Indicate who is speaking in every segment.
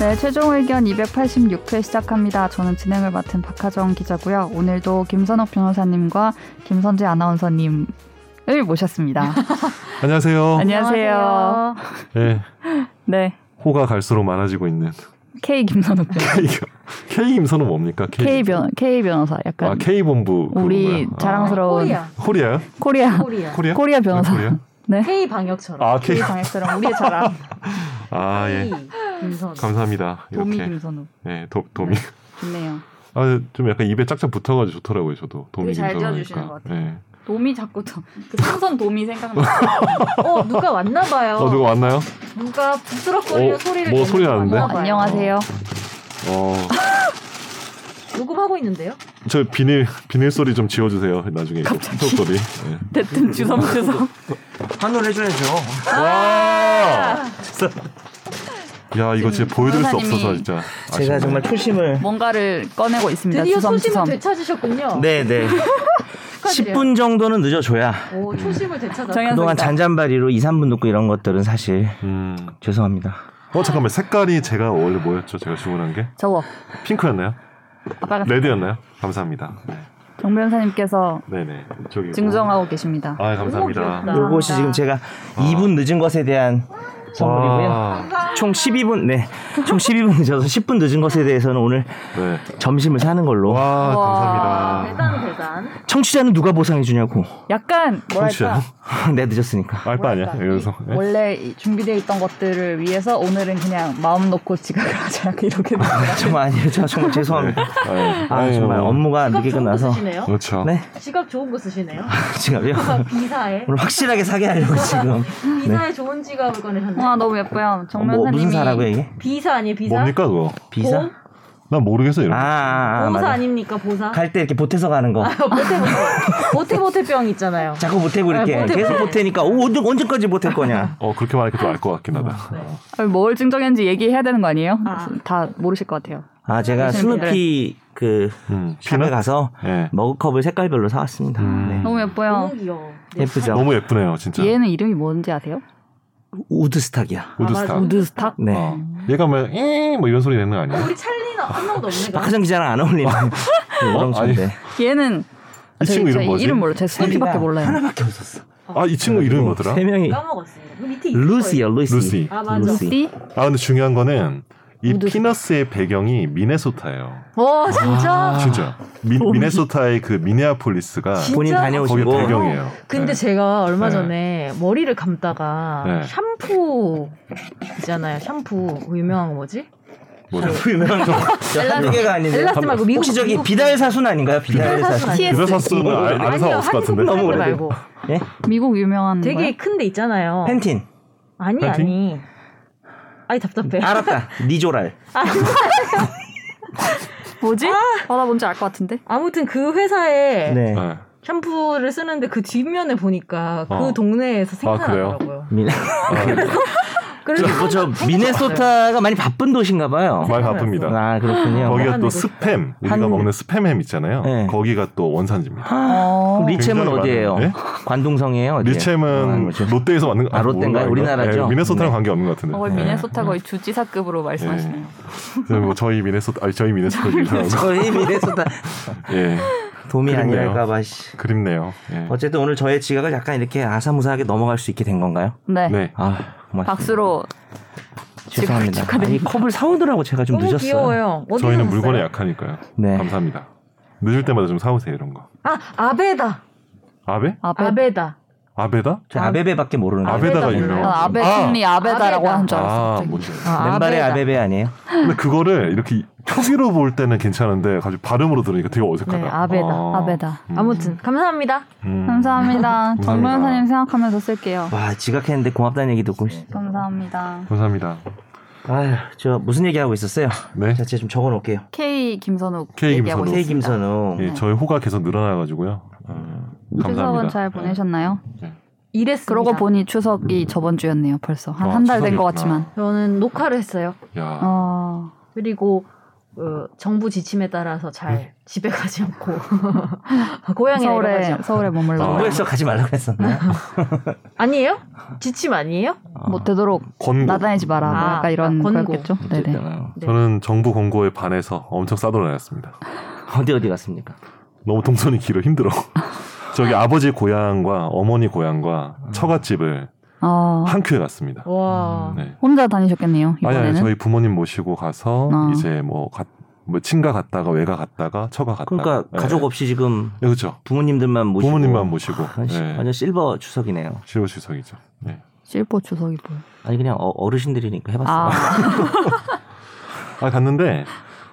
Speaker 1: 네, 최종 의견 286회 시작합니다. 저는 진행을 맡은 박하정 기자고요. 오늘도 김선욱 변호사님과 김선재 아나운서님을 모셨습니다.
Speaker 2: 안녕하세요.
Speaker 1: 안녕하세요.
Speaker 2: 예,
Speaker 1: 네.
Speaker 2: 호가 갈수록 많아지고 있는
Speaker 1: K 김선욱 변호사.
Speaker 2: K K 임선은 뭡니까?
Speaker 1: K 변 K 변호사 약간
Speaker 2: 아 K 본부 그런
Speaker 1: 우리
Speaker 2: 거야?
Speaker 1: 자랑스러운
Speaker 3: 코리아.
Speaker 2: 아, 호리아요?
Speaker 1: 어, 코리아
Speaker 3: 코리아.
Speaker 2: 코리아?
Speaker 1: 코리아 변호사.
Speaker 2: 네, 코리아?
Speaker 3: K 방역처럼.
Speaker 2: 아 K
Speaker 1: 방역처럼 우리의 자랑.
Speaker 2: 아 예.
Speaker 3: 김선.
Speaker 2: 감사합니다.
Speaker 1: 도미
Speaker 2: 이렇게
Speaker 1: 김선욱.
Speaker 2: 예, 도, 도미.
Speaker 1: 좋네요.
Speaker 2: 아좀 약간 입에 짝짝 붙어가지고 좋더라고요, 저도 도미
Speaker 1: 되게 잘
Speaker 2: 김선호니까.
Speaker 1: 지어주시는 것 같아요.
Speaker 2: 예.
Speaker 1: 도미 자꾸 도, 그 삼선 도미 생각나.
Speaker 3: 어 누가 왔나 봐요.
Speaker 2: 어 누가 왔나요?
Speaker 3: 누가 부스럭거리는
Speaker 2: 어,
Speaker 3: 소리를
Speaker 2: 뭐
Speaker 3: 내는
Speaker 2: 소리
Speaker 3: 거
Speaker 2: 나는데?
Speaker 3: 왔나 봐요.
Speaker 1: 안녕하세요.
Speaker 2: 어,
Speaker 3: 녹음하고 있는데요.
Speaker 2: 저 비닐 비닐 소리 좀 지워주세요. 나중에 이거 손톱 소리. 예.
Speaker 1: 대뜸 주섬주섬.
Speaker 4: 환호를 해줘야죠.
Speaker 2: 와, 진짜. 야 이거 진짜 보여드릴 수
Speaker 1: 변호사님이
Speaker 2: 없어서 진짜.
Speaker 4: 제가
Speaker 2: 아쉽네요.
Speaker 4: 정말 초심을.
Speaker 1: 뭔가를 꺼내고 있습니다.
Speaker 3: 드디어 초심을
Speaker 1: 주섬주섬.
Speaker 3: 되찾으셨군요.
Speaker 4: 네네.
Speaker 3: 축하드려요.
Speaker 4: 10분 정도는 늦어줘야.
Speaker 3: 오 초심을 되찾아.
Speaker 1: 정연-
Speaker 4: 그동안 잔잔바리로 2, 3분 늦고 이런 것들은 사실
Speaker 2: 음.
Speaker 4: 죄송합니다.
Speaker 2: 어 잠깐만 색깔이 제가 원래 뭐였죠? 제가 주문한 게
Speaker 1: 저거.
Speaker 2: 핑크였나요?
Speaker 1: 아빠가
Speaker 2: 레드였나요? 감사합니다.
Speaker 1: 정 변호사님께서
Speaker 2: 네, 네 저기
Speaker 1: 증정하고 계십니다.
Speaker 2: 아
Speaker 3: 오,
Speaker 2: 감사합니다.
Speaker 3: 귀엽다.
Speaker 4: 요것이 지금 제가 2분 늦은 것에 대한 선물이고요.
Speaker 2: 와,
Speaker 4: 총 12분, 네. 총 12분 늦어서 10분 늦은 것에 대해서는 오늘
Speaker 2: 네.
Speaker 4: 점심을 사는 걸로.
Speaker 2: 와,
Speaker 1: 와.
Speaker 2: 감사합니다.
Speaker 3: 대단
Speaker 2: 음.
Speaker 3: 대단.
Speaker 4: 청취자는 누가 보상해주냐고.
Speaker 1: 약간
Speaker 2: 청취자
Speaker 1: 뭐랄까
Speaker 4: 내 늦었으니까.
Speaker 2: 알바 아니야?
Speaker 1: 뭐랄까,
Speaker 2: 여기서 네?
Speaker 1: 이- 원래 이- 준비되어 있던 것들을 위해서 오늘은 그냥 마음 놓고 지각을 하자 이렇게 된 거야.
Speaker 4: 정말 아니에요. 저 정말 죄송합니다. 아, 정말 업무가
Speaker 3: 지갑
Speaker 4: 늦게
Speaker 3: 좋은 거
Speaker 4: 끝나서.
Speaker 3: 쓰시네요.
Speaker 2: 뭐. 그렇죠.
Speaker 4: 네.
Speaker 3: 지갑 좋은 거 쓰시네요. 아,
Speaker 4: 지갑이요?
Speaker 3: 비사에
Speaker 4: 오늘 확실하게 사게 하려고 지금.
Speaker 2: 네.
Speaker 3: 비사에 좋은 지갑을 꺼내셨네.
Speaker 1: 와 아, 너무
Speaker 2: 아,
Speaker 1: 예뻐요. 정 변호사님이
Speaker 4: 뭐 무슨 사라고 이게?
Speaker 3: 비사 아니에요 비사?
Speaker 2: 뭡니까 그거?
Speaker 4: 비사?
Speaker 3: 봄?
Speaker 2: 난 모르겠어요. 이런 거.
Speaker 4: 아, 아, 아
Speaker 3: 보사 아,
Speaker 4: 맞아.
Speaker 3: 아닙니까 보사?
Speaker 4: 갈 때 이렇게 보태서 가는 거.
Speaker 3: 보태 보태 보태 보태병 있잖아요.
Speaker 4: 자꾸 보태고 이렇게
Speaker 3: 아, 보태,
Speaker 4: 계속
Speaker 3: 보태.
Speaker 4: 보태니까 오, 언제- 언제까지 보탤 거냐?
Speaker 2: 어 그렇게 말하니까 좀 알 것 같긴 하다. 어.
Speaker 1: 아니, 뭘 증정했는지 얘기해야 되는 거 아니에요?
Speaker 3: 아.
Speaker 1: 다 모르실 것 같아요.
Speaker 4: 아 제가 스누피 그
Speaker 2: 음,
Speaker 4: 샵에
Speaker 2: 피넛?
Speaker 4: 가서
Speaker 2: 예.
Speaker 4: 머그컵을 색깔별로 사왔습니다.
Speaker 2: 음.
Speaker 4: 네.
Speaker 1: 너무 예뻐요.
Speaker 3: 너무 귀여워. 네.
Speaker 4: 예쁘죠?
Speaker 2: 너무 예쁘네요, 진짜.
Speaker 1: 얘는 이름이 뭔지 아세요?
Speaker 4: 우드스탁이야.
Speaker 2: 우드스타.
Speaker 3: 아, 맞아.
Speaker 1: 우드스탁?
Speaker 4: 네.
Speaker 2: 어. 얘가 뭐뭐 이런 소리 내는 거 아니야?
Speaker 3: 우리 찰리는 한 명도 없네. 그럼.
Speaker 4: 박하정 아, 기자랑 안 어울리는 네, 이런
Speaker 2: 아니,
Speaker 4: 건데.
Speaker 1: 얘는
Speaker 2: 이
Speaker 1: 저희-
Speaker 2: 친구 이름
Speaker 1: 저희
Speaker 2: 뭐지?
Speaker 1: 이름 몰라요. 제 스누피밖에 몰라요.
Speaker 4: 하나밖에 없었어.
Speaker 2: 아 이 친구 이름이 뭐더라?
Speaker 4: 네, 세 명이
Speaker 3: 까먹었습니다. 그 밑에 있을 거예요.
Speaker 4: 루시요, 루시.
Speaker 2: 루시.
Speaker 3: 아 맞아.
Speaker 4: 루시.
Speaker 1: 루시?
Speaker 2: 아 근데 중요한 거는 이
Speaker 1: 우드.
Speaker 2: 피너스의 배경이 미네소타예요.
Speaker 3: 와 진짜.
Speaker 2: 진짜 미, 미네소타의 그 미네아폴리스가
Speaker 4: 본인
Speaker 3: 진짜?
Speaker 2: 거기
Speaker 4: 다녀오시고
Speaker 2: 배경이에요. 네.
Speaker 3: 근데 제가 얼마
Speaker 2: 네.
Speaker 3: 전에 머리를 감다가
Speaker 2: 네.
Speaker 3: 샴푸 있잖아요. 샴푸 그 유명한 거 뭐지?
Speaker 2: 뭐죠?
Speaker 4: 네, 유명한 거. 한두 개가 아닌데.
Speaker 3: 엘라스 말고 미국
Speaker 4: 혹시 저기
Speaker 3: 미국-
Speaker 4: 비달사순 아닌가요? 비달사순.
Speaker 3: 비달사순.
Speaker 2: 그래서스는 알- 아는 사람
Speaker 3: 아니요,
Speaker 2: 없을 것 같은데.
Speaker 3: 한국
Speaker 4: 너무
Speaker 3: 브랜드
Speaker 4: 오래된-
Speaker 3: 말고
Speaker 4: 예?
Speaker 1: 미국 유명한
Speaker 3: 되게 큰 데 있잖아요.
Speaker 4: 팬틴.
Speaker 3: 아니
Speaker 2: 팬티?
Speaker 3: 아니. 아니 답답해.
Speaker 4: 알았다. 리조랄.
Speaker 1: 거요? 뭐지? 아, 나 뭔지 알 것 같은데.
Speaker 3: 아무튼 그 회사에
Speaker 4: 네.
Speaker 2: 네.
Speaker 3: 샴푸를 쓰는데 그 뒷면에 보니까 그
Speaker 2: 어.
Speaker 3: 동네에서
Speaker 2: 그래요?
Speaker 3: 생산하더라고요.
Speaker 4: 미네.
Speaker 2: 아.
Speaker 3: 그래서
Speaker 4: 저, 저
Speaker 3: 생각해봤어요.
Speaker 4: 미네소타가 많이 바쁜 도시인가 봐요.
Speaker 2: 많이 바쁩니다.
Speaker 4: 아 그렇군요.
Speaker 2: 거기가
Speaker 3: 한-
Speaker 2: 또 스팸 우리가
Speaker 4: 한-
Speaker 2: 먹는 스팸햄 있잖아요.
Speaker 4: 네.
Speaker 2: 거기가 또 원산지입니다.
Speaker 3: 아.
Speaker 1: 어.
Speaker 4: 그럼 리챔은
Speaker 2: 굉장히
Speaker 4: 어디예요?
Speaker 2: 많아요.
Speaker 4: 관동성이에요. 어디예요? 아,
Speaker 2: 리챔은
Speaker 4: 뭐죠?
Speaker 2: 롯데에서 만든 거
Speaker 4: 아,
Speaker 2: 몰라요,
Speaker 4: 롯데인가요?
Speaker 2: 이거?
Speaker 4: 우리나라죠?
Speaker 2: 네, 미네소타랑
Speaker 4: 네.
Speaker 2: 관계 없는 것 같은데.
Speaker 1: 거의
Speaker 2: 네.
Speaker 1: 미네소타 거의 주지사급으로 말씀하시네요.
Speaker 2: 그래서 뭐 저희 미네소타 아니 저희 미네소타 이상하고.
Speaker 4: 저희 미네소타
Speaker 2: 예.
Speaker 4: 도미
Speaker 2: 그렇네요.
Speaker 4: 아니랄까봐. 씨.
Speaker 2: 그립네요. 예.
Speaker 4: 어쨌든 오늘 저의 지각을 약간 이렇게 아사무사하게 넘어갈 수 있게 된 건가요?
Speaker 1: 네.
Speaker 2: 네.
Speaker 4: 아 정말
Speaker 1: 박수로
Speaker 4: 죄송합니다. 이
Speaker 1: 축하드립니다.
Speaker 4: 컵을 사오느라고 제가 좀
Speaker 3: 너무
Speaker 4: 늦었어요.
Speaker 3: 귀여워요. 어디서
Speaker 2: 저희는
Speaker 3: 샀어요?
Speaker 2: 물건에 약하니까요.
Speaker 4: 네.
Speaker 2: 감사합니다. 늦을 때마다 좀 사오세요 이런 거.
Speaker 3: 아 아베다.
Speaker 2: 아베?
Speaker 3: 어?
Speaker 1: 아베
Speaker 3: 아베다.
Speaker 2: 아베다?
Speaker 4: 저 아베베밖에 모르는데.
Speaker 3: 아베-
Speaker 2: 아베다가
Speaker 3: 아베다
Speaker 2: 유명한.
Speaker 3: 몰라요.
Speaker 1: 아, 아베 총리 아베다라고
Speaker 3: 아베다.
Speaker 1: 하는 줄 알았어.
Speaker 2: 아,
Speaker 1: 갑자기.
Speaker 2: 뭔지. 알아요.
Speaker 3: 아,
Speaker 4: 맨발의
Speaker 3: 아베다.
Speaker 4: 아베베 아니에요?
Speaker 2: 근데 그거를 이렇게 표기로 볼 때는 괜찮은데 갑자기 발음으로 들으니까 되게 어색하다.
Speaker 3: 네, 아베다,
Speaker 1: 아베다.
Speaker 2: 음.
Speaker 3: 아무튼 감사합니다.
Speaker 2: 음.
Speaker 1: 감사합니다. 정
Speaker 2: 감사합니다.
Speaker 1: 변호사님 생각하면서 쓸게요.
Speaker 4: 와 지각했는데 고맙다는 얘기 듣고.
Speaker 3: 네,
Speaker 4: 씨.
Speaker 1: 감사합니다.
Speaker 2: 감사합니다.
Speaker 4: 아휴 저 무슨 얘기 하고 있었어요?
Speaker 2: 네.
Speaker 4: 자 제가 좀 적어놓을게요.
Speaker 1: K 김선욱
Speaker 2: K
Speaker 1: 얘기하고
Speaker 2: 김선욱.
Speaker 4: K
Speaker 1: 있습니다.
Speaker 4: 김선웅.
Speaker 2: 예, 저희 호가 계속 늘어나가지고요. 어, 감사합니다.
Speaker 1: 네. 추석은 잘
Speaker 2: 네.
Speaker 1: 보내셨나요?
Speaker 3: 이랬습니다.
Speaker 1: 그러고 보니 추석이 저번 주였네요. 벌써 한
Speaker 2: 아,
Speaker 1: 한 달 된 것
Speaker 2: 추석이었구나.
Speaker 1: 같지만.
Speaker 3: 저는 녹화를 했어요.
Speaker 2: 야,
Speaker 1: 어,
Speaker 3: 그리고
Speaker 5: 그 정부 지침에 따라서
Speaker 2: 네.
Speaker 5: 잘 집에 가지 않고 고향에 내려가지
Speaker 1: 어, 서울에
Speaker 5: 않고
Speaker 1: 서울에 머물러
Speaker 4: 정부에서 어, 가지 말라고 했었나요?
Speaker 5: 아니에요? 지침 아니에요?
Speaker 1: 못 되도록
Speaker 2: 권고.
Speaker 1: 나다니지 마라 뭐
Speaker 5: 아,
Speaker 1: 약간 이런
Speaker 5: 권고.
Speaker 1: 거였겠죠.
Speaker 4: 네네.
Speaker 1: 네네.
Speaker 5: 네.
Speaker 2: 저는 정부 권고에 반해서 엄청 싸돌아다녔습니다.
Speaker 4: 어디 어디 갔습니까?
Speaker 2: 너무 동선이 길어 힘들어. 저기 아버지 고향과 어머니 고향과 처갓집을
Speaker 1: 어,
Speaker 2: 한 큐에 갔습니다.
Speaker 5: 와.
Speaker 2: 네.
Speaker 1: 혼자 다니셨겠네요
Speaker 2: 아니
Speaker 1: 이번에는.
Speaker 2: 아니 저희 부모님 모시고 가서
Speaker 1: 어.
Speaker 2: 이제 뭐, 가, 뭐 친가 갔다가 외가 갔다가 처가 갔다가 예.
Speaker 4: 그러니까 가족 없이 지금
Speaker 2: 그렇죠
Speaker 4: 부모님들만 모시고
Speaker 2: 아, 네. 부모님만 모시고
Speaker 4: 아, 씨,
Speaker 2: 네.
Speaker 4: 완전 실버 추석이네요.
Speaker 2: 실버 주석이죠. 네.
Speaker 1: 실버 주석이 뭐예요?
Speaker 4: 아니 그냥 어, 어르신들이니까 해봤어요.
Speaker 1: 아,
Speaker 2: 아 갔는데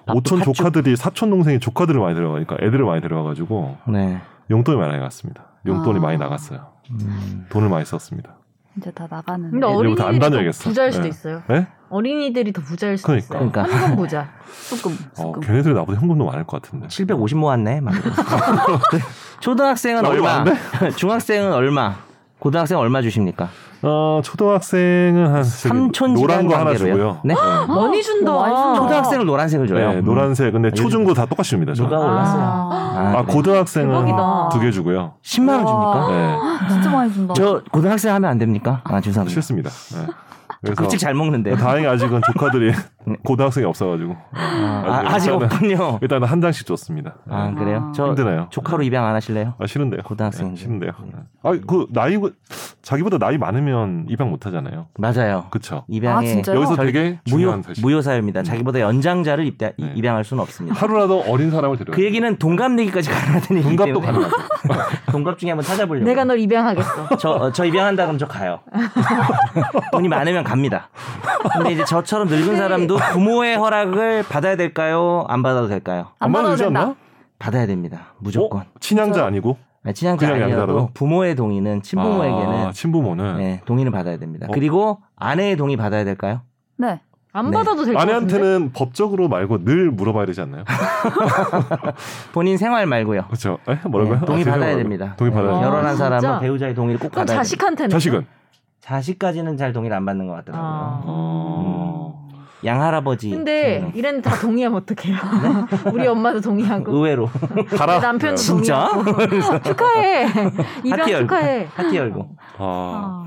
Speaker 4: 아,
Speaker 2: 오촌
Speaker 4: 팥죽.
Speaker 2: 조카들이 사촌 동생이 조카들을 많이 데려가니까 애들을 많이 데려가가지고
Speaker 4: 네.
Speaker 2: 용돈이 많이 나갔습니다. 용돈이
Speaker 1: 아.
Speaker 2: 많이 나갔어요.
Speaker 4: 음.
Speaker 2: 돈을 많이 썼습니다.
Speaker 1: 이제 다 나가는.
Speaker 5: 근데
Speaker 2: 얘들부터 안
Speaker 5: 어린이들이 더
Speaker 2: 다녀야겠어.
Speaker 5: 부자일 수도
Speaker 2: 네.
Speaker 5: 있어요.
Speaker 2: 네?
Speaker 5: 어린이들이 더 부자일 수도
Speaker 2: 그러니까.
Speaker 5: 있어요.
Speaker 4: 그러니까.
Speaker 5: 한번 보자.
Speaker 1: 조금
Speaker 2: 어,
Speaker 1: 조금.
Speaker 2: 걔네들이 나보다 현금도 많을 것 같은데.
Speaker 4: 750 모았네. 막 이러면서. 초등학생은
Speaker 2: 나 얼마
Speaker 4: 얼마?
Speaker 2: 안
Speaker 4: 중학생은 얼마? 고등학생 얼마 주십니까?
Speaker 2: 어, 초등학생은 한 저기
Speaker 4: 삼촌
Speaker 2: 노란
Speaker 4: 집안
Speaker 2: 거 하나
Speaker 4: 관계로요?
Speaker 2: 주고요. 네.
Speaker 4: 네?
Speaker 5: 많이 준다.
Speaker 1: 어, 많이 준다.
Speaker 4: 초등학생은 노란색을 줘요. 음.
Speaker 2: 네, 노란색. 근데 초중고 다 똑같이 줍니다. 저는.
Speaker 4: 누가 올랐어요?
Speaker 5: 아,
Speaker 2: 아,
Speaker 4: 그래.
Speaker 2: 고등학생은
Speaker 1: 아.
Speaker 5: 대박이다.
Speaker 2: 어, 두 개 주고요.
Speaker 4: 10만 원 줍니까?
Speaker 2: 네.
Speaker 1: 진짜 많이 준다.
Speaker 4: 저 고등학생 하면 안 됩니까? 아 죄송합니다.
Speaker 2: 싫습니다. 네. 그래서
Speaker 4: 급식 잘 네. 먹는데.
Speaker 2: 다행히 아직은 조카들이 고등학생이 없어가지고
Speaker 4: 아,
Speaker 2: 아직
Speaker 4: 아직
Speaker 2: 일단은-
Speaker 4: 없군요.
Speaker 2: 일단 한 장씩 줬습니다. 네.
Speaker 4: 아 그래요? 저
Speaker 2: 힘드네요.
Speaker 4: 조카로 입양 안 하실래요?
Speaker 2: 아 싫은데요.
Speaker 4: 고등학생인데.
Speaker 2: 네, 싫은데요.
Speaker 4: 네.
Speaker 2: 아그 나이 자기보다 나이 많으면 입양 못 하잖아요.
Speaker 4: 맞아요.
Speaker 2: 그쵸
Speaker 1: 아,
Speaker 4: 입양에
Speaker 1: 진짜요?
Speaker 2: 여기서
Speaker 4: 저희
Speaker 2: 되게
Speaker 4: 무효
Speaker 2: 중요한 사실.
Speaker 4: 무효 사유입니다. 자기보다 연장자를 입대,
Speaker 2: 네.
Speaker 4: 입양할 수는 없습니다.
Speaker 2: 하루라도 어린 사람을 데려.
Speaker 4: 그 얘기는 동갑 얘기까지 가능하다는 얘기
Speaker 2: 동갑도
Speaker 4: 때문에
Speaker 2: 가능하죠.
Speaker 4: 동갑 중에 한번 찾아보려고.
Speaker 5: 내가 널 입양하겠어.
Speaker 4: 저, 어, 저 입양한다 그럼 저 가요. 돈이 많으면 갑니다. 근데 이제 저처럼 늙은 사람도 부모의 허락을 받아야 될까요? 안 받아도 될까요?
Speaker 1: 안 받아도
Speaker 2: 되지 않나?
Speaker 1: 된다.
Speaker 4: 받아야 됩니다. 무조건.
Speaker 2: 어? 친양자 아니고
Speaker 4: 아니, 친양자
Speaker 2: 그냥
Speaker 4: 아니라도
Speaker 2: 양자로?
Speaker 4: 부모의 동의는 친부모에게는
Speaker 2: 아, 친부모는
Speaker 4: 네, 동의는 받아야 됩니다.
Speaker 2: 어?
Speaker 4: 그리고 아내의 동의 받아야 될까요?
Speaker 1: 네.
Speaker 5: 안
Speaker 4: 네.
Speaker 5: 받아도 될것 같은데.
Speaker 2: 아내한테는 법적으로 말고 늘 물어봐야 되지 않나요?
Speaker 4: 본인 생활 말고요.
Speaker 2: 그렇죠. 에? 뭐라고요?
Speaker 4: 네, 동의
Speaker 2: 아,
Speaker 4: 받아야
Speaker 2: 죄송합니다.
Speaker 4: 됩니다.
Speaker 2: 동의
Speaker 4: 네,
Speaker 2: 받아야
Speaker 5: 아,
Speaker 2: 돼요.
Speaker 4: 결혼한
Speaker 5: 진짜?
Speaker 4: 사람은 배우자의 동의를 꼭
Speaker 5: 그럼
Speaker 4: 받아야 됩니다.
Speaker 5: 자식한테는
Speaker 2: 자식은
Speaker 4: 자식까지는 잘 동의를 안 받는 것 같더라고요.
Speaker 5: 아.
Speaker 2: 어...
Speaker 4: 양할아버지.
Speaker 2: 음.
Speaker 5: 근데
Speaker 4: 저는
Speaker 5: 이랬는데 다 동의하면 어떡해요? 우리 엄마도 동의하고
Speaker 4: 의외로
Speaker 2: 가라.
Speaker 5: 내 남편도
Speaker 2: 네.
Speaker 4: 진짜?
Speaker 5: 동의하고 축하해. 입양
Speaker 4: 하트 열고.
Speaker 5: 축하해.
Speaker 4: 파티 열고.
Speaker 1: 아.
Speaker 2: 아,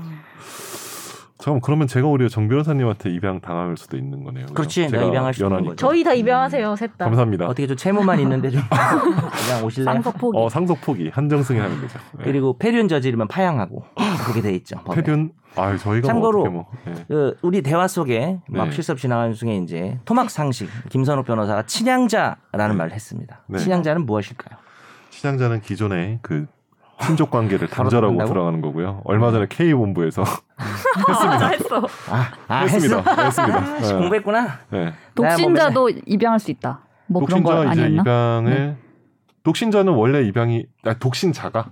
Speaker 2: 잠깐 그러면 제가 오히려 정 변호사님한테 입양 당할 수도 있는 거네요. 그죠?
Speaker 4: 그렇지, 내가
Speaker 2: 제가
Speaker 4: 입양할 수도 있는
Speaker 2: 연하니까.
Speaker 4: 거죠.
Speaker 5: 저희 다 입양하세요, 셋 다.
Speaker 2: 감사합니다.
Speaker 4: 어떻게 좀 채무만 있는데 좀 그냥 오실래요?
Speaker 1: 쌍석 포기.
Speaker 2: 어 상속 포기 한정승이 하면 되죠. 네.
Speaker 4: 그리고 폐륜 저지르면 파양하고 그렇게 돼 있죠. 법에.
Speaker 2: 폐륜 아 저희가 뭐
Speaker 4: 참고로-
Speaker 2: 어떻게 뭐 예.
Speaker 4: 그 우리 대화 속에 막
Speaker 2: 네.
Speaker 4: 실습 지나가는 중에 이제 토막 상식 김선욱 변호사가 친양자라는 말을 했습니다.
Speaker 2: 네.
Speaker 4: 친양자는 무엇일까요?
Speaker 2: 시장자는 기존의 그 친족 관계를 단절하고
Speaker 4: 바로 네.
Speaker 2: 들어가는 거고요. 얼마 전에 K 본부에서
Speaker 5: 맞아, 했어.
Speaker 4: 아, 아 했어?
Speaker 2: 했습니다. 했습니다.
Speaker 4: 아, 씨,
Speaker 2: 예.
Speaker 4: 공부했구나.
Speaker 2: 예.
Speaker 1: 독신자도 입양할 수 있다. 뭐 그런 거
Speaker 2: 독신자 이제
Speaker 1: 아니었나? 네.
Speaker 2: 입양을 독신자는 원래 입양이 아, 독신자가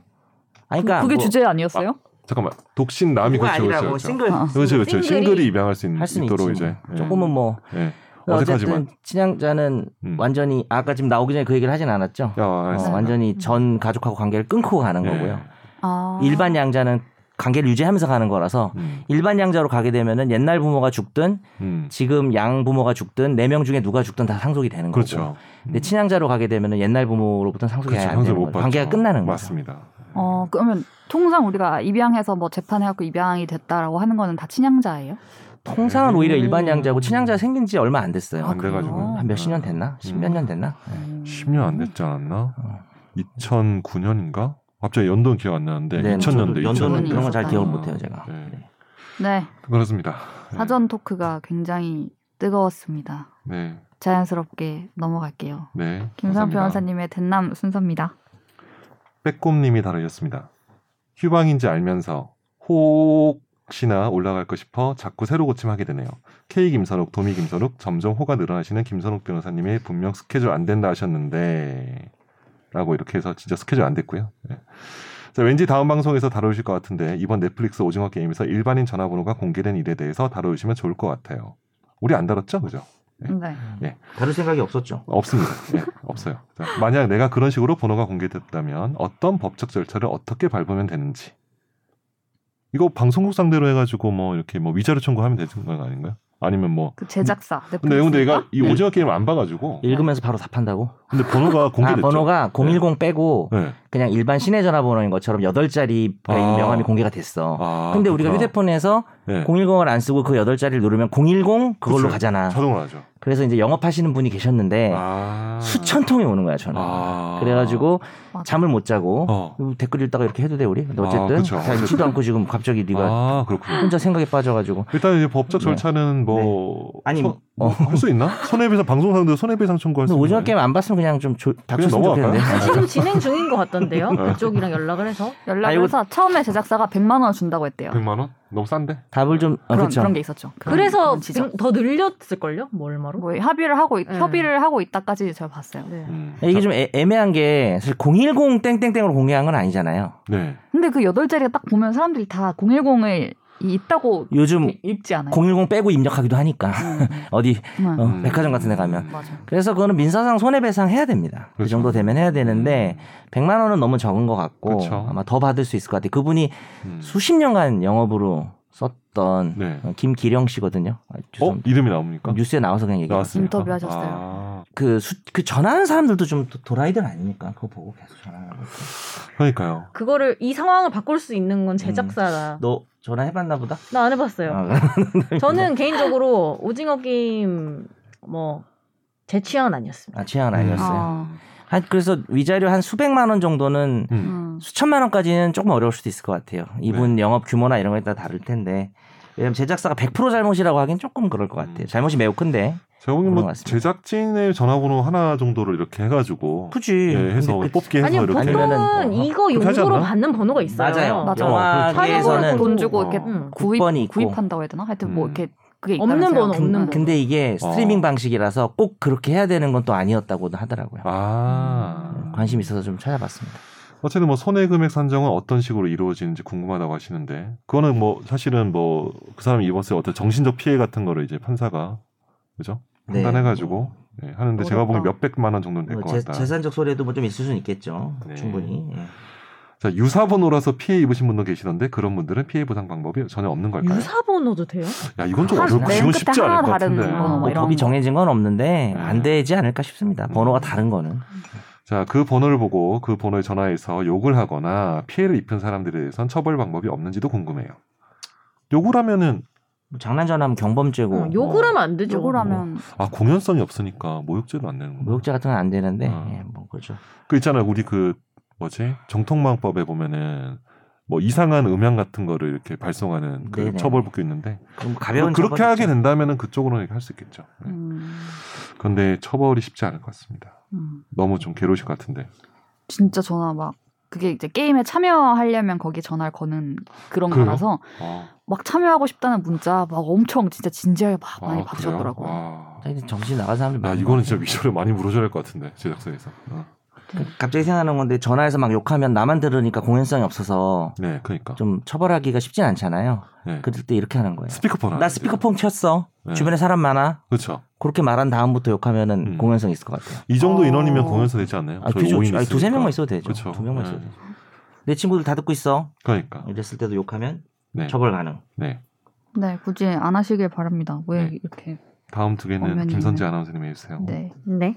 Speaker 4: 아니, 그러니까
Speaker 1: 그게
Speaker 4: 뭐
Speaker 1: 주제 아니었어요?
Speaker 2: 잠깐만 독신남이
Speaker 4: 그거
Speaker 2: 그렇죠
Speaker 4: 아니라고
Speaker 2: 그렇죠 그렇죠.
Speaker 4: 싱글
Speaker 1: 어.
Speaker 2: 그렇죠 그렇죠
Speaker 5: 싱글이
Speaker 2: 싱글이 입양할 수 있는
Speaker 4: 할 수는
Speaker 2: 있도록
Speaker 4: 있지.
Speaker 2: 이제 예.
Speaker 4: 조금은 뭐
Speaker 2: 예. 어색하지만
Speaker 4: 어쨌든 친양자는
Speaker 2: 음.
Speaker 4: 완전히 아까 지금 나오기 전에 그 얘기를 하진 않았죠.
Speaker 2: 야,
Speaker 4: 어,
Speaker 2: 알겠습니다.
Speaker 4: 완전히 전 가족하고 관계를 끊고 가는
Speaker 2: 예.
Speaker 4: 거고요.
Speaker 1: 아.
Speaker 4: 일반 양자는 관계를 유지하면서 가는 거라서
Speaker 2: 음,
Speaker 4: 일반 양자로 가게 되면은 옛날 부모가 죽든
Speaker 2: 음.
Speaker 4: 지금 양 부모가 죽든 네 명 중에 누가 죽든 다 상속이 되는 거고.
Speaker 2: 그렇죠.
Speaker 4: 근데 친양자로 가게 되면은 옛날 부모로부터는 상속이
Speaker 2: 그렇죠.
Speaker 4: 아예 안
Speaker 2: 형제
Speaker 4: 되는
Speaker 2: 못 받죠.
Speaker 4: 거죠. 네, 뭐 관계가 끝나는 거죠.
Speaker 2: 맞습니다.
Speaker 1: 어 그러면 통상 우리가 입양해서 뭐 재판해갖고 입양이 됐다라고 하는 거는 다 친양자예요?
Speaker 2: 네,
Speaker 4: 통상은 오히려
Speaker 2: 음.
Speaker 4: 일반 양자고 친양자 생긴 지 얼마 안 됐어요.
Speaker 1: 아,
Speaker 2: 안 돼가지고 음.
Speaker 1: 그래요?
Speaker 4: 한 몇 십 년 됐나? 십 몇 년 됐나?
Speaker 1: 음.
Speaker 2: 10년 안 됐지 않았나?
Speaker 4: 어.
Speaker 2: 2009년인가? 갑자기 연도는 기억 안 나는데
Speaker 4: 네,
Speaker 2: 2000년도
Speaker 4: 저도 연도는
Speaker 2: 2000년도.
Speaker 4: 그런 거 잘 기억을
Speaker 2: 아,
Speaker 4: 못해요 제가.
Speaker 2: 네.
Speaker 1: 네
Speaker 2: 그렇습니다. 네.
Speaker 1: 사전 토크가 굉장히 뜨거웠습니다.
Speaker 2: 네.
Speaker 1: 자연스럽게 넘어갈게요.
Speaker 2: 네.
Speaker 1: 김상
Speaker 2: 감사합니다.
Speaker 1: 변호사님의 den남 순서입니다.
Speaker 2: 빼꼼님이 다루셨습니다. 휴방인지 알면서 혹시나 올라갈까 싶어 자꾸 새로 고침하게 되네요. K 김선욱, 도미 김선욱, 점점 호가 늘어나시는 김선욱 변호사님이 분명 스케줄 안 된다 하셨는데 라고 이렇게 해서 진짜 스케줄 안 됐고요. 네. 자, 왠지 다음 방송에서 다루실 것 같은데 이번 넷플릭스 오징어 게임에서 일반인 전화번호가 공개된 일에 대해서 다루시면 좋을 것 같아요. 우리 안 다뤘죠? 그죠?
Speaker 1: 네.
Speaker 4: 다룰 생각이 없었죠.
Speaker 2: 없습니다. 예, 없어요. 자, 만약 내가 그런 식으로 번호가 공개됐다면 어떤 법적 절차를 어떻게 밟으면 되는지. 이거 방송국 상대로 해가지고 뭐 이렇게 뭐 위자료 청구하면 되는 거 아닌가요? 아니면 뭐
Speaker 1: 그 제작사.
Speaker 2: 근데 근데
Speaker 1: 넷플릭스인가?
Speaker 2: 얘가 이 오징어 게임 안 봐가지고
Speaker 4: 읽으면서 바로 답한다고?
Speaker 2: 근데 번호가
Speaker 4: 네. 아,
Speaker 2: 공개됐죠.
Speaker 4: 번호가 010 빼고
Speaker 2: 네.
Speaker 4: 그냥 일반 시내 전화번호인 것처럼 8자리 가
Speaker 2: 아.
Speaker 4: 명함이 공개가 됐어.
Speaker 2: 아,
Speaker 4: 근데 우리가
Speaker 2: 그렇구나.
Speaker 4: 휴대폰에서
Speaker 2: 네. 그렇죠.
Speaker 4: 010을 안 쓰고 그 8자리를 누르면 010 그걸로
Speaker 2: 그쵸.
Speaker 4: 가잖아.
Speaker 2: 자동으로 하죠.
Speaker 4: 그래서 이제 영업하시는 분이 계셨는데
Speaker 2: 아.
Speaker 4: 네. 수천 통이 오는 거야, 전화.
Speaker 2: 아.
Speaker 4: 그래가지고
Speaker 1: 맞아.
Speaker 4: 잠을 못 자고
Speaker 2: 어.
Speaker 4: 댓글 읽다가 이렇게 해도 돼 우리? 근데
Speaker 2: 아,
Speaker 4: 어쨌든
Speaker 2: 그쵸.
Speaker 4: 잘 읽지도 않고 지금 갑자기 네가
Speaker 2: 아 그렇군요.
Speaker 4: 혼자 생각에 빠져가지고
Speaker 2: 일단 이제 법적
Speaker 4: 네.
Speaker 2: 절차는 뭐
Speaker 4: 아니,
Speaker 2: 소-
Speaker 4: 어.
Speaker 2: 할 수 있나? 손해배상 방송사도 손해배상 청구할 수
Speaker 4: 근데
Speaker 2: 있나요?
Speaker 4: 오징어 게임 안 봤으면 그냥 좀 조, 닥쳤으면
Speaker 2: 넘어갈까요?
Speaker 3: 지금
Speaker 4: 좋겠는데
Speaker 3: 진행 중인 것 같던데요.
Speaker 2: 네.
Speaker 3: 그쪽이랑 연락을 해서
Speaker 4: 아이고.
Speaker 1: 연락해서 처음에 제작사가 100만 원 준다고 했대요.
Speaker 2: 100만 원? 너무 싼데?
Speaker 4: 답을 좀 음. 아,
Speaker 1: 그런
Speaker 4: 그쵸.
Speaker 1: 그런 게 있었죠. 그런-
Speaker 3: 그래서
Speaker 1: 그런 지적.
Speaker 3: 더 늘렸을 걸요. 뭐 얼마로?
Speaker 1: 뭐 합의를 하고 있-
Speaker 3: 네.
Speaker 1: 협의를 하고 있다까지 제가 봤어요.
Speaker 3: 네.
Speaker 2: 음.
Speaker 4: 이게 좀 애, 매한게 사실 010 땡땡땡으로 공개한 건 아니잖아요.
Speaker 2: 네.
Speaker 1: 근데 그 여덟 자리가 딱 보면 사람들이 다 010을 있다고
Speaker 4: 요즘
Speaker 1: 입지 않아요.
Speaker 4: 010 빼고 입력하기도 하니까
Speaker 1: 음,
Speaker 4: 어디
Speaker 1: 음.
Speaker 4: 어,
Speaker 2: 음.
Speaker 4: 백화점 같은 데 가면
Speaker 1: 맞아.
Speaker 4: 그래서 그거는 민사상 손해배상 해야 됩니다. 그
Speaker 2: 그렇죠. 음.
Speaker 4: 정도 되면 해야 되는데 100만 원은 너무 적은 것 같고
Speaker 2: 그렇죠.
Speaker 4: 아마 더 받을 수 있을 것 같아요. 그분이
Speaker 2: 음.
Speaker 4: 수십 년간 영업으로 썼던
Speaker 2: 네.
Speaker 4: 어, 김기령 씨거든요. 아,
Speaker 2: 어?
Speaker 4: 죄송합니다.
Speaker 2: 이름이 나옵니까?
Speaker 4: 뉴스에 나와서 그냥 얘기해요.
Speaker 2: 나왔습니까?
Speaker 1: 인터뷰하셨어요.
Speaker 2: 아.
Speaker 4: 그, 수, 그 전화하는 사람들도 좀 도- 도라이들 아닙니까? 그거 보고 계속 전화하는 거.
Speaker 2: 그러니까요.
Speaker 3: 그거를 이 상황을 바꿀 수 있는 건
Speaker 2: 음.
Speaker 3: 제작사라.
Speaker 4: 너 전화해봤나 보다?
Speaker 3: 나 안
Speaker 2: 네.
Speaker 3: 해봤어요.
Speaker 4: 아,
Speaker 3: 저는 개인적으로 오징어 게임 뭐 제 취향은 아니었습니다.
Speaker 4: 아, 취향은
Speaker 2: 음.
Speaker 4: 아니었어요.
Speaker 1: 어.
Speaker 4: 한, 그래서 위자료 한 수백만 원 정도는
Speaker 2: 음.
Speaker 1: 음.
Speaker 4: 수천만 원까지는 조금 어려울 수도 있을 것 같아요. 이분
Speaker 2: 네.
Speaker 4: 영업 규모나 이런 거에 따라 다를 텐데. 왜냐면 제작사가 100% 잘못이라고 하긴 조금 그럴 것 같아요.
Speaker 2: 음.
Speaker 4: 잘못이 매우 큰데.
Speaker 2: 제가 보기엔 뭐
Speaker 4: 물어봤습니다.
Speaker 2: 제작진의 전화번호 하나 정도로 이렇게 해가지고
Speaker 4: 굳이.
Speaker 2: 예, 해서
Speaker 4: 근데 그-
Speaker 2: 뽑기 해서
Speaker 3: 아니
Speaker 2: 이렇게
Speaker 3: 보통은
Speaker 4: 아니면은 뭐,
Speaker 3: 이거
Speaker 2: 그렇게 하지
Speaker 3: 용도로
Speaker 2: 않나?
Speaker 3: 받는 번호가 있어요.
Speaker 4: 맞아요.
Speaker 1: 맞아.
Speaker 4: 영화계에서는 어,
Speaker 1: 돈 주고 이렇게
Speaker 3: 음.
Speaker 1: 구입
Speaker 4: 국번이 있고.
Speaker 1: 구입한다고 해야 되나? 하여튼 뭐
Speaker 2: 음.
Speaker 1: 이렇게 그게
Speaker 3: 없는
Speaker 1: 있다면서요.
Speaker 3: 번호, 없는 번호.
Speaker 4: 근데 이게 스트리밍 방식이라서 꼭 그렇게 해야 되는 건 또 아니었다고도 하더라고요.
Speaker 2: 아
Speaker 4: 관심 있어서 좀 찾아봤습니다.
Speaker 2: 어쨌든 뭐 손해 금액 산정은 어떤 식으로 이루어지는지 궁금하다고 하시는데 그거는 뭐 사실은 뭐 그 사람이 입었을 어떤 정신적 피해 같은 거를 이제 판사가 그죠
Speaker 4: 네.
Speaker 2: 판단해가지고 예, 하는데 제가 보기
Speaker 1: 어렵다.
Speaker 2: 몇 백만 원 정도는 될
Speaker 4: 뭐
Speaker 2: 것
Speaker 4: 재,
Speaker 2: 같다.
Speaker 4: 재산적 손해도 뭐 좀 있을 수는 있겠죠.
Speaker 2: 네.
Speaker 4: 충분히. 예.
Speaker 2: 자 유사번호라서 피해 입으신 분도 계시던데 그런 분들은 피해 보상 방법이 전혀 없는 걸까요?
Speaker 3: 유사 번호도 돼요?
Speaker 2: 야 이건 좀
Speaker 1: 한-
Speaker 2: 어렵고
Speaker 1: 맨
Speaker 2: 이건
Speaker 1: 끝에
Speaker 2: 쉽지
Speaker 1: 하나
Speaker 2: 않을 것
Speaker 1: 다른
Speaker 2: 같은데.
Speaker 3: 번호 뭐
Speaker 4: 뭐
Speaker 1: 이런
Speaker 4: 법이
Speaker 1: 거.
Speaker 4: 정해진 건 없는데
Speaker 2: 네.
Speaker 4: 안 되지 않을까 싶습니다. 번호가 다른 거는.
Speaker 2: 자, 그 번호를 보고 그 번호에 전화해서 욕을 하거나 피해를 입힌 사람들에 대해선 처벌 방법이 없는지도 궁금해요. 욕을 하면은
Speaker 4: 뭐 장난 전화하면 경범죄고
Speaker 3: 어, 욕을 하면 안 되죠.
Speaker 1: 욕을 하면
Speaker 2: 아 공연성이 없으니까 모욕죄도 안 내는 거예요.
Speaker 4: 모욕죄 뭐 같은 건 안 되는데
Speaker 2: 어.
Speaker 4: 예, 뭐 그렇죠.
Speaker 2: 그 있잖아 우리 그 뭐지 정통망법에 보면은 뭐 이상한 음향 같은 거를 이렇게 발송하는 그
Speaker 4: 네네.
Speaker 2: 처벌 복귀 있는데
Speaker 4: 그럼
Speaker 2: 뭐
Speaker 4: 가벼운
Speaker 2: 그렇게
Speaker 4: 처벌이죠.
Speaker 2: 하게 된다면은 그쪽으로는 이렇게 할 수 있겠죠. 네.
Speaker 1: 음,
Speaker 2: 그런데 처벌이 쉽지 않을 것 같습니다.
Speaker 1: 음.
Speaker 2: 너무 좀 괴로우실 것 같은데.
Speaker 1: 진짜 전화 막 그게 이제 게임에 참여하려면 거기 전화를 거는 그런
Speaker 2: 그래요?
Speaker 1: 거라서
Speaker 2: 어,
Speaker 1: 막 참여하고 싶다는 문자 막 엄청 진짜 진지하게 막 많이
Speaker 2: 아,
Speaker 1: 받으셨더라고요.
Speaker 2: 그래요? 와.
Speaker 4: 사실 정신 나간 사람들
Speaker 2: 나
Speaker 4: 많은
Speaker 2: 이거는
Speaker 4: 것
Speaker 2: 진짜
Speaker 4: 같아요.
Speaker 2: 위조를 많이 물어줘야 할 것 같은데 제작사에서. 어.
Speaker 4: 갑자기 생각나는 건데 전화해서 막 욕하면 나만 들으니까 공연성이 없어서
Speaker 2: 네, 그러니까.
Speaker 4: 좀 처벌하기가 쉽진 않잖아요.
Speaker 2: 네.
Speaker 4: 그럴 때 이렇게 하는 거예요.
Speaker 2: 스피커폰
Speaker 4: 나 스피커폰 켰어.
Speaker 2: 아, 네.
Speaker 4: 주변에 사람 많아.
Speaker 2: 그렇죠.
Speaker 4: 그렇게 말한 다음부터 욕하면은
Speaker 2: 음.
Speaker 4: 공연성 있을 것 같아요.
Speaker 2: 이 정도
Speaker 1: 어.
Speaker 2: 인원이면 공연사 되지 않나요?
Speaker 4: 아,
Speaker 2: 저희
Speaker 4: 되죠.
Speaker 2: 오인
Speaker 4: 아니, 두세
Speaker 2: 있으니까.
Speaker 4: 명만 있어도 되죠.
Speaker 2: 그쵸.
Speaker 4: 두 명만
Speaker 2: 네.
Speaker 4: 있어도 되죠. 내 친구들 다 듣고 있어.
Speaker 2: 그러니까.
Speaker 4: 이랬을 때도 욕하면
Speaker 2: 네.
Speaker 4: 처벌 가능.
Speaker 2: 네.
Speaker 1: 네, 굳이 안 하시길 바랍니다. 왜
Speaker 2: 네.
Speaker 1: 이렇게
Speaker 2: 다음 두 개는
Speaker 1: 어면이
Speaker 2: 김선재
Speaker 1: 있네.
Speaker 2: 아나운서님 해주세요.
Speaker 1: 네.
Speaker 3: 네.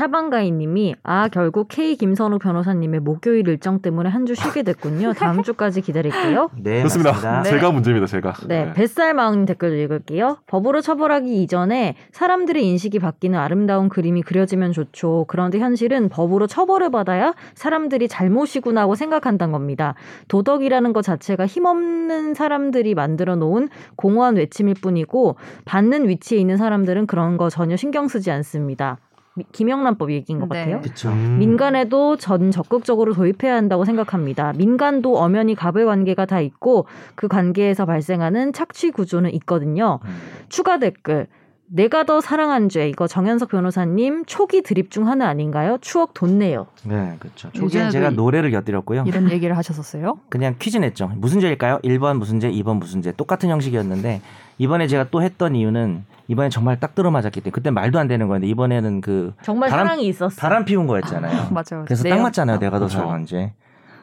Speaker 3: 샤방가이님이 아 결국 K 김선우 변호사님의 목요일 일정 때문에 한 주 쉬게 됐군요. 다음 주까지 기다릴게요.
Speaker 4: 네,
Speaker 2: 그렇습니다.
Speaker 4: 맞습니다.
Speaker 1: 네.
Speaker 2: 제가 문제입니다. 제가.
Speaker 3: 네, 뱃살마왕님 댓글 읽을게요. 법으로 처벌하기 이전에 사람들의 인식이 바뀌는 아름다운 그림이 그려지면 좋죠. 그런데 현실은 법으로 처벌을 받아야 사람들이 잘못이구나 하고 생각한다는 겁니다. 도덕이라는 것 자체가 힘없는 사람들이 만들어 놓은 공허한 외침일 뿐이고 받는 위치에 있는 사람들은 그런 거 전혀 신경 쓰지 않습니다. 미- 김영란법 얘기인 것
Speaker 1: 네.
Speaker 3: 같아요.
Speaker 4: 그렇죠.
Speaker 2: 음.
Speaker 3: 민간에도 전 적극적으로 도입해야 한다고 생각합니다. 민간도 엄연히 갑의 관계가 다 있고 그 관계에서 발생하는 착취 구조는 있거든요.
Speaker 4: 음.
Speaker 3: 추가 댓글. 내가 더 사랑한 죄 이거 정현석 변호사님 초기 드립 중 하나 아닌가요? 추억 돋네요.
Speaker 4: 네, 그렇죠.
Speaker 1: 요즘에도
Speaker 4: 조기엔 제가
Speaker 1: 이-
Speaker 4: 노래를 곁들였고요.
Speaker 1: 이런 얘기를 하셨었어요?
Speaker 4: 그냥 퀴즈 냈죠. 무슨 죄일까요? 1번 무슨 죄, 2번 무슨 죄. 똑같은 형식이었는데 이번에 제가 또 했던 이유는 이번에 정말 딱 들어맞았기 때문에 그때 말도 안 되는 거였는데 이번에는 그
Speaker 3: 정말
Speaker 4: 바람-
Speaker 3: 사랑이 있었어.
Speaker 4: 바람 피운 거였잖아요.
Speaker 1: 맞아요. 네.
Speaker 4: 그래서
Speaker 1: 내용-
Speaker 4: 딱 맞잖아요. 내가 더
Speaker 2: 그렇죠.
Speaker 4: 사랑한 죄.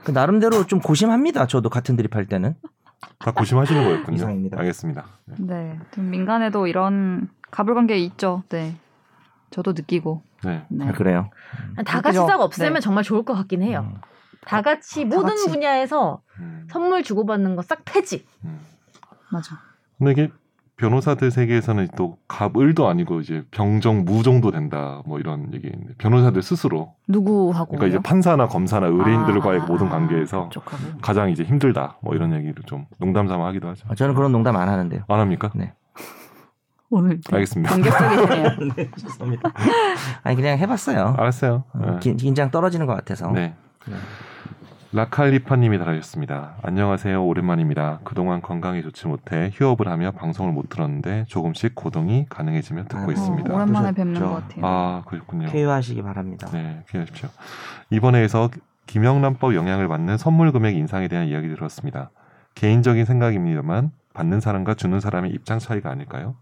Speaker 4: 그 나름대로 좀 고심합니다. 저도 같은 드립할 때는.
Speaker 2: 다 고심하시는 거였군요.
Speaker 4: 이상입니다.
Speaker 2: 알겠습니다. 네.
Speaker 1: 네. 좀 민간에도 이런 가불관계 있죠. 네. 저도 느끼고.
Speaker 2: 네.
Speaker 1: 네.
Speaker 4: 아, 그래요.
Speaker 1: 그죠.
Speaker 3: 다 같이 싹 없애면
Speaker 1: 네.
Speaker 3: 정말 좋을 것 같긴 해요.
Speaker 4: 음.
Speaker 3: 다 같이 모든
Speaker 1: 같이.
Speaker 3: 분야에서
Speaker 2: 음,
Speaker 3: 선물 주고받는 거 싹 폐지.
Speaker 2: 음.
Speaker 1: 맞아.
Speaker 2: 근데 이게 변호사들 세계에서는 또 갑을도 아니고 이제 병정 무정도 된다 뭐 이런 얘기인데 변호사들 스스로
Speaker 1: 누구하고.
Speaker 2: 그러니까 이제 판사나 검사나 의뢰인들과의 모든 관계에서
Speaker 1: 쪽하고.
Speaker 2: 가장 이제 힘들다 뭐 이런 얘기를 좀 농담 삼아 하기도 하죠.
Speaker 4: 아, 저는 그런 농담 안 하는데요.
Speaker 2: 안 합니까?
Speaker 1: 오늘
Speaker 2: 알겠습니다.
Speaker 1: 공격적이시네요.
Speaker 4: 네, 죄송합니다. 아니 그냥 해봤어요.
Speaker 2: 알았어요.
Speaker 4: 어,
Speaker 2: 네.
Speaker 4: 긴- 긴장 떨어지는 것 같아서.
Speaker 2: 네.
Speaker 4: 네.
Speaker 2: 라칼리파님이 달아주셨습니다. 안녕하세요. 오랜만입니다. 그동안 건강이 좋지 못해 휴업을 하며 방송을 못 들었는데 조금씩 고동이 가능해지며 듣고
Speaker 4: 아이고,
Speaker 2: 있습니다.
Speaker 1: 어, 오랜만에 뵙는
Speaker 4: 그러셨죠.
Speaker 1: 것 같아요.
Speaker 2: 아 그렇군요.
Speaker 4: 쾌유하시기 바랍니다.
Speaker 2: 네, 기억하십시오. 이번에에서 김영란법 영향을 받는 선물 금액 인상에 대한 이야기 들었습니다. 개인적인 생각입니다만 받는 사람과 주는 사람의 입장 차이가 아닐까요?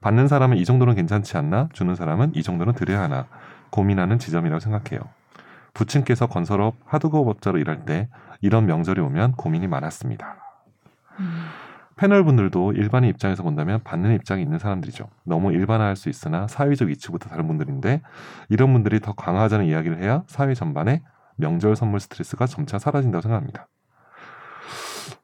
Speaker 2: 받는 사람은 이 정도는 괜찮지 않나? 주는 사람은 이 정도는 드려야 하나? 고민하는 지점이라고 생각해요. 부친께서 건설업 하드코어업자로 일할 때 이런 명절이 오면 고민이 많았습니다.
Speaker 1: 음.
Speaker 2: 패널 분들도 일반인 입장에서 본다면 받는 입장이 있는 사람들이죠. 너무 일반화할 수 있으나 사회적 위치부터 다른 분들인데 이런 분들이 더 강화하자는 이야기를 해야 사회 전반에 명절 선물 스트레스가 점차 사라진다고 생각합니다.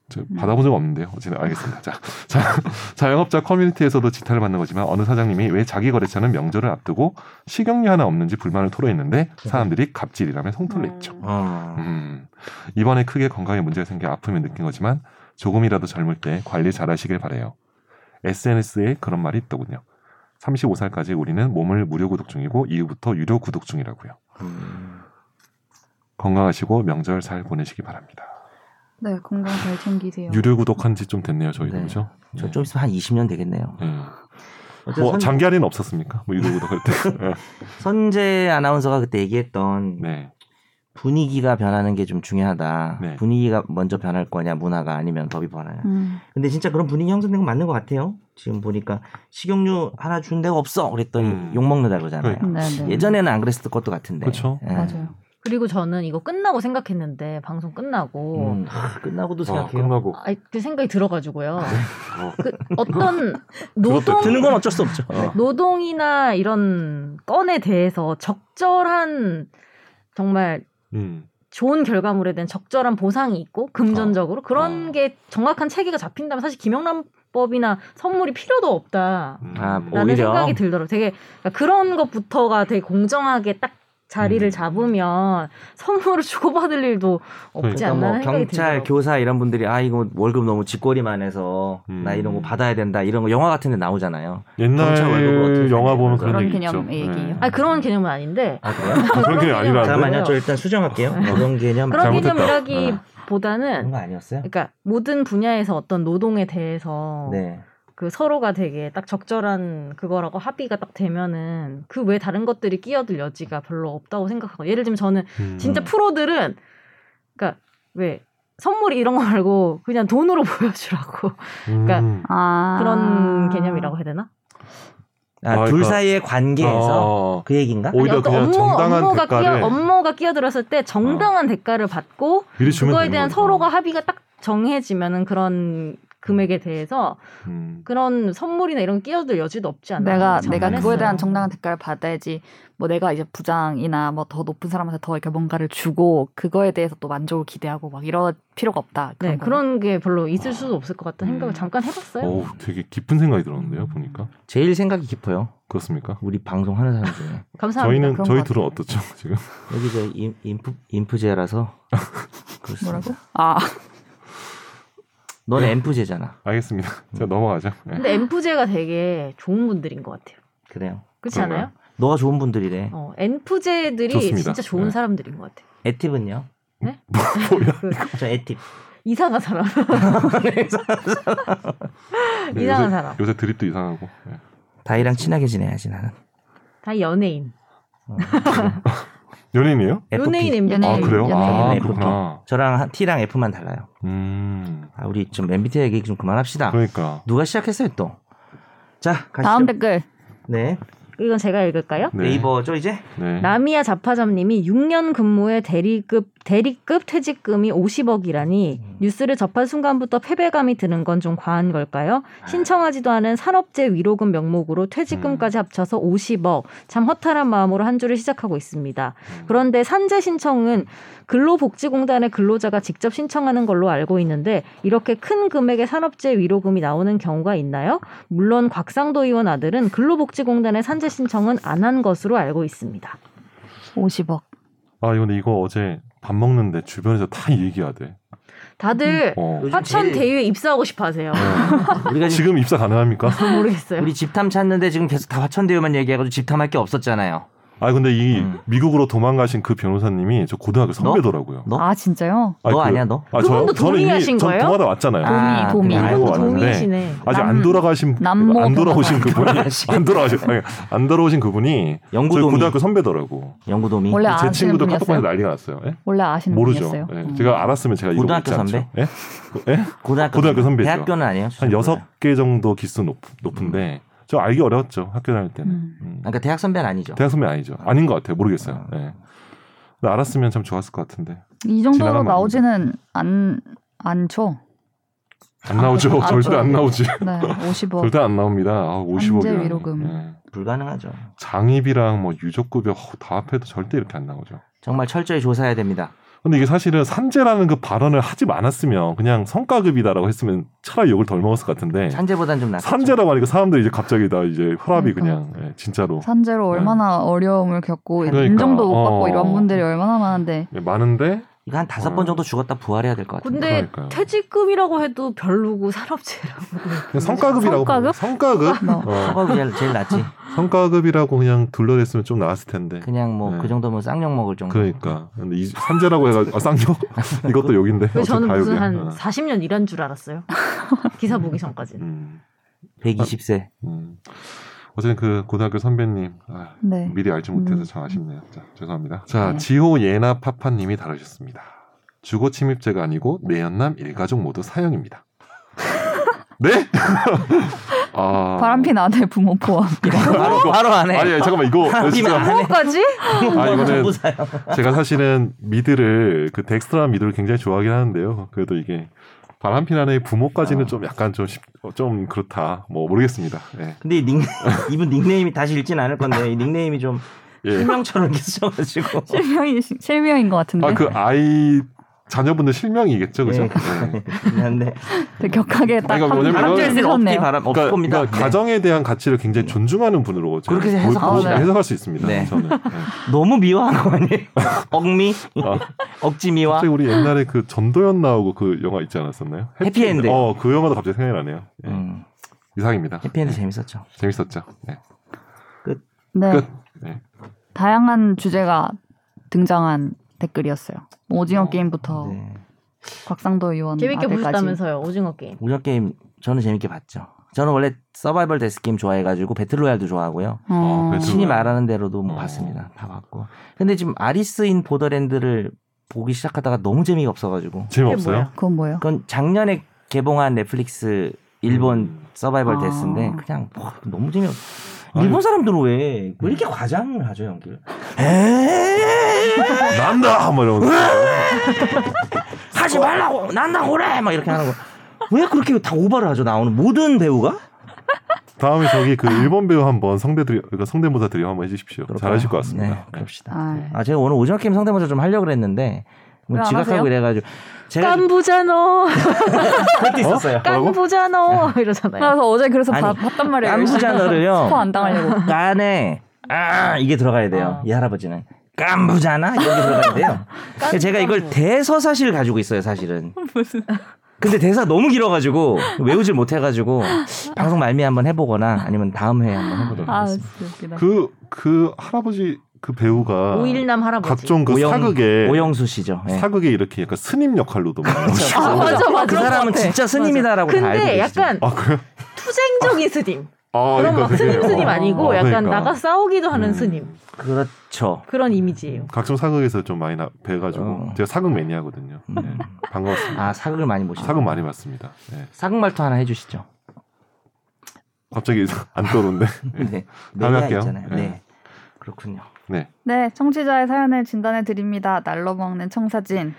Speaker 2: 저 받아본 적 없는데요. 어쨌든 알겠습니다. 자, 자, 자영업자 커뮤니티에서도 지탄을 받는 거지만 어느 사장님이 왜 자기 거래처는 명절을 앞두고 식용유 하나 없는지 불만을 토로했는데 사람들이 갑질이라며 성토를 냈죠.
Speaker 4: 어.
Speaker 2: 음, 이번에 크게 건강에 문제가 생겨 아픔을 느낀 거지만 조금이라도 젊을 때 관리 잘하시길 바래요. SNS에 그런 말이 있더군요. 35살까지 우리는 몸을 무료 구독 중이고 이후부터 유료 구독 중이라고요.
Speaker 4: 음.
Speaker 2: 건강하시고 명절 잘 보내시기 바랍니다.
Speaker 1: 네, 건강 잘 챙기세요.
Speaker 2: 유료 구독한 지 좀 됐네요, 저희도
Speaker 4: 네.
Speaker 2: 그죠?
Speaker 4: 저
Speaker 2: 네.
Speaker 4: 좀 있으면 한 20년 되겠네요.
Speaker 2: 네.
Speaker 4: 어쨌든
Speaker 2: 뭐
Speaker 4: 선-
Speaker 2: 장기 할인 없었습니까? 뭐 유료 구독할 때.
Speaker 4: 선재 아나운서가 그때 얘기했던
Speaker 2: 네.
Speaker 4: 분위기가 변하는 게 좀 중요하다.
Speaker 2: 네.
Speaker 4: 분위기가 먼저 변할 거냐 문화가 아니면 법이 변하냐.
Speaker 1: 음.
Speaker 4: 근데 진짜 그런 분위기 형성된 건 맞는 것 같아요. 지금 보니까 식용유 하나 준 데가 없어. 그랬더니
Speaker 2: 음.
Speaker 4: 욕 먹는다 그러잖아요.
Speaker 2: 그러니까.
Speaker 1: 네,
Speaker 3: 음.
Speaker 1: 네.
Speaker 4: 예전에는 안 그랬을 것도 같은데.
Speaker 2: 그쵸.
Speaker 4: 예.
Speaker 1: 맞아요.
Speaker 3: 그리고 저는 이거 끝나고 생각했는데 방송 끝나고
Speaker 4: 음, 하, 끝나고도
Speaker 2: 아,
Speaker 4: 생각해요.
Speaker 2: 끝나고.
Speaker 3: 아, 그 생각이
Speaker 4: 아,
Speaker 3: 들어가지고요.
Speaker 2: 어.
Speaker 3: 그 어떤 노동
Speaker 4: 드는 네. 건 어쩔 수 없죠.
Speaker 3: 음.
Speaker 2: 어.
Speaker 3: 노동이나 이런 건에 대해서 적절한 정말
Speaker 2: 음.
Speaker 3: 좋은 결과물에 대한 적절한 보상이 있고
Speaker 4: 아,
Speaker 3: 금전적으로 그런
Speaker 2: 어.
Speaker 3: 게 정확한 체계가 잡힌다면 사실 김영란법이나 선물이 필요도 없다.
Speaker 2: 음.
Speaker 4: 아,
Speaker 3: 라는
Speaker 4: 오히려.
Speaker 3: 생각이 들더라고. 요 되게 그러니까 그런 것부터가 되게 공정하게 딱 자리를
Speaker 2: 음.
Speaker 3: 잡으면 선물을 주고받을 일도
Speaker 2: 그러니까
Speaker 3: 없지
Speaker 4: 그러니까 뭐
Speaker 3: 않나 생각이
Speaker 4: 경찰,
Speaker 3: 들더라고.
Speaker 4: 교사 이런 분들이 아 이거 월급 너무 짓거리만 해서
Speaker 2: 음.
Speaker 4: 나 이런 거 받아야 된다 이런 거 영화 같은 데 나오잖아요. 경찰 월급을
Speaker 2: 옛날
Speaker 4: 어떻게
Speaker 2: 영화 보면
Speaker 4: 생각해요?
Speaker 2: 그런,
Speaker 1: 그런
Speaker 2: 얘기
Speaker 1: 개념
Speaker 2: 있죠. 네.
Speaker 1: 얘기예요.
Speaker 3: 아 그런 개념은 아닌데
Speaker 4: 아 그래요?
Speaker 2: 그런 개념 아니라는데? 아.
Speaker 4: 잠깐만요. 저 일단 수정할게요. 그런 개념
Speaker 3: 그런
Speaker 2: 잘못했다. 네. 음.
Speaker 4: 그런
Speaker 3: 개념이라기보다는
Speaker 4: 거 아니었어요?
Speaker 3: 그러니까 모든 분야에서 어떤 노동에 대해서
Speaker 4: 네.
Speaker 3: 그 서로가 되게 딱 적절한 그거라고 합의가 딱 되면은 그 외 다른 것들이 끼어들 여지가 별로 없다고 생각하고 예를 들면 저는
Speaker 2: 음.
Speaker 3: 진짜 프로들은 그러니까 왜 선물 이런 거 말고 그냥 돈으로 보여주라고 그러니까
Speaker 2: 음.
Speaker 1: 아.
Speaker 3: 그런 개념이라고 해야 되나?
Speaker 4: 아,
Speaker 2: 아,
Speaker 4: 둘
Speaker 2: 그러니까-
Speaker 4: 사이의 관계에서
Speaker 2: 어.
Speaker 4: 그 얘기인가?
Speaker 2: 오히려
Speaker 3: 아니, 어떤
Speaker 2: 그냥 정당한
Speaker 3: 업무가
Speaker 2: 대가를
Speaker 3: 끼어, 업무가 끼어들었을 때 정당한 대가를 받고
Speaker 2: 미리 주면
Speaker 3: 그거에
Speaker 2: 되는
Speaker 3: 대한
Speaker 2: 거죠.
Speaker 3: 서로가 합의가 딱 정해지면은 그런 금액에 대해서
Speaker 2: 음.
Speaker 3: 그런 선물이나 이런 게 끼어들 여지도 없지 않나
Speaker 1: 내가
Speaker 3: 생각을
Speaker 1: 내가 그거에
Speaker 3: 했어요.
Speaker 1: 대한 정당한 대가를 받아야지 뭐 내가 이제 부장이나 뭐 더 높은 사람한테 더 이렇게 뭔가를 주고 그거에 대해서 또 만족을 기대하고 막 이럴 필요가 없다 그런 거는.
Speaker 3: 네, 그런 게 별로 있을 수도 없을 것 같다는 생각을
Speaker 2: 음.
Speaker 3: 잠깐 해봤어요. 음.
Speaker 2: 어우, 되게 깊은 생각이 들었는데요, 보니까.
Speaker 4: 제일 생각이 깊어요.
Speaker 2: 그렇습니까?
Speaker 4: 우리 방송하는 사람 중에
Speaker 3: 감사합니다.
Speaker 2: 저희는
Speaker 1: 그런
Speaker 2: 저희
Speaker 1: 것
Speaker 2: 들은
Speaker 1: 같아요.
Speaker 2: 어떻죠, 지금?
Speaker 4: 여기 저 인- 인프 인프제라서 그렇습니다.
Speaker 1: 뭐라고? 아
Speaker 2: 예.
Speaker 4: 넌 엠프제잖아.
Speaker 2: 알겠습니다.
Speaker 4: 음.
Speaker 2: 자, 넘어가죠. 네.
Speaker 3: 근데 엔프제가 되게 좋은 분들인 것 같아요.
Speaker 4: 그래요.
Speaker 3: 그렇지
Speaker 2: 그런가요?
Speaker 3: 않아요?
Speaker 4: 너가 좋은 분들이래.
Speaker 3: 어, 엔프제들이
Speaker 2: 좋습니다.
Speaker 3: 진짜 좋은
Speaker 2: 네.
Speaker 3: 사람들인 것 같아요.
Speaker 4: 에팁은요? 네?
Speaker 2: 뭐야?
Speaker 3: 그
Speaker 4: 저 에팁.
Speaker 3: 이상한 사람,
Speaker 2: 네,
Speaker 3: 이상한
Speaker 2: 요새,
Speaker 3: 사람.
Speaker 2: 요새 드립도 이상하고. 네.
Speaker 4: 다이랑 친하게 지내야지 나는.
Speaker 3: 다 연예인,
Speaker 4: 어.
Speaker 2: 연예인이에요?
Speaker 4: FP.
Speaker 3: 네, 연예인 MBTI.
Speaker 2: 아, 그래요? 아,
Speaker 4: 연예인.
Speaker 2: 그렇구나.
Speaker 4: 저랑 한- T랑 F만 달라요.
Speaker 2: 음.
Speaker 4: 아, 우리 좀 MBTI 얘기 좀 그만합시다.
Speaker 2: 그러니까. 아,
Speaker 4: 누가 시작했어요 또? 자 가시죠.
Speaker 1: 다음 댓글
Speaker 4: 네.
Speaker 3: 이건 제가 읽을까요?
Speaker 2: 네.
Speaker 4: 네이버죠 이제?
Speaker 2: 네.
Speaker 3: 나미야 자파점님이 6년 근무에 대리급 대리급 퇴직금이 50억이라니
Speaker 4: 음.
Speaker 3: 뉴스를 접한 순간부터 패배감이 드는 건 좀 과한 걸까요?
Speaker 4: 아.
Speaker 3: 신청하지도 않은 산업재 위로금 명목으로 퇴직금까지 합쳐서 50억 참 허탈한 마음으로 한 주를 시작하고 있습니다. 그런데 산재 신청은 근로복지공단의 근로자가 직접 신청하는 걸로 알고 있는데 이렇게 큰 금액의 산업재 위로금이 나오는 경우가 있나요? 물론 곽상도 의원 아들은 근로복지공단의 산재 신청은 안 한 것으로 알고 있습니다.
Speaker 1: 50억.
Speaker 2: 아 이거 근데 이거 어제 밥 먹는데 주변에서 다 얘기하대.
Speaker 3: 다들
Speaker 2: 어.
Speaker 4: 아,
Speaker 2: 네.
Speaker 4: 요즘
Speaker 3: 화천
Speaker 4: 제일-
Speaker 3: 대유에 입사하고 싶어 하세요.
Speaker 4: 우리가 지금
Speaker 2: 지금 입사 가능합니까?
Speaker 3: 모르겠어요.
Speaker 4: 우리 집탐 찾는데 지금 계속 다 화천대유만 얘기해가지고 집탐할 게 없었잖아요.
Speaker 2: 아 근데 이
Speaker 4: 음.
Speaker 2: 미국으로 도망가신 그 변호사님이 저 고등학교 선배더라고요.
Speaker 4: 너?
Speaker 1: 아 진짜요?
Speaker 4: 너
Speaker 2: 그-
Speaker 4: 아니야 너?
Speaker 2: 아,
Speaker 3: 그분도 동의하신
Speaker 2: 전
Speaker 3: 거예요?
Speaker 2: 동하다 왔잖아요. 아,
Speaker 4: 아,
Speaker 1: 도미, 도미.
Speaker 4: 그냥 알고
Speaker 2: 이분도
Speaker 4: 왔는데.
Speaker 3: 동의시네.
Speaker 2: 직안
Speaker 1: 남-
Speaker 2: 돌아가신
Speaker 1: 남모
Speaker 2: 안 돌아오신
Speaker 1: 변호사.
Speaker 2: 그분이 안 돌아가신 아니, 안 돌아오신 그분이 저희
Speaker 4: 영구도미.
Speaker 2: 고등학교 선배더라고.
Speaker 4: 영구도미.
Speaker 1: 원래
Speaker 2: 제
Speaker 1: 아시는
Speaker 2: 친구도
Speaker 1: 분이었어요?
Speaker 2: 카톡방에 난리가 났어요. 예?
Speaker 1: 원래 아시는
Speaker 2: 모르죠.
Speaker 1: 분이었어요.
Speaker 2: 예,
Speaker 1: 음.
Speaker 2: 제가 알았으면 제가 이러고
Speaker 4: 고등학교
Speaker 2: 있지 않죠.
Speaker 4: 선배?
Speaker 2: 예?
Speaker 4: 고등학교,
Speaker 2: 고등학교 선배죠.
Speaker 4: 대학교는 아니에요.
Speaker 2: 한 여섯 개 정도 기수 높, 높은데
Speaker 4: 음.
Speaker 2: 저 알기 어려웠죠. 학교 다닐 때는.
Speaker 1: 음.
Speaker 2: 음.
Speaker 4: 그러니까 대학 선배는 아니죠.
Speaker 2: 대학 선배 아니죠. 아닌 것 같아요. 모르겠어요.
Speaker 4: 아.
Speaker 2: 예. 근데 알았으면 참 좋았을 것 같은데
Speaker 1: 이
Speaker 2: 지나간
Speaker 1: 정도로
Speaker 2: 말입니다.
Speaker 1: 나오지는 안 안죠.
Speaker 2: 안 나오죠.
Speaker 1: 아,
Speaker 2: 절대
Speaker 1: 그렇죠.
Speaker 2: 안 나오지.
Speaker 1: 네, 50억.
Speaker 2: 절대 안 나옵니다. 아, 50억이.
Speaker 1: 산재 위로금.
Speaker 4: 불가능하죠.
Speaker 2: 장입이랑 뭐 유족급여 허, 다 합해도 절대 이렇게 안 나오죠.
Speaker 4: 정말 철저히 조사해야 됩니다.
Speaker 2: 근데 이게 사실은 산재라는 그 발언을 하지 않았으면 그냥 성과급이다라고 했으면 차라리 욕을 덜 먹었을 것 같은데
Speaker 4: 산재보단 좀 낫죠.
Speaker 2: 산재라고 하니까 사람들이 이제 갑자기 다 이제 혈압이 그
Speaker 1: 그러니까.
Speaker 2: 냥 진짜로
Speaker 1: 산재로 얼마나 어려움을 겪고
Speaker 2: 네. 그러니까,
Speaker 1: 인정도 못 받고
Speaker 2: 어.
Speaker 1: 이런 분들이 얼마나 많은데
Speaker 2: 예, 많은데
Speaker 4: 이거 한 다섯 번 정도 죽었다 부활해야 될 것 같아요.
Speaker 3: 근데
Speaker 2: 그러니까요.
Speaker 3: 퇴직금이라고 해도 별로고 산업재라고.
Speaker 2: 그냥 성과급이라고
Speaker 3: 성과급?
Speaker 2: 보면- 성과급
Speaker 1: 뭐,
Speaker 2: 어,
Speaker 4: 그거 제일, 제일 낫지.
Speaker 2: 성과급이라고 그냥 둘러댔으면 좀 나았을 텐데
Speaker 4: 그냥 뭐
Speaker 2: 네.
Speaker 4: 그 정도면 쌍욕 먹을 정도.
Speaker 2: 그러니까 근데 이 산재라고 해가지고 아, 쌍욕 이것도 욕인데
Speaker 3: 왜
Speaker 2: 어차피
Speaker 3: 저는
Speaker 2: 다
Speaker 3: 무슨
Speaker 2: 욕이야.
Speaker 3: 한
Speaker 2: 어.
Speaker 3: 40년 일한 줄 알았어요. 기사 보기 전까지는.
Speaker 2: 음,
Speaker 4: 120세.
Speaker 2: 음. 어쨌든 그 고등학교 선배님 아,
Speaker 1: 네.
Speaker 2: 미리 알지 못해서
Speaker 1: 음.
Speaker 2: 참 아쉽네요. 자, 죄송합니다. 자,
Speaker 1: 네.
Speaker 2: 지호 예나 파파님이 다루셨습니다. 주거 침입죄가 아니고 내연남 일가족 모두 사형입니다. 네? 아,
Speaker 1: 바람핀 아들 부모 포함.
Speaker 4: 바로 바로 안 해.
Speaker 2: 아니, 아니, 잠깐만 이거
Speaker 4: 바람피면
Speaker 2: 진짜
Speaker 4: 안 해.
Speaker 3: 뭐까지?
Speaker 2: 아, 이거는
Speaker 4: 전부 사요.
Speaker 2: 제가 사실은 미드를 그 덱스트라는 미드를 굉장히 좋아하긴 하는데요. 그래도 이게 바람핀 안에 부모까지는
Speaker 4: 아.
Speaker 2: 좀 약간 좀, 쉽- 어, 좀 그렇다. 뭐 모르겠습니다. 예.
Speaker 4: 근데 이 닉, 이분 닉네임이 다시 읽진 않을 건데 이 닉네임이 좀
Speaker 2: 예.
Speaker 4: 실명처럼 쓰셔가지고
Speaker 1: 실명이 실명인 것 같은데.
Speaker 2: 아, 그 아이 자녀분들 실명이겠죠, 그죠?
Speaker 4: 예.
Speaker 2: 네.
Speaker 4: 근데
Speaker 1: 되게 격하게 딱
Speaker 2: 아니, 그러니까
Speaker 1: 한-
Speaker 2: 왜냐면은-
Speaker 1: 한줄
Speaker 4: 바람피는 없기
Speaker 1: 쓰셨네요.
Speaker 4: 바람 없을
Speaker 2: 그러니까,
Speaker 4: 겁니다.
Speaker 2: 그러니까
Speaker 4: 네.
Speaker 2: 가정에 대한 가치를 굉장히 존중하는 분으로 저는
Speaker 4: 그렇게
Speaker 2: 보-
Speaker 4: 해석합니다.
Speaker 2: 보- 해석할 수 있습니다.
Speaker 4: 네.
Speaker 2: 저는 네.
Speaker 4: 너무 미화한 거 아니에요? 억미,
Speaker 2: 아,
Speaker 4: 억지 미화.
Speaker 2: 갑자기 우리 옛날에 그 전도연 나오고 그 영화 있지 않았었나요?
Speaker 4: 해피엔드.
Speaker 2: 어, 그 영화도 갑자기 생각이 나네요. 예.
Speaker 4: 음,
Speaker 2: 이상입니다.
Speaker 4: 해피엔드 재밌었죠.
Speaker 2: 재밌었죠. 네.
Speaker 1: 네.
Speaker 2: 끝. 네.
Speaker 1: 다양한 주제가 등장한 댓글이었어요. 뭐 오징어
Speaker 4: 어,
Speaker 1: 게임부터
Speaker 4: 네.
Speaker 1: 곽상도 의원
Speaker 3: 재밌게
Speaker 1: 아들까지.
Speaker 3: 보셨다면서요, 오징어 게임.
Speaker 4: 오징어 게임 저는 재밌게 봤죠. 저는 원래 서바이벌 데스 게임 좋아해가지고 배틀로얄도 좋아하고요.
Speaker 1: 어,
Speaker 2: 아, 배추.
Speaker 4: 신이 말하는 대로도 뭐
Speaker 2: 어.
Speaker 4: 봤습니다. 다 봤고. 근데 지금 아리스인 보더랜드를 보기 시작하다가 너무 재미가 없어가지고.
Speaker 2: 재미없어요?
Speaker 1: 그건 뭐예요?
Speaker 4: 그건 작년에 개봉한 넷플릭스 일본
Speaker 2: 음.
Speaker 4: 서바이벌
Speaker 1: 아.
Speaker 4: 데스인데 그냥 뭐, 너무 재미없.
Speaker 2: 아니.
Speaker 4: 일본 사람들은 왜, 왜 이렇게 과장을 하죠 연기를? 에이,
Speaker 2: 난다! 막 이러면서.
Speaker 4: 하지 말라고 난다고 그래 막 이렇게 하는 거. 왜 그렇게 다 오바를 하죠 나오는 모든 배우가?
Speaker 2: 다음에 저기 그 일본 배우 한번 성대들이, 그러니까 성대모사들이 한번 해주십시오.
Speaker 4: 그럴까요?
Speaker 2: 잘하실 것 같습니다.
Speaker 4: 네, 그럽시다.
Speaker 1: 아,
Speaker 2: 네.
Speaker 4: 아 제가 오늘 오징어 게임 성대모사 좀 하려고 그랬는데 뭐
Speaker 1: 왜안 하세요?
Speaker 4: 지각하고 이래가지고 제가 좀
Speaker 3: 깐부잖아,
Speaker 4: 그것도 있었어요.
Speaker 3: 깐부잖아 이러잖아요.
Speaker 1: 그래서 어제 그래서
Speaker 4: 아니,
Speaker 1: 봐- 봤단 말이에요.
Speaker 4: 깐부자너를요.
Speaker 1: 스포 안 당하려고.
Speaker 4: 깐에 아 이게 들어가야 돼요.
Speaker 3: 아.
Speaker 4: 이 할아버지는 깐부잖아 이게 들어가야 돼요.
Speaker 3: 깐부,
Speaker 4: 제가 이걸
Speaker 3: 깐부.
Speaker 4: 대서사실 가지고 있어요 사실은. 근데 대사 너무 길어가지고 외우질 못해가지고 방송 말미 한번 해보거나 아니면 다음 회에 한번 해보도록
Speaker 1: 아,
Speaker 4: 하겠습니다.
Speaker 1: 진짜 웃기다.
Speaker 2: 그, 그 할아버지, 그 배우가
Speaker 3: 오일남 할아버지.
Speaker 2: 각종 그
Speaker 4: 오영-
Speaker 2: 사극에
Speaker 4: 오영수 씨죠. 예.
Speaker 2: 사극에 이렇게 약간 스님 역할로도 많이 나오시고.
Speaker 3: 아, 맞아, 맞아. 그런
Speaker 4: 그
Speaker 3: 것
Speaker 4: 사람은
Speaker 3: 같아.
Speaker 4: 진짜 스님이다라고 다 알고
Speaker 3: 근데
Speaker 4: 계시죠.
Speaker 3: 약간
Speaker 2: 아,
Speaker 4: 그렇죠.
Speaker 2: 그래요?
Speaker 3: 투쟁적인 스님.
Speaker 2: 아,
Speaker 3: 그런 막 스님 스님
Speaker 1: 어.
Speaker 3: 아니고
Speaker 2: 어,
Speaker 3: 약간
Speaker 2: 그러니까.
Speaker 3: 나가 싸우기도 하는
Speaker 2: 음.
Speaker 3: 스님.
Speaker 4: 그렇죠.
Speaker 3: 그런 이미지예요.
Speaker 2: 각종 사극에서 좀 많이 나, 뵈가지고
Speaker 4: 어.
Speaker 2: 제가 사극 매니아거든요.
Speaker 4: 음.
Speaker 2: 네, 반갑습니다.
Speaker 4: 아 사극을 많이 보시죠.
Speaker 2: 사극 많이 봤습니다. 네.
Speaker 4: 사극 말투 하나 해주시죠.
Speaker 2: 갑자기 안 떠오른데.
Speaker 4: 네.
Speaker 2: 다음에 할게요.
Speaker 4: 있잖아요. 네.
Speaker 2: 네.
Speaker 4: 그렇군요.
Speaker 1: 네, 청취자의 사연을 진단해 드립니다. 날로 먹는 청사진.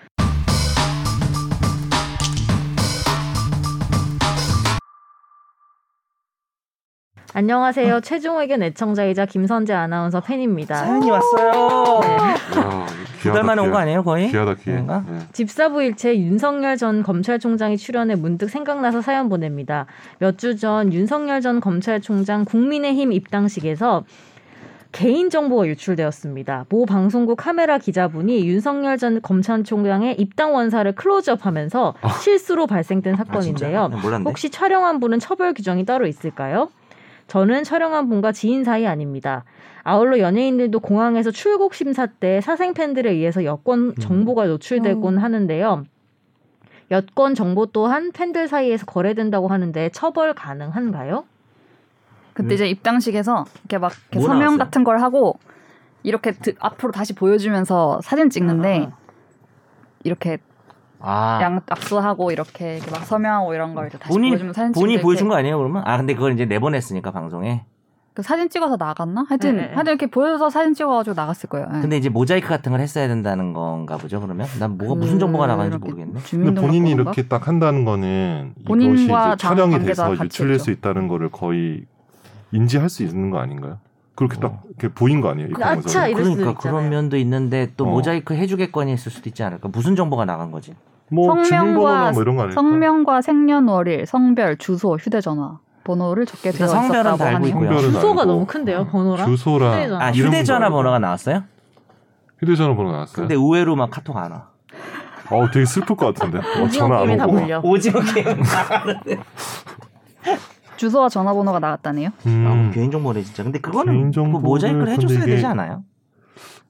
Speaker 3: 안녕하세요. 최종 의견 애청자이자 김선재 아나운서 팬입니다.
Speaker 4: 사연이 왔어요.
Speaker 2: 야,
Speaker 4: 두 달 만에 온 거 아니에요, 거의?
Speaker 2: 귀하다 귀해.
Speaker 4: 뭔가?
Speaker 2: 네.
Speaker 3: 집사부일체 윤석열 전 검찰총장이 출연해 문득 생각나서 사연 보냅니다. 몇 주 전 윤석열 전 검찰총장 국민의힘 입당식에서 개인 정보가 유출되었습니다. 모 방송국 카메라 기자분이 윤석열 전 검찰총장의 입당 원사를 클로즈업하면서 실수로 발생된 사건인데요.
Speaker 4: 아, 진짜? 몰랐네.
Speaker 3: 혹시 촬영한 분은 처벌 규정이 따로 있을까요? 저는 촬영한 분과 지인 사이 아닙니다. 아울러 연예인들도 공항에서 출국 심사 때 사생 팬들에 의해서 여권 정보가 노출되곤 하는데요. 여권 정보 또한 팬들 사이에서 거래된다고 하는데 처벌 가능한가요?
Speaker 1: 그때 이제 입당식에서 이렇게 막 이렇게
Speaker 4: 네. 뭐
Speaker 1: 서명
Speaker 4: 나왔어요?
Speaker 1: 같은 걸 하고 이렇게 드- 앞으로 다시 보여주면서 사진 찍는데 이렇게
Speaker 4: 아,
Speaker 1: 양 악수하고 이렇게, 이렇게 막 서명하고 이런 걸 이제 다시
Speaker 4: 본인-
Speaker 1: 보여주면 사진 찍는
Speaker 4: 본인이 보여준 거 아니에요, 그러면? 아, 근데 그걸 이제 내보냈으니까, 방송에.
Speaker 1: 그 사진 찍어서 나갔나? 하여튼
Speaker 3: 네, 네.
Speaker 1: 하여튼 이렇게 보여서 사진 찍어가지고 나갔을 거예요. 예.
Speaker 4: 근데 이제 모자이크 같은 걸 했어야 된다는 건가 보죠, 그러면? 난 뭐가 무슨 정보가 나가는지
Speaker 1: 그렇게
Speaker 4: 모르겠네.
Speaker 2: 근데
Speaker 1: 주민등록번호인가?
Speaker 2: 본인이 이렇게 딱 한다는 거는 이것이
Speaker 1: 본인과
Speaker 2: 이제 촬영이
Speaker 1: 관계자가
Speaker 2: 돼서
Speaker 1: 같이
Speaker 2: 유출될
Speaker 1: 했죠.
Speaker 2: 수 있다는 거를 거의 인지할 수 있는 거 아닌가요? 그렇게 딱
Speaker 4: 어.
Speaker 2: 이렇게 보인 거
Speaker 1: 그
Speaker 2: 아니에요? 이
Speaker 3: 아차,
Speaker 2: 방송에서?
Speaker 3: 이럴 수도
Speaker 4: 그러니까
Speaker 3: 있잖아요.
Speaker 4: 그런 면도 있는데 또
Speaker 2: 어.
Speaker 4: 모자이크 해주겠거니 했을 수도 있지 않을까? 무슨 정보가 나간 거지?
Speaker 2: 뭐
Speaker 1: 성명과
Speaker 2: 주민번호나 뭐 이런 거 아닐까?
Speaker 1: 성명과 생년월일, 성별, 주소, 휴대전화 번호를 적게 되어
Speaker 4: 일단 성별은
Speaker 1: 있었다고
Speaker 4: 다
Speaker 2: 그
Speaker 4: 알고
Speaker 1: 하네요.
Speaker 4: 있고요.
Speaker 2: 성별은 알고,
Speaker 3: 주소가
Speaker 2: 어.
Speaker 3: 너무 큰데요, 번호랑?
Speaker 2: 주소랑
Speaker 3: 휴대전화.
Speaker 4: 아,
Speaker 2: 이름도
Speaker 4: 휴대전화
Speaker 2: 알고.
Speaker 4: 번호가 나왔어요?
Speaker 2: 휴대전화 번호 나왔어요.
Speaker 4: 근데 의외로 막 카톡 안 와.
Speaker 2: 어 되게 슬플 것 같은데. 어, 전화 안
Speaker 3: 게임에 다
Speaker 2: 오고.
Speaker 3: 몰려.
Speaker 4: 오징어 게임.
Speaker 1: 주소와 전화번호가 나왔다네요.
Speaker 4: 아,
Speaker 2: 음,
Speaker 4: 개인정보네, 진짜. 근데 그거는 뭐
Speaker 2: 개인정보를
Speaker 4: 모자이크를
Speaker 2: 근데
Speaker 4: 해줬어야
Speaker 2: 이게
Speaker 4: 되지 않아요?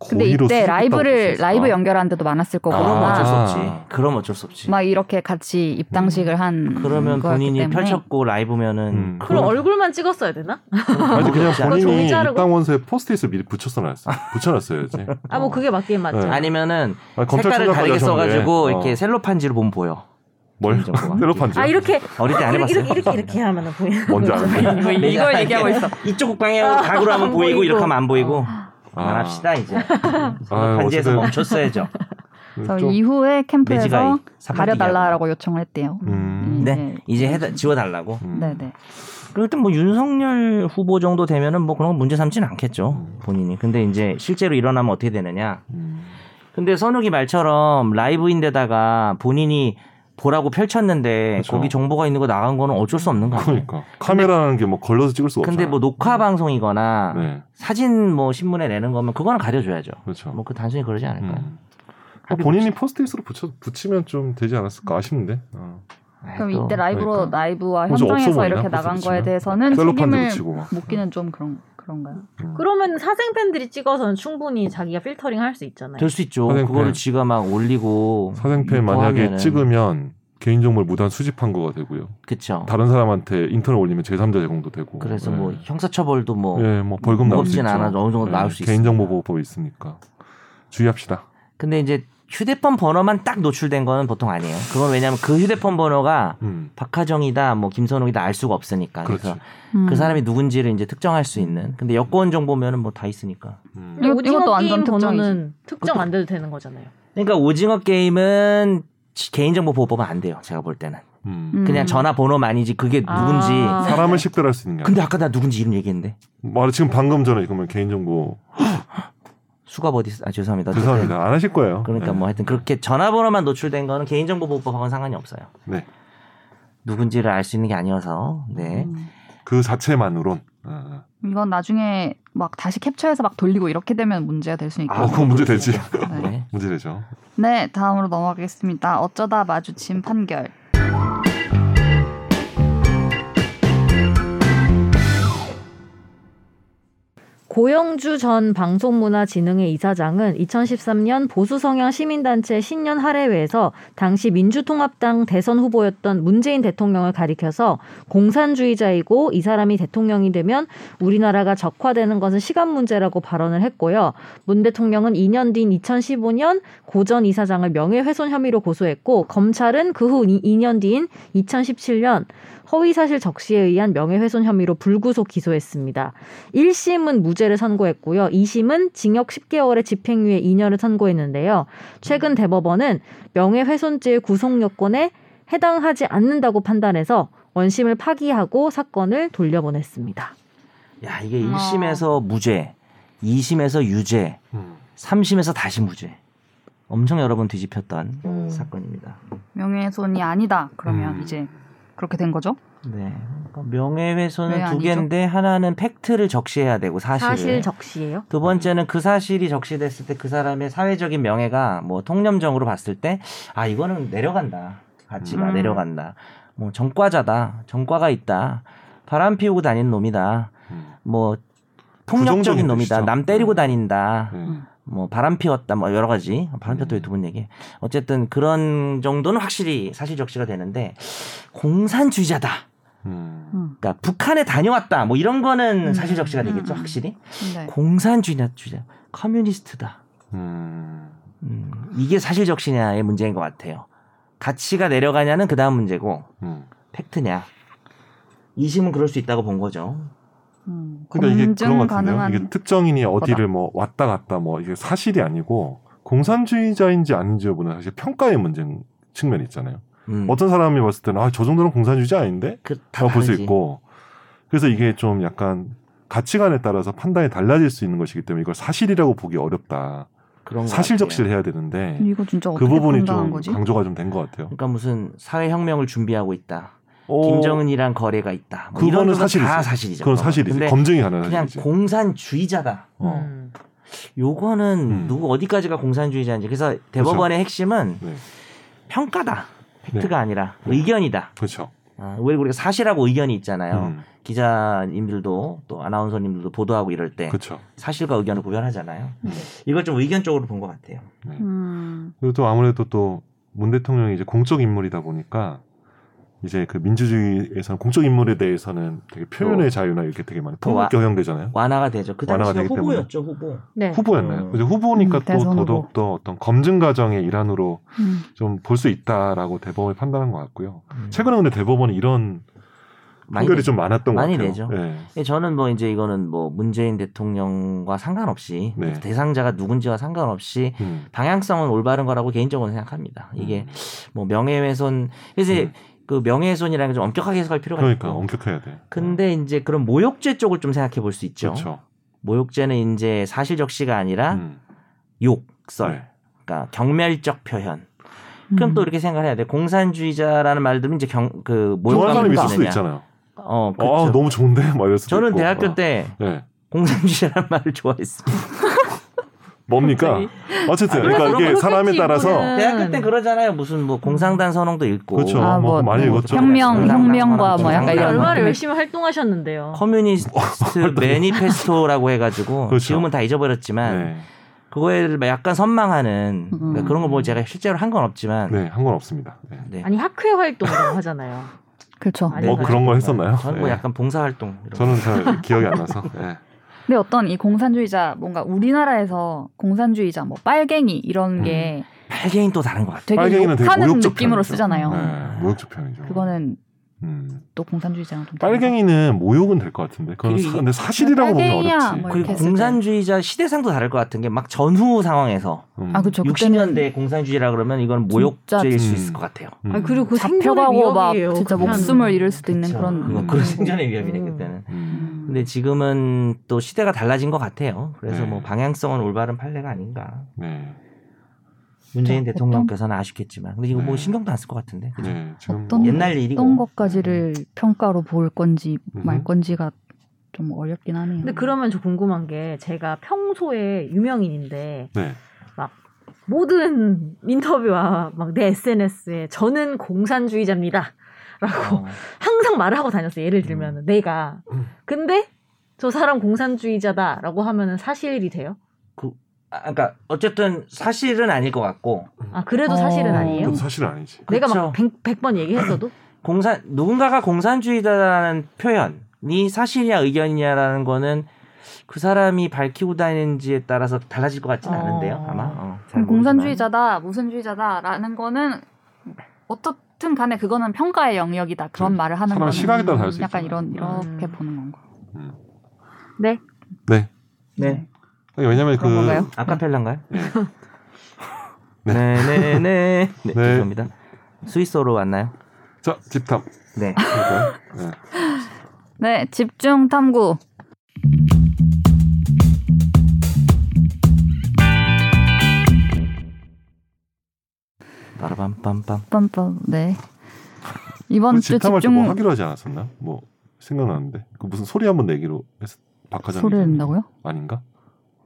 Speaker 1: 근데
Speaker 2: 고의로
Speaker 1: 이때
Speaker 2: 수집했다고
Speaker 1: 라이브를
Speaker 2: 볼수 있어.
Speaker 4: 아.
Speaker 1: 라이브 연결한 데도 많았을 거고
Speaker 4: 그럼
Speaker 1: 막,
Speaker 4: 어쩔 수
Speaker 2: 아.
Speaker 4: 없지. 그럼 어쩔 수 없지.
Speaker 1: 막 이렇게 같이 입당식을 한
Speaker 4: 그러면
Speaker 1: 거였기
Speaker 4: 본인이
Speaker 1: 때문에.
Speaker 4: 펼쳤고 라이브면은
Speaker 2: 음.
Speaker 3: 그럼
Speaker 4: 그건-
Speaker 3: 얼굴만 찍었어요 되나?
Speaker 2: 아니 그냥
Speaker 4: 그거
Speaker 2: 본인이
Speaker 3: 종이 자르고-
Speaker 2: 입당 원서에 포스트잇을 미리 붙였어놨어요. 붙여놨어야지.
Speaker 3: 아 뭐 그게 맞긴 맞죠.
Speaker 2: 네.
Speaker 4: 아니면은
Speaker 2: 아니, 검찰
Speaker 4: 색깔을
Speaker 2: 총장
Speaker 4: 다르게
Speaker 2: 관리하셨는데.
Speaker 4: 써가지고
Speaker 2: 어.
Speaker 4: 이렇게 셀로판지로 보면 보여.
Speaker 2: 뭘
Speaker 4: 개인정보가.
Speaker 2: 세로판지.
Speaker 3: 아 이렇게
Speaker 4: 어릴 때 안
Speaker 3: 이렇게
Speaker 4: 해봤어요.
Speaker 3: 이렇게 이렇게, 이렇게 하면은 보이는
Speaker 2: 뭔지 아는데.
Speaker 1: 이거-
Speaker 4: 네,
Speaker 1: 이걸
Speaker 4: 약간
Speaker 1: 얘기하고 있어.
Speaker 4: 이쪽 방에 가구로 하면
Speaker 3: 안
Speaker 4: 보이고
Speaker 3: 보이고.
Speaker 4: 이렇게 하면 안 보이고.
Speaker 2: 아.
Speaker 4: 안 합시다 이제.
Speaker 2: 아유,
Speaker 4: 반지에서 뭐.
Speaker 2: 어쨌든-
Speaker 4: 멈췄어야죠.
Speaker 1: 그래서
Speaker 2: 좀- 음.
Speaker 1: 이후에
Speaker 4: 매지가이.
Speaker 1: 캠프에서
Speaker 4: 삼각이
Speaker 1: 가려달라고 요청을 했대요.
Speaker 2: 음.
Speaker 4: 네, 이제 해다, 지워달라고.
Speaker 2: 음.
Speaker 1: 네네.
Speaker 4: 그럴 땐뭐 윤석열 후보 정도 되면은 뭐 그런 거 문제 삼지는 않겠죠 본인이. 근데 이제 실제로 일어나면 어떻게 되느냐.
Speaker 2: 음.
Speaker 4: 근데 선욱이 말처럼 라이브인데다가 본인이 보라고 펼쳤는데
Speaker 2: 그쵸.
Speaker 4: 거기 정보가 있는 거 나간 거는 어쩔 수 없는 거
Speaker 2: 그렇죠.
Speaker 4: 아니에요.
Speaker 2: 그러니까 카메라라는 게 뭐 걸러서 찍을 수가 없잖아.
Speaker 4: 근데 뭐 녹화 방송이거나
Speaker 2: 네,
Speaker 4: 사진 뭐 신문에 내는 거면 그거는 가려줘야죠.
Speaker 2: 그렇죠.
Speaker 4: 뭐 그 단순히 그러지 않을까요?
Speaker 2: 음. 아, 본인이 포스트잇으로 붙여, 붙이면 좀 되지 않았을까 아쉽는데. 어.
Speaker 4: 아이,
Speaker 1: 그럼
Speaker 4: 또
Speaker 1: 이때 라이브로
Speaker 2: 그러니까.
Speaker 1: 라이브와
Speaker 2: 뭐좀 없어
Speaker 1: 현장에서
Speaker 2: 보이나?
Speaker 1: 이렇게
Speaker 2: 그래서
Speaker 1: 나간 거에
Speaker 2: 붙이면?
Speaker 1: 대해서는
Speaker 2: 셀로판지
Speaker 1: 책임을 뭐
Speaker 2: 붙이고 막.
Speaker 1: 묻기는 좀 그런 그런가요?
Speaker 2: 음.
Speaker 3: 그러면 사생 팬들이 찍어서는 충분히 자기가 필터링 할 수 있잖아요.
Speaker 4: 될 수 있죠.
Speaker 2: 사생팬.
Speaker 4: 그거를 지가 막 올리고
Speaker 2: 네.
Speaker 4: 뭐
Speaker 2: 사생팬 만약에
Speaker 4: 음, 더하면은.
Speaker 2: 찍으면 개인정보를 무단 수집한 거가 되고요.
Speaker 4: 그쵸.
Speaker 2: 다른 사람한테 인터넷 올리면 제3자 제공도 되고.
Speaker 4: 그래서
Speaker 2: 예.
Speaker 4: 뭐 형사처벌도 뭐
Speaker 2: 예, 뭐 벌금 나올 수
Speaker 4: 무겁진
Speaker 2: 있죠. 예,
Speaker 4: 않아도 어느 정도 나올 수 있습니다.
Speaker 2: 개인정보 보호법 이 있으니까 주의합시다.
Speaker 4: 근데 이제 휴대폰 번호만 딱 노출된 거는 보통 아니에요. 그건 왜냐하면 그 휴대폰 번호가
Speaker 2: 음,
Speaker 4: 박하정이다, 뭐 김선욱이다 알 수가 없으니까.
Speaker 2: 그렇지.
Speaker 4: 그래서
Speaker 1: 음.
Speaker 4: 그 사람이 누군지를 이제 특정할 수 있는. 근데 여권 정보면은 뭐 다 있으니까.
Speaker 2: 음.
Speaker 3: 근데
Speaker 1: 이거- 이것도
Speaker 3: 오징어
Speaker 1: 완전
Speaker 3: 게임
Speaker 1: 특정이지.
Speaker 3: 번호는 특정 안 돼도 되는 거잖아요.
Speaker 4: 그러니까 오징어 게임은 지- 개인정보 보호법은 안 돼요. 제가 볼 때는.
Speaker 2: 음.
Speaker 1: 음.
Speaker 4: 그냥 전화번호만이지 그게
Speaker 3: 아.
Speaker 4: 누군지.
Speaker 2: 사람을 식별할 수 있는 게.
Speaker 4: 근데 아까 나 누군지 이름 얘기했는데.
Speaker 2: 말 지금 방금 전에 그러면 개인정보
Speaker 4: 수갑 어디 있어? 아 죄송합니다. 어쨌든.
Speaker 2: 죄송합니다 안 하실 거예요.
Speaker 4: 그러니까
Speaker 2: 네.
Speaker 4: 뭐 하여튼 그렇게 전화번호만 노출된 거는 개인정보 보호법하고는 상관이 없어요.
Speaker 2: 네.
Speaker 4: 누군지를 알 수 있는 게 아니어서. 네.
Speaker 1: 음.
Speaker 2: 그 자체만으론. 아,
Speaker 1: 이건 나중에 막 다시 캡처해서 막 돌리고 이렇게 되면 문제가 될 수
Speaker 2: 아
Speaker 1: 있고.
Speaker 2: 그건 문제 되지.
Speaker 1: 네.
Speaker 4: 네.
Speaker 2: 문제 되죠.
Speaker 1: 네, 다음으로 넘어가겠습니다. 어쩌다 마주친 판결.
Speaker 3: 고영주 전 방송문화진흥회 이사장은 2013년 보수성향 시민단체 신년 할애회에서 당시 민주통합당 대선 후보였던 문재인 대통령을 가리켜서 공산주의자이고 이 사람이 대통령이 되면 우리나라가 적화되는 것은 시간 문제라고 발언을 했고요. 문 대통령은 2년 뒤인 2015년 고 전 이사장을 명예훼손 혐의로 고소했고 검찰은 그 후 2년 뒤인 2017년 허위사실 적시에 의한 명예훼손 혐의로 불구속 기소했습니다. 1심은 무죄를 선고했고요. 2심은 징역 10개월의 집행유예 2년을 선고했는데요. 최근 대법원은 명예훼손죄 구속 여건에 해당하지 않는다고 판단해서 원심을 파기하고 사건을 돌려보냈습니다.
Speaker 4: 야,
Speaker 1: 아.
Speaker 4: 이게 1심에서 무죄, 2심에서 유죄,
Speaker 2: 음.
Speaker 4: 3심에서 다시 무죄. 엄청 여러 번 뒤집혔던
Speaker 3: 음.
Speaker 4: 사건입니다.
Speaker 1: 명예훼손이 아니다. 그러면
Speaker 2: 음.
Speaker 1: 이제 그렇게 된 거죠?
Speaker 4: 네. 그러니까 명예훼손은
Speaker 1: 왜
Speaker 4: 두
Speaker 1: 아니죠?
Speaker 4: 개인데 하나는 팩트를 적시해야 되고 사실을.
Speaker 3: 사실 적시예요.
Speaker 4: 두 번째는 그 사실이 적시됐을 때 그 사람의 사회적인 명예가 뭐 통념적으로 봤을 때 아 이거는 내려간다 가치가
Speaker 1: 음.
Speaker 4: 내려간다 뭐 정과자다 정과가 있다 바람 피우고 다니는 놈이다
Speaker 2: 음.
Speaker 4: 뭐 폭력적인
Speaker 2: 부정적인
Speaker 4: 놈이다
Speaker 2: 뜻이죠.
Speaker 4: 남 때리고 다닌다
Speaker 2: 네.
Speaker 1: 음.
Speaker 4: 뭐 바람 피웠다 뭐 여러 가지 바람 피웠다 두분 얘기 어쨌든 그런 정도는 확실히 사실 적시가 되는데 공산주의자다
Speaker 2: 음.
Speaker 1: 음.
Speaker 4: 그러니까 북한에 다녀왔다 뭐 이런
Speaker 1: 음.
Speaker 4: 거는 사실 적시가 되겠죠
Speaker 1: 음.
Speaker 4: 확실히
Speaker 1: 네.
Speaker 4: 공산주의자주의자 커뮤니스트다
Speaker 2: 음.
Speaker 4: 음, 이게 사실 적시냐의 문제인 것 같아요. 가치가 내려가냐는 그 다음 문제고
Speaker 2: 음.
Speaker 4: 팩트냐. 이심은 그럴 수 있다고 본 거죠.
Speaker 1: 음.
Speaker 2: 그러니까 이게 그런
Speaker 1: 검증
Speaker 2: 것 같은데요.
Speaker 1: 가능한
Speaker 2: 이게 특정인이
Speaker 1: 거다.
Speaker 2: 어디를 뭐 왔다 갔다 뭐 이게 사실이 아니고 공산주의자인지 아닌지 여부는 사실 평가의 문제 측면이 있잖아요.
Speaker 4: 음,
Speaker 2: 어떤 사람이 봤을 때는 아 저 정도는 공산주의자 아닌데
Speaker 4: 그, 다
Speaker 2: 라고 볼 수
Speaker 4: 다르지.
Speaker 2: 있고 그래서 이게 좀 약간 가치관에 따라서 판단이 달라질 수 있는 것이기 때문에 이걸 사실이라고 보기 어렵다.
Speaker 4: 그런 것
Speaker 2: 사실
Speaker 4: 같아요.
Speaker 2: 적시를 해야 되는데
Speaker 1: 이거 진짜 음,
Speaker 2: 그
Speaker 1: 어떻게
Speaker 2: 부분이
Speaker 1: 판단한
Speaker 2: 좀
Speaker 1: 거지?
Speaker 2: 강조가 좀 된 것 같아요.
Speaker 4: 그러니까 무슨 사회혁명을 준비하고 있다.
Speaker 2: 어,
Speaker 4: 김정은이랑 거래가 있다. 뭐 이런
Speaker 2: 그거는
Speaker 4: 거다
Speaker 2: 사실이지.
Speaker 4: 사실이죠.
Speaker 2: 그건 사실이지.
Speaker 4: 근데
Speaker 2: 검증이 가능한
Speaker 4: 그냥
Speaker 2: 사실이지.
Speaker 4: 공산주의자다.
Speaker 2: 어.
Speaker 3: 음.
Speaker 4: 요거는
Speaker 2: 음.
Speaker 4: 누구 어디까지가 공산주의자인지. 그래서 대법원의 핵심은
Speaker 2: 네,
Speaker 4: 평가다. 팩트가 아니라 의견이다.
Speaker 2: 그렇죠.
Speaker 4: 아, 왜 우리가 사실하고 의견이 있잖아요.
Speaker 2: 음,
Speaker 4: 기자님들도 또 아나운서님들도 보도하고 이럴 때
Speaker 2: 그렇죠.
Speaker 4: 사실과 의견을 구별하잖아요.
Speaker 1: 네.
Speaker 4: 이걸 좀 의견적으로 본 것 같아요.
Speaker 2: 네.
Speaker 1: 음.
Speaker 2: 그리고 또 아무래도 또 문 대통령이 이제 공적 인물이다 보니까 이제 그 민주주의에서는 공적 인물에 대해서는 되게 표현의
Speaker 4: 또-
Speaker 2: 자유나 이렇게 되게 많이
Speaker 4: 또 어. 와-
Speaker 2: 폭넓게 허용되잖아요.
Speaker 4: 완화가 되죠. 그
Speaker 2: 완화가
Speaker 4: 당시에
Speaker 2: 되기 때문에.
Speaker 4: 후보였죠, 후보.
Speaker 3: 네.
Speaker 2: 후보였나요?
Speaker 4: 음.
Speaker 2: 그래서 후보니까
Speaker 1: 음,
Speaker 2: 또
Speaker 1: 대선 후보.
Speaker 2: 더더욱 더 어떤 검증 과정의 일환으로
Speaker 1: 음.
Speaker 2: 좀 볼 수 있다라고 대법원이 판단한 것 같고요.
Speaker 4: 음.
Speaker 2: 최근에 근데 대법원이 이런
Speaker 4: 많이
Speaker 2: 판결이
Speaker 4: 되죠.
Speaker 2: 좀 많았던
Speaker 4: 많이
Speaker 2: 것
Speaker 4: 내죠.
Speaker 2: 같아요. 네.
Speaker 4: 예, 저는 뭐 이제 이거는 뭐 문재인 대통령과 상관없이 뭐
Speaker 2: 네.
Speaker 4: 대상자가 누군지와 상관없이
Speaker 2: 음.
Speaker 4: 방향성은 올바른 거라고 개인적으로 생각합니다. 이게
Speaker 2: 음.
Speaker 4: 뭐 명예훼손 그래서 이제
Speaker 2: 음.
Speaker 4: 그 명예훼손이라는 게 좀 엄격하게 해석할 필요가
Speaker 2: 그러니까
Speaker 4: 있고.
Speaker 2: 엄격해야 돼.
Speaker 4: 근데 이제 그런 모욕죄 쪽을 좀 생각해 볼 수 있죠.
Speaker 2: 그렇죠.
Speaker 4: 모욕죄는 이제 사실 적시가 아니라
Speaker 2: 음.
Speaker 4: 욕설,
Speaker 2: 네.
Speaker 4: 그러니까 경멸적 표현. 그럼
Speaker 3: 음.
Speaker 4: 또 이렇게 생각해야 을돼 좋아하는 말들은 이제 경, 그
Speaker 2: 좋아하는
Speaker 4: 모욕감을
Speaker 2: 사람이 있을 수도
Speaker 4: 느끼느냐.
Speaker 2: 있잖아요.
Speaker 4: 어,
Speaker 2: 아
Speaker 4: 그렇죠.
Speaker 2: 너무 좋은데 막 이럴 수도
Speaker 4: 저는
Speaker 2: 있고.
Speaker 4: 대학교
Speaker 2: 어.
Speaker 4: 때
Speaker 2: 네.
Speaker 4: 공산주의라는 말을 좋아했습니다.
Speaker 2: 뭡니까?
Speaker 1: 아,
Speaker 2: 어쨌든 그러니까
Speaker 4: 그래서
Speaker 2: 이게 사람에
Speaker 3: 그렇겠지,
Speaker 2: 따라서
Speaker 3: 이거는.
Speaker 4: 대학교 때 그러잖아요. 무슨 뭐 공상단 선언도 읽고.
Speaker 2: 그렇죠.
Speaker 1: 아,
Speaker 2: 뭐
Speaker 1: 뭐
Speaker 2: 많이 읽었죠. 그
Speaker 1: 혁명,
Speaker 4: 공상단
Speaker 1: 혁명과
Speaker 4: 선언,
Speaker 1: 뭐 약간
Speaker 4: 공상단
Speaker 1: 이런
Speaker 4: 선언.
Speaker 1: 거.
Speaker 3: 얼마나 네, 열심히 활동하셨는데요.
Speaker 4: 커뮤니스트 매니페스토라고 해가지고
Speaker 2: 어, 그렇죠.
Speaker 4: 지금은 다 잊어버렸지만
Speaker 2: 네,
Speaker 4: 그거에 약간 선망하는
Speaker 1: 음.
Speaker 4: 그런 거 뭐 제가 실제로 한 건 없지만
Speaker 2: 네, 한 건 없습니다. 네.
Speaker 4: 네.
Speaker 3: 아니 학회 활동을 하잖아요.
Speaker 1: 그렇죠.
Speaker 3: 아니,
Speaker 2: 뭐
Speaker 3: 아닌가요?
Speaker 2: 그런 거 했었나요?
Speaker 4: 저는 뭐
Speaker 2: 네.
Speaker 4: 약간 봉사활동 이런
Speaker 2: 저는 잘 기억이 안 나서. 네.
Speaker 1: 근데 어떤 이 공산주의자 뭔가 우리나라에서 공산주의자 뭐 빨갱이 이런
Speaker 2: 음.
Speaker 1: 게
Speaker 4: 팔개인 또 다른 것 같아요.
Speaker 1: 되게
Speaker 2: 빨갱이는 되게
Speaker 1: 욕하는
Speaker 2: 모욕적
Speaker 1: 느낌으로
Speaker 2: 표현이죠.
Speaker 1: 쓰잖아요.
Speaker 2: 네, 모욕적 표현이죠.
Speaker 1: 그거는
Speaker 2: 음.
Speaker 1: 또 공산주의자랑 좀 다른
Speaker 2: 빨갱이는 모욕은 될 것 같은데. 그건
Speaker 4: 그리고
Speaker 2: 사,
Speaker 4: 이게-
Speaker 2: 근데 사실이라고 보면
Speaker 1: 빨갱이야,
Speaker 2: 어렵지. 음.
Speaker 1: 뭐 이렇게
Speaker 4: 그리고
Speaker 1: 했을 때.
Speaker 4: 공산주의자 시대상도 다를 것 같은 게 막 전후 상황에서
Speaker 2: 음.
Speaker 1: 거. 아 그렇죠. 그때는
Speaker 4: 60년대 공산주의라 그러면 이건 모욕죄일 수
Speaker 2: 음.
Speaker 4: 있을 것 같아요.
Speaker 2: 음.
Speaker 3: 아 그리고 그 생존의
Speaker 1: 잡혀가고 막
Speaker 3: 위협이에요. 그렇죠.
Speaker 1: 진짜
Speaker 3: 그냥.
Speaker 1: 목숨을 잃을 수도 있는
Speaker 4: 그쵸.
Speaker 1: 그런
Speaker 4: 그거-
Speaker 2: 음.
Speaker 4: 그런 생존의 위협이네
Speaker 3: 음.
Speaker 4: 그때는.
Speaker 2: 음.
Speaker 4: 근데 지금은 또 시대가 달라진 것 같아요. 그래서
Speaker 2: 네.
Speaker 4: 뭐 방향성은 올바른 판례가 아닌가.
Speaker 2: 네.
Speaker 4: 문재인
Speaker 1: 네,
Speaker 4: 대통령께서는 아쉽겠지만, 근데 이거 뭐
Speaker 2: 네.
Speaker 4: 신경도 안 쓸 것 같은데. 그죠?
Speaker 2: 네, 지금
Speaker 1: 어떤-
Speaker 2: 뭐-
Speaker 4: 옛날 일이고.
Speaker 1: 음. 어떤 것까지를 평가로 볼 건지 말
Speaker 2: 음흠.
Speaker 1: 건지가 좀 어렵긴 하네요.
Speaker 3: 근데 그러면 저 궁금한 게 제가 평소에 유명인인데
Speaker 2: 네.
Speaker 3: 모든 인터뷰와 막 내 SNS에 저는 공산주의자입니다라고
Speaker 4: 어,
Speaker 1: 음.
Speaker 3: 항상 말을 하고 다녔어요. 예를 들면 내가
Speaker 2: 음.
Speaker 3: 근데 저 사람 공산주의자다라고 하면은 사실이 돼요?
Speaker 4: 아, 그러니까 어쨌든 사실은 아닐 것 같고
Speaker 3: 아 그래도
Speaker 1: 어. 그렇죠.
Speaker 3: 사실은 아니에요?
Speaker 2: 그건 사실 아니지.
Speaker 3: 내가 막
Speaker 4: 그쵸.
Speaker 3: 100, 번 얘기했어도
Speaker 1: 아,
Speaker 4: 공산 누군가가 공산주의자라는 표현이 사실이야 의견이냐라는 거는 그 사람이 밝히고 다니는지에 따라서 달라질 것 같지는
Speaker 3: 어.
Speaker 4: 않은데요 아마 어, 잘
Speaker 1: 그럼
Speaker 4: 모르지만.
Speaker 1: 공산주의자다, 무슨주의자다라는 거는 어떻든 간에 그거는 평가의 영역이다. 그런
Speaker 2: 음,
Speaker 1: 말을 하는
Speaker 2: 사람
Speaker 1: 거는
Speaker 2: 시각에 따라 다를 수 있죠.
Speaker 1: 약간 이런 이렇게
Speaker 3: 음.
Speaker 1: 보는 건가.
Speaker 4: 네
Speaker 1: 그런
Speaker 2: 왜냐면 그
Speaker 1: 건가요?
Speaker 4: 아카펠라인가요?
Speaker 2: 네. 네.
Speaker 4: 네네네 네,
Speaker 2: 네.
Speaker 4: 죄송합니다 스위스어로 왔나요?
Speaker 2: 자, 집탐.
Speaker 4: 네
Speaker 2: 그러니까요. 네.
Speaker 1: 네, 집중 탐구.
Speaker 4: 빠라밤빰빰
Speaker 1: 뻔뻔. 네. 이번
Speaker 2: 우리
Speaker 1: 주
Speaker 2: 집탐할 때 뭐
Speaker 1: 집중
Speaker 2: 하기로 하지 않았었나? 뭐 생각나는데. 그 무슨 소리 한번 내기로 해서 박하장
Speaker 1: 소리를
Speaker 2: 기자님.
Speaker 1: 낸다고요?
Speaker 2: 아닌가?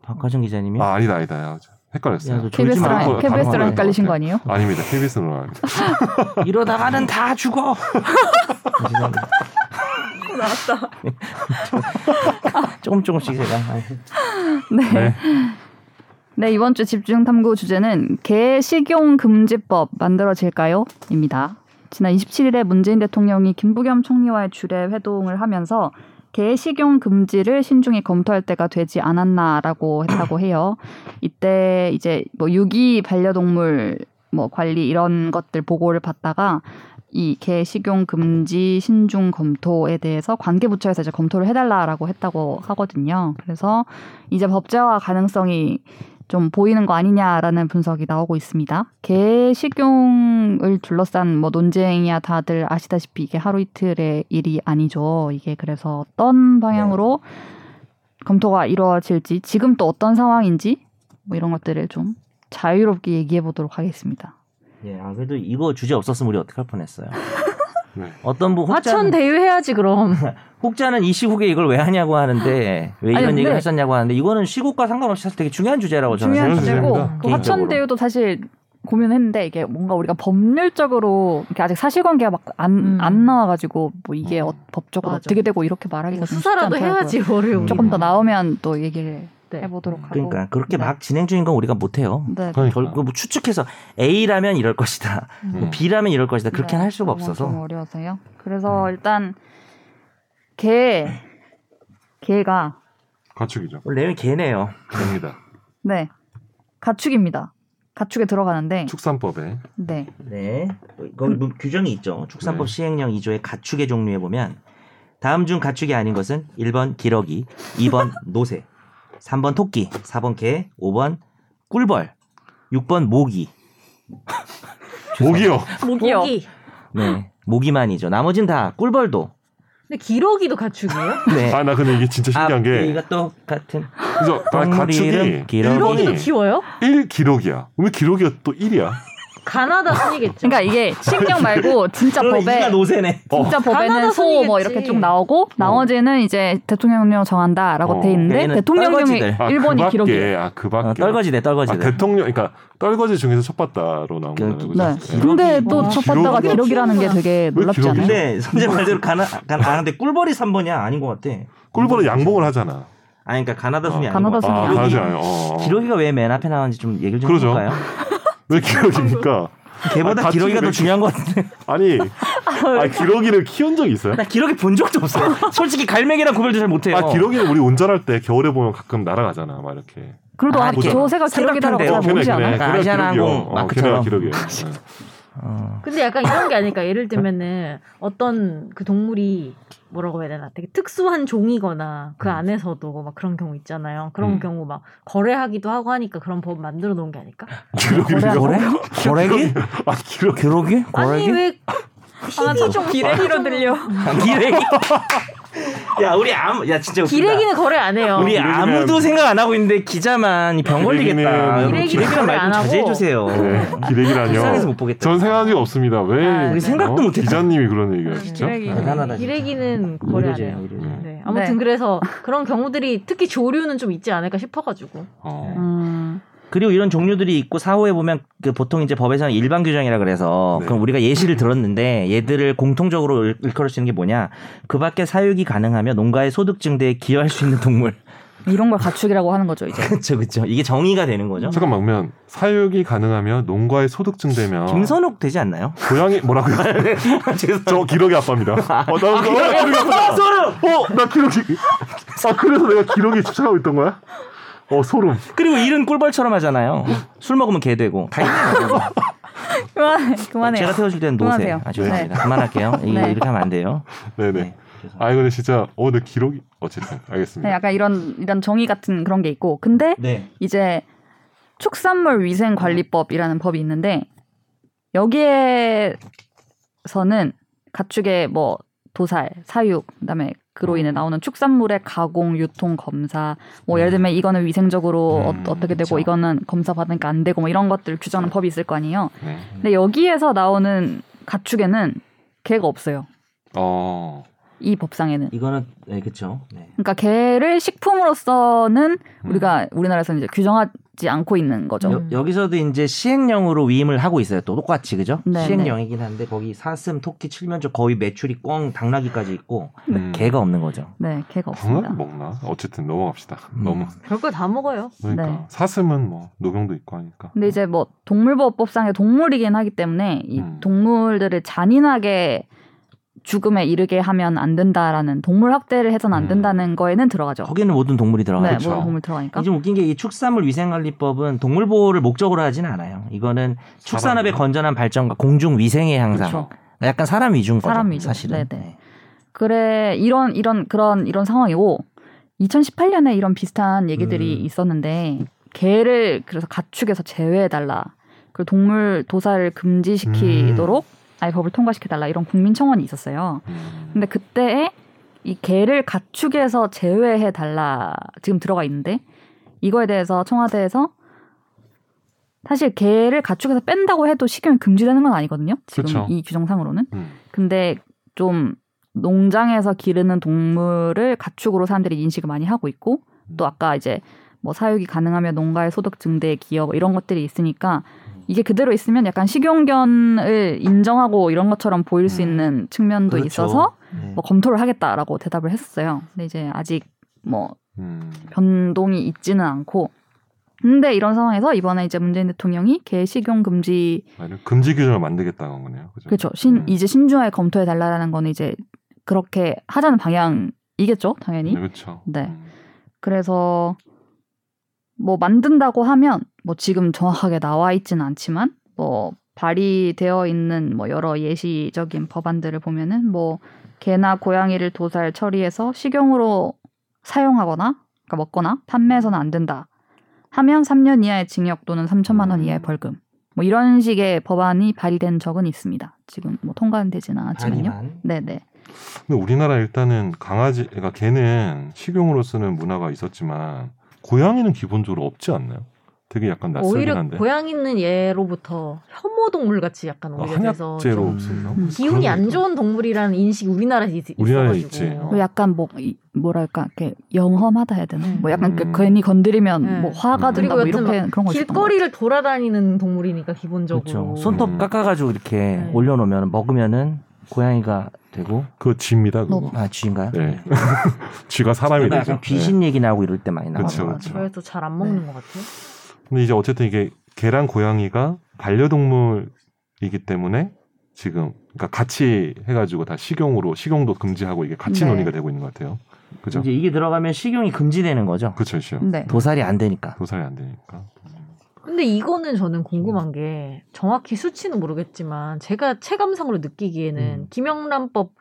Speaker 4: 박하정 기자님이
Speaker 2: 아, 아니다 아니다. 야, 헷갈렸어요.
Speaker 4: 야, 그 너 졸지
Speaker 2: 마.
Speaker 1: KBS랑
Speaker 2: 바로
Speaker 1: KBS랑
Speaker 2: 바로
Speaker 1: 헷갈리신
Speaker 2: 바로
Speaker 1: 거 아니에요?
Speaker 2: 아닙니다. KBS는 아닙니다.
Speaker 4: 이러다가는 다 죽어 죄송합니다.
Speaker 1: 어,
Speaker 4: 네.
Speaker 3: 나왔다.
Speaker 4: 조금 조금씩 제가 아,
Speaker 1: 네. 네, 이번 주 집중 탐구 주제는 개 식용 금지법 만들어질까요? 입니다. 지난 27일에 문재인 대통령이 김부겸 총리와의 주례 회동을 하면서 개 식용 금지를 신중히 검토할 때가 되지 않았나라고 했다고 해요. 이때 이제 뭐 유기 반려동물 뭐 관리 이런 것들 보고를 받다가 이 개 식용 금지 신중 검토에 대해서 관계 부처에서 이제 검토를 해달라라고 했다고 하거든요. 그래서 이제 법제화 가능성이 좀 보이는 거 아니냐라는 분석이 나오고 있습니다. 개 식용을 둘러싼 뭐 논쟁이야 다들 아시다시피 이게 하루 이틀의 일이 아니죠. 이게 그래서 어떤 방향으로 검토가 이루어질지 지금 또 어떤 상황인지 뭐 이런 것들을 좀 자유롭게 얘기해 보도록 하겠습니다.
Speaker 4: 예, 아, 그래도 이거 주제 없었으면 우리 어떡할 뻔했어요
Speaker 2: 네.
Speaker 4: 어떤 분
Speaker 3: 아, 화천 대유해야지 그럼.
Speaker 4: 혹자는 이 시국에 이걸 왜 하냐고 하는데 왜 이런
Speaker 1: 아니, 근데-
Speaker 4: 얘기를 하셨냐고 하는데 이거는 시국과 상관없이 사실 되게 중요한 주제라고 어, 저는
Speaker 1: 중요한
Speaker 2: 중요한
Speaker 1: 주제고
Speaker 2: 주제입니다.
Speaker 1: 그 화천
Speaker 4: 개인적으로.
Speaker 1: 대유도 사실 고민했는데 이게 뭔가 우리가 법률적으로 이렇게 아직 사실관계가 막 안 안
Speaker 3: 음.
Speaker 1: 나와가지고 뭐 이게 어-
Speaker 2: 음.
Speaker 1: 법적으로
Speaker 3: 맞아. 그러니까
Speaker 1: 어떻게 되고 이렇게 말하기가 좀 쉽지
Speaker 3: 수사라도
Speaker 1: 않더라고요.
Speaker 3: 해야지 월요일.
Speaker 1: 조금 더 나오면 또 얘기를
Speaker 3: 네.
Speaker 1: 해보도록 하고
Speaker 4: 음. 그러니까 그렇게
Speaker 1: 네.
Speaker 4: 막 진행 중인 건 우리가 못 해요.
Speaker 1: 네.
Speaker 2: 그러니까.
Speaker 4: 결국 뭐 추측해서 A라면 이럴 것이다,
Speaker 2: 음.
Speaker 4: B라면 이럴 것이다 그렇게
Speaker 1: 네,
Speaker 4: 는할 수가
Speaker 1: 너무 좀
Speaker 4: 없어서 음.
Speaker 1: 어려워서요. 그래서 일단 개 개가
Speaker 2: 가축이죠.
Speaker 4: 원래 내용이 개네요.
Speaker 2: 됩니다.
Speaker 1: 네 가축입니다. 가축에 들어가는데
Speaker 2: 축산법에
Speaker 1: 네
Speaker 4: 네, 거기 뭐 규정이 있죠. 축산법
Speaker 2: 네.
Speaker 4: 시행령 2조의 가축의 종류에 보면 다음 중 가축이 아닌 것은 1번 기러기, 2번 노새, 3번 토끼, 4번 개, 5번 꿀벌, 6번 모기.
Speaker 2: 모기요.
Speaker 1: 목이요.
Speaker 3: 모기.
Speaker 4: 네. 모기만이죠. 나머진 다 꿀벌도.
Speaker 3: 근데 기러기도 가축이에요?
Speaker 4: 네.
Speaker 2: 아 나 근데 이게 진짜 신기한 게
Speaker 4: 이가 또 같은
Speaker 2: 그죠? 아,
Speaker 4: 동물
Speaker 2: 가축이
Speaker 4: 이름, 기록이.
Speaker 3: 기러기도
Speaker 2: 1번이
Speaker 3: 키워요?
Speaker 2: 1 기록이야. 왜 기록이가 또 1이야?
Speaker 3: 가나다 순이겠죠.
Speaker 1: 그러니까 이게 식용 말고 진짜 법에
Speaker 4: 어, 이가 노세네.
Speaker 2: 아,
Speaker 1: 진짜 법에는
Speaker 3: 가나다
Speaker 1: 소 뭐
Speaker 3: 순이겠지.
Speaker 1: 이렇게 쭉 나오고 나머지는 이제 대통령령 정한다라고
Speaker 2: 어.
Speaker 1: 돼 있는데
Speaker 4: 얘는
Speaker 1: 대통령령이
Speaker 4: 떨거지들.
Speaker 2: 아,
Speaker 1: 일본이
Speaker 2: 그
Speaker 1: 기록이에요.
Speaker 2: 밖에, 아, 그 밖에.
Speaker 4: 어, 떨거지네,
Speaker 2: 아,
Speaker 4: 떨거지네.
Speaker 2: 대통령, 그러니까 떨거지 중에서 첫 봤다로 나온
Speaker 4: 그-
Speaker 2: 거잖아요.
Speaker 1: 네.
Speaker 2: 그죠?
Speaker 4: 기록이-
Speaker 1: 근데 또
Speaker 3: 와,
Speaker 1: 첫봤다가
Speaker 3: 기록이-
Speaker 1: 기록이라는 게 되게 놀랍지
Speaker 2: 기록이-
Speaker 1: 않아요?
Speaker 4: 근데 선제 말대로 가나 가나 아, 근데 꿀벌이 3번이야 아닌 것 같아.
Speaker 2: 꿀벌은 양봉을 하잖아.
Speaker 4: 아니 그러니까 가나다 순이
Speaker 2: 어,
Speaker 4: 아닌 것
Speaker 1: 가나다
Speaker 4: 같아.
Speaker 1: 순이
Speaker 2: 아,
Speaker 1: 기록이-
Speaker 2: 다르지 않아요. 어, 어.
Speaker 4: 기러기가 왜 맨 앞에 나왔는지 좀 얘기를 좀
Speaker 2: 그러죠.
Speaker 4: 해볼까요?
Speaker 2: 왜 기록입니까?
Speaker 4: 걔보다
Speaker 2: 아, 그 같이
Speaker 4: 기러기가 더
Speaker 2: 이렇게-
Speaker 4: 중요한 것 같은데
Speaker 2: 아니, 아, 기록이를 키운 적 있어요?
Speaker 4: 나 기러기 본 적도 없어요. 솔직히 갈매기랑 구별도 잘 못해요.
Speaker 2: 아, 기록이는 우리 운전할 때 겨울에 보면 가끔 날아가잖아, 막 이렇게. 어,
Speaker 1: 그래도
Speaker 4: 아,
Speaker 1: 아,
Speaker 4: 이렇게
Speaker 1: 조세가 기록이라고
Speaker 4: 삼각형대요.
Speaker 1: 잘
Speaker 4: 걔네,
Speaker 1: 모르지 않아요?
Speaker 4: 그러니까 아시아나 항공
Speaker 2: 기록이요. 어, 걔네가
Speaker 4: 마크처럼.
Speaker 2: 기록이에요.
Speaker 4: 어,
Speaker 3: 근데 약간 이런 게 아닐까. 예를 들면은 어떤 그 동물이 뭐라고 해야 되나 되게 특수한 종이거나 그 안에서도 막 그런 경우 있잖아요. 그런
Speaker 2: 음.
Speaker 3: 경우 막 거래하기도 하고 하니까 그런 법 만들어 놓은 게 아닐까?
Speaker 4: 고래?
Speaker 2: 기록이요.
Speaker 4: 고래기?
Speaker 2: 아, 기록.
Speaker 4: 기러기?
Speaker 3: 아니
Speaker 4: 고래기?
Speaker 3: 왜 희귀 종 기레기로 들려.
Speaker 4: 기레기? 야 우리 아무 야 진짜 웃긴다.
Speaker 3: 기레기는 거래 안 해요.
Speaker 4: 우리
Speaker 2: 기레기는-
Speaker 4: 아무도 생각 안 하고 있는데 기자만 병
Speaker 2: 기레기는-
Speaker 4: 걸리겠다.
Speaker 3: 기레기는
Speaker 4: 기레기란
Speaker 3: 생각
Speaker 4: 말좀
Speaker 3: 안
Speaker 4: 자제해
Speaker 3: 하고. 아,
Speaker 4: 주세요.
Speaker 2: 네,
Speaker 4: 불쌍해서
Speaker 2: 기록이라뇨.
Speaker 4: 못 보겠다.
Speaker 2: 전 생각한 적 없습니다. 왜? 어?
Speaker 1: 아, 우리
Speaker 4: 생각도 못 했다. 아,
Speaker 2: 기자님이 그런 얘기가 진짜.
Speaker 1: 기록이-
Speaker 4: 대단하다. 진짜.
Speaker 3: 음, 기레기는 거래 안
Speaker 4: 의료제예요,
Speaker 3: 해요.
Speaker 4: 의료제.
Speaker 2: 음.
Speaker 3: 네. 아무튼
Speaker 1: 네.
Speaker 3: 그래서 그런 경우들이 특히 조류는 좀 있지 않을까 싶어가지고.
Speaker 2: 어.
Speaker 1: 음,
Speaker 4: 그리고 이런 종류들이 있고 사후에 보면 그 보통 이제 법에서는 일반 규정이라 그래서
Speaker 2: 네.
Speaker 4: 그럼 우리가 예시를 들었는데 얘들을 공통적으로 일- 일컬을 쓰는 게 뭐냐? 그 밖에 사육이 가능하며 농가의 소득 증대에 기여할 수 있는 동물.
Speaker 1: 이런 걸 가축이라고 하는 거죠 이제.
Speaker 4: 그렇죠, 그렇죠. 이게 정의가 되는 거죠.
Speaker 2: 잠깐만 그러면 사육이 가능하며 농가의 소득 증대면
Speaker 4: 김선욱 되지 않나요?
Speaker 2: 고양이 뭐라고요? 저 기록이 아빠입니다. 어, 나, 나, 나 기록이 아빠.
Speaker 4: 소름.
Speaker 2: 어, 나 기록이. 아 그래서 내가 기록에 집착하고 있던 거야? 어 소름.
Speaker 4: 그리고 일은 꿀벌처럼 하잖아요. 술 먹으면 개 되고 다 있네요.
Speaker 1: 그만해, 그만해요.
Speaker 4: 제가 태워줄 때는 노세.
Speaker 1: 그만하세요.
Speaker 4: 아, 죄송합니다. 그만할게요. 이-
Speaker 1: 네.
Speaker 4: 이렇게 하면 안 돼요.
Speaker 2: 네네.
Speaker 4: 네. 죄송합니다.
Speaker 2: 아 이거는 진짜 어 내 기록이 어쨌든
Speaker 1: 네,
Speaker 2: 알겠습니다.
Speaker 1: 약간 이런 이런 정의 같은 그런 게 있고, 근데
Speaker 4: 네.
Speaker 1: 이제 축산물 위생관리법이라는 법이 있는데 여기에서는 가축의 뭐 도살, 사육, 그다음에 그로 인해 나오는 축산물의 가공, 유통 검사, 뭐 예를 들면 이거는 위생적으로
Speaker 2: 음,
Speaker 1: 어, 떻게 되고
Speaker 4: 그쵸.
Speaker 1: 이거는 검사 받으니까 안 되고 뭐 이런 것들 규정하는 법이 있을 거 아니에요.
Speaker 2: 네.
Speaker 1: 근데 여기에서 나오는 가축에는 개가 없어요.
Speaker 2: 어
Speaker 1: 이 법상에는.
Speaker 4: 이거는 네, 그렇죠. 네.
Speaker 1: 그러니까 개를 식품으로서는
Speaker 2: 음.
Speaker 1: 우리가 우리나라에서는 이제 규정하지 않고 있는 거죠.
Speaker 4: 여, 여기서도 이제 시행령으로 위임을 하고 있어요. 또 똑같이 그죠?
Speaker 1: 네,
Speaker 4: 시행령이긴 한데 거기 사슴, 토끼, 칠면조 거의 매출이 꽝 당나귀까지 있고
Speaker 2: 음.
Speaker 4: 개가 없는 거죠.
Speaker 1: 네, 개가 없습니다.
Speaker 4: 뭐.
Speaker 2: 방을 먹나? 어쨌든 넘어갑시다.
Speaker 4: 음.
Speaker 2: 너무
Speaker 3: 별걸 다 먹어요.
Speaker 2: 그러니까
Speaker 1: 네.
Speaker 2: 사슴은 뭐 녹용도 있고 하니까.
Speaker 1: 근데 이제 뭐 동물보호법상의 동물이긴 하기 때문에 이
Speaker 2: 음.
Speaker 1: 동물들을 잔인하게 죽음에 이르게 하면 안 된다라는 동물 학대를 해서는
Speaker 2: 음.
Speaker 1: 안 된다는 거에는 들어가죠.
Speaker 4: 네. 거기는 모든 동물이
Speaker 1: 네,
Speaker 4: 들어가죠.
Speaker 2: 그쵸.
Speaker 1: 모든 동물 들어가니까.
Speaker 4: 이제 웃긴 게 이 축산물 위생관리법은 동물 보호를 목적으로 하진 않아요. 이거는 축산업의
Speaker 2: 사람이요?
Speaker 4: 건전한 발전과 공중 위생의 향상. 그러니까
Speaker 1: 그쵸.
Speaker 4: 약간 사람 위주인 거죠.
Speaker 1: 그렇죠. 사람 위주.
Speaker 4: 사실은.
Speaker 1: 네네. 그래 이런 이런 그런 이런 상황이고 2018년에 이런 비슷한 얘기들이
Speaker 4: 음.
Speaker 1: 있었는데 개를 그래서 가축에서 제외해 달라. 그리고 동물 도살을 금지시키도록
Speaker 4: 음.
Speaker 1: 아예 법을 통과시켜 달라 이런 국민 청원이 있었어요.
Speaker 2: 음.
Speaker 1: 근데 그때에 이 개를 가축에서 제외해 달라 지금 들어가 있는데 이거에 대해서 청와대에서 사실 개를 가축에서 뺀다고 해도 식용이 금지되는 건 아니거든요. 지금
Speaker 4: 그렇죠.
Speaker 2: 그쵸.
Speaker 1: 이 규정상으로는.
Speaker 2: 음.
Speaker 1: 근데 좀 농장에서 기르는 동물을 가축으로 사람들이 인식을 많이 하고 있고 또 아까 이제 뭐 사육이 가능하며 농가의 소득 증대에 기여 뭐 이런 것들이 있으니까 이게 그대로 있으면 약간 식용견을 인정하고 이런 것처럼 보일 수
Speaker 2: 음.
Speaker 1: 있는 측면도
Speaker 4: 그렇죠.
Speaker 1: 있어서
Speaker 4: 네.
Speaker 1: 뭐 검토를 하겠다라고 대답을 했었어요. 근데 이제 아직 뭐
Speaker 2: 음.
Speaker 1: 변동이 있지는 않고 근데 이런 상황에서 이번에 이제 문재인 대통령이 개 식용 금지
Speaker 2: 아니면 금지 규정을 만들겠다는 거네요. 그죠?
Speaker 1: 그렇죠. 신
Speaker 2: 음.
Speaker 1: 이제 신중하게 검토해 달라라는 거는 이제 그렇게 하자는 방향이겠죠, 당연히.
Speaker 2: 네, 그렇죠.
Speaker 1: 네.
Speaker 2: 음.
Speaker 1: 그래서 뭐 만든다고 하면 뭐 지금 정확하게 나와 있지는 않지만 뭐 발의되어 있는 뭐 여러 예시적인 법안들을 보면은 뭐 개나 고양이를 도살 처리해서 식용으로 사용하거나 그러니까 먹거나 판매해서는 안 된다. 하면 3년 이하의 징역 또는 3천만 원
Speaker 2: 음.
Speaker 1: 이하의 벌금. 뭐 이런 식의 법안이 발의된 적은 있습니다. 지금 뭐 통과는 되지는 않았지만요.
Speaker 4: 반이만.
Speaker 1: 네네.
Speaker 2: 근데 우리나라 일단은 강아지, 그러니까 개는 식용으로 쓰는 문화가 있었지만 고양이는 기본적으로 없지 않나요? 되게 약간 낯설긴
Speaker 3: 오히려
Speaker 2: 아, 한데.
Speaker 3: 고양이는 얘로부터 혐오 동물 같이 약간
Speaker 2: 어,
Speaker 3: 오히려 돼서 좀
Speaker 2: 한약재로
Speaker 4: 좀-
Speaker 2: 쓰나? 그러니까.
Speaker 1: 음.
Speaker 3: 기운이
Speaker 2: 그런
Speaker 3: 안
Speaker 2: 얘기도-
Speaker 3: 좋은 동물이라는 인식이 우리나라에 있,
Speaker 2: 우리나라에
Speaker 3: 있어가지고. 네.
Speaker 2: 있지. 어.
Speaker 1: 뭐 약간 뭐 이- 뭐랄까 이렇게 영험하다 해야 되나?
Speaker 3: 음.
Speaker 1: 뭐 약간
Speaker 2: 음.
Speaker 1: 그 괜히 건드리면
Speaker 3: 네.
Speaker 1: 뭐 화가
Speaker 2: 음.
Speaker 1: 들다 뭐
Speaker 3: 그리고 여튼
Speaker 1: 이렇게 뭐. 그런 거 있었던 것
Speaker 3: 길거리를 돌아다니는 동물이니까 기본적으로.
Speaker 4: 그렇죠. 손톱
Speaker 2: 음.
Speaker 4: 깎아가지고 이렇게
Speaker 3: 네.
Speaker 4: 올려놓으면 먹으면은 고양이가 되고
Speaker 2: 그거 쥐입니다, 그거.
Speaker 4: 아 쥐인가요?
Speaker 2: 네. 쥐가 사람이
Speaker 4: 약간
Speaker 2: 되죠. 네.
Speaker 4: 귀신 얘기 나오고 이럴 때 많이 나와요.
Speaker 2: 그쵸, 그쵸.
Speaker 3: 그래서 잘 안 먹는 것 같아요.
Speaker 2: 네. 근데 이제 어쨌든 이게 개랑 고양이가 반려동물이기 때문에 지금 그러니까 같이 해가지고 다 식용으로 식용도 금지하고 이게 같이
Speaker 1: 네.
Speaker 2: 논의가 되고 있는 것 같아요. 그죠?
Speaker 4: 이제 이게 들어가면 식용이 금지되는 거죠.
Speaker 2: 그렇죠, 그 이슈.
Speaker 1: 같아요. 네.
Speaker 4: 도살이 안 되니까.
Speaker 2: 도살이 안 되니까.
Speaker 3: 근데 이거는 저는 궁금한 게 정확히 수치는 모르겠지만 제가 체감상으로 느끼기에는
Speaker 4: 음.
Speaker 3: 김영란법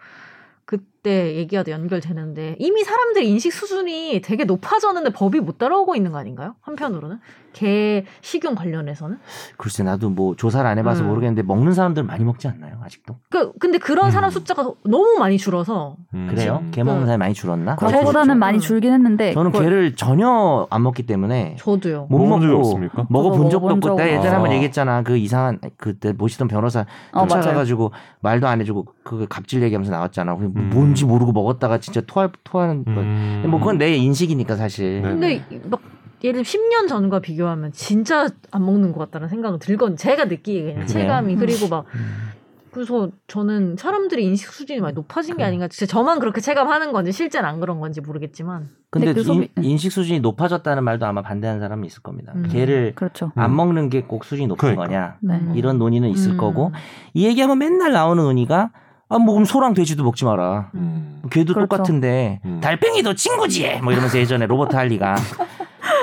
Speaker 3: 그때 얘기와도 연결되는데 이미 사람들의 인식 수준이 되게 높아졌는데 법이 못 따라오고 있는 거 아닌가요? 한편으로는 개 식용 관련해서는
Speaker 4: 글쎄 나도 뭐 조사를 안 해봐서
Speaker 3: 음.
Speaker 4: 모르겠는데 먹는 사람들 많이 먹지 않나요 아직도?
Speaker 3: 그 근데 그런 사람
Speaker 2: 음.
Speaker 3: 숫자가 너무 많이 줄어서
Speaker 2: 음.
Speaker 4: 그래요? 개 먹는
Speaker 3: 음.
Speaker 4: 사람이 많이 줄었나?
Speaker 1: 과거보다는
Speaker 3: 저는-
Speaker 1: 많이 줄긴 했는데
Speaker 4: 저는
Speaker 1: 그걸
Speaker 4: 개를 전혀 안 먹기 때문에
Speaker 3: 저도요.
Speaker 4: 못
Speaker 2: 먹은 적이
Speaker 4: 먹고
Speaker 2: 없습니까?
Speaker 4: 먹어본
Speaker 1: 저도
Speaker 4: 적도
Speaker 1: 먹어본
Speaker 4: 없고
Speaker 1: 적은
Speaker 4: 내가 예전에 한번
Speaker 2: 없어요.
Speaker 4: 얘기했잖아 그 이상한 그때 모시던 변호사
Speaker 1: 어, 맞아요.
Speaker 4: 쫓아가가지고 말도 안 해주고 그 갑질 얘기하면서 나왔잖아 그게
Speaker 2: 음.
Speaker 4: 뭔지 모르고 먹었다가 진짜 토할 토하는 거.
Speaker 2: 음.
Speaker 4: 뭐 그건 내 인식이니까 사실
Speaker 2: 네.
Speaker 3: 근데 막 예를 들면 10년 전과 비교하면 진짜 안 먹는 것 같다는 생각은 들건 제가 느끼기에
Speaker 4: 네.
Speaker 3: 그냥 체감이 그리고 막
Speaker 4: 음.
Speaker 3: 그래서 저는 사람들의 인식 수준이 많이 높아진 게 아닌가 진짜 저만 그렇게 체감하는 건지 실제는 안 그런 건지 모르겠지만
Speaker 4: 근데
Speaker 1: 댓글 그 소비- 네.
Speaker 4: 인, 식 수준이 높아졌다는 말도 아마 반대하는 사람이 있을 겁니다.
Speaker 3: 음.
Speaker 4: 개를
Speaker 1: 그렇죠.
Speaker 4: 안 먹는 게 꼭 수준이 높은
Speaker 2: 그러니까.
Speaker 4: 거냐
Speaker 1: 네.
Speaker 3: 음.
Speaker 4: 이런 논의는 있을
Speaker 3: 음.
Speaker 4: 거고 이 얘기하면 맨날 나오는 논의가 아, 뭐 그럼 소랑 돼지도 먹지 마라.
Speaker 2: 음.
Speaker 4: 걔도
Speaker 1: 그렇죠.
Speaker 4: 똑같은데
Speaker 2: 음.
Speaker 4: 달팽이도 친구지 뭐 이러면서 예전에 로버트 할리가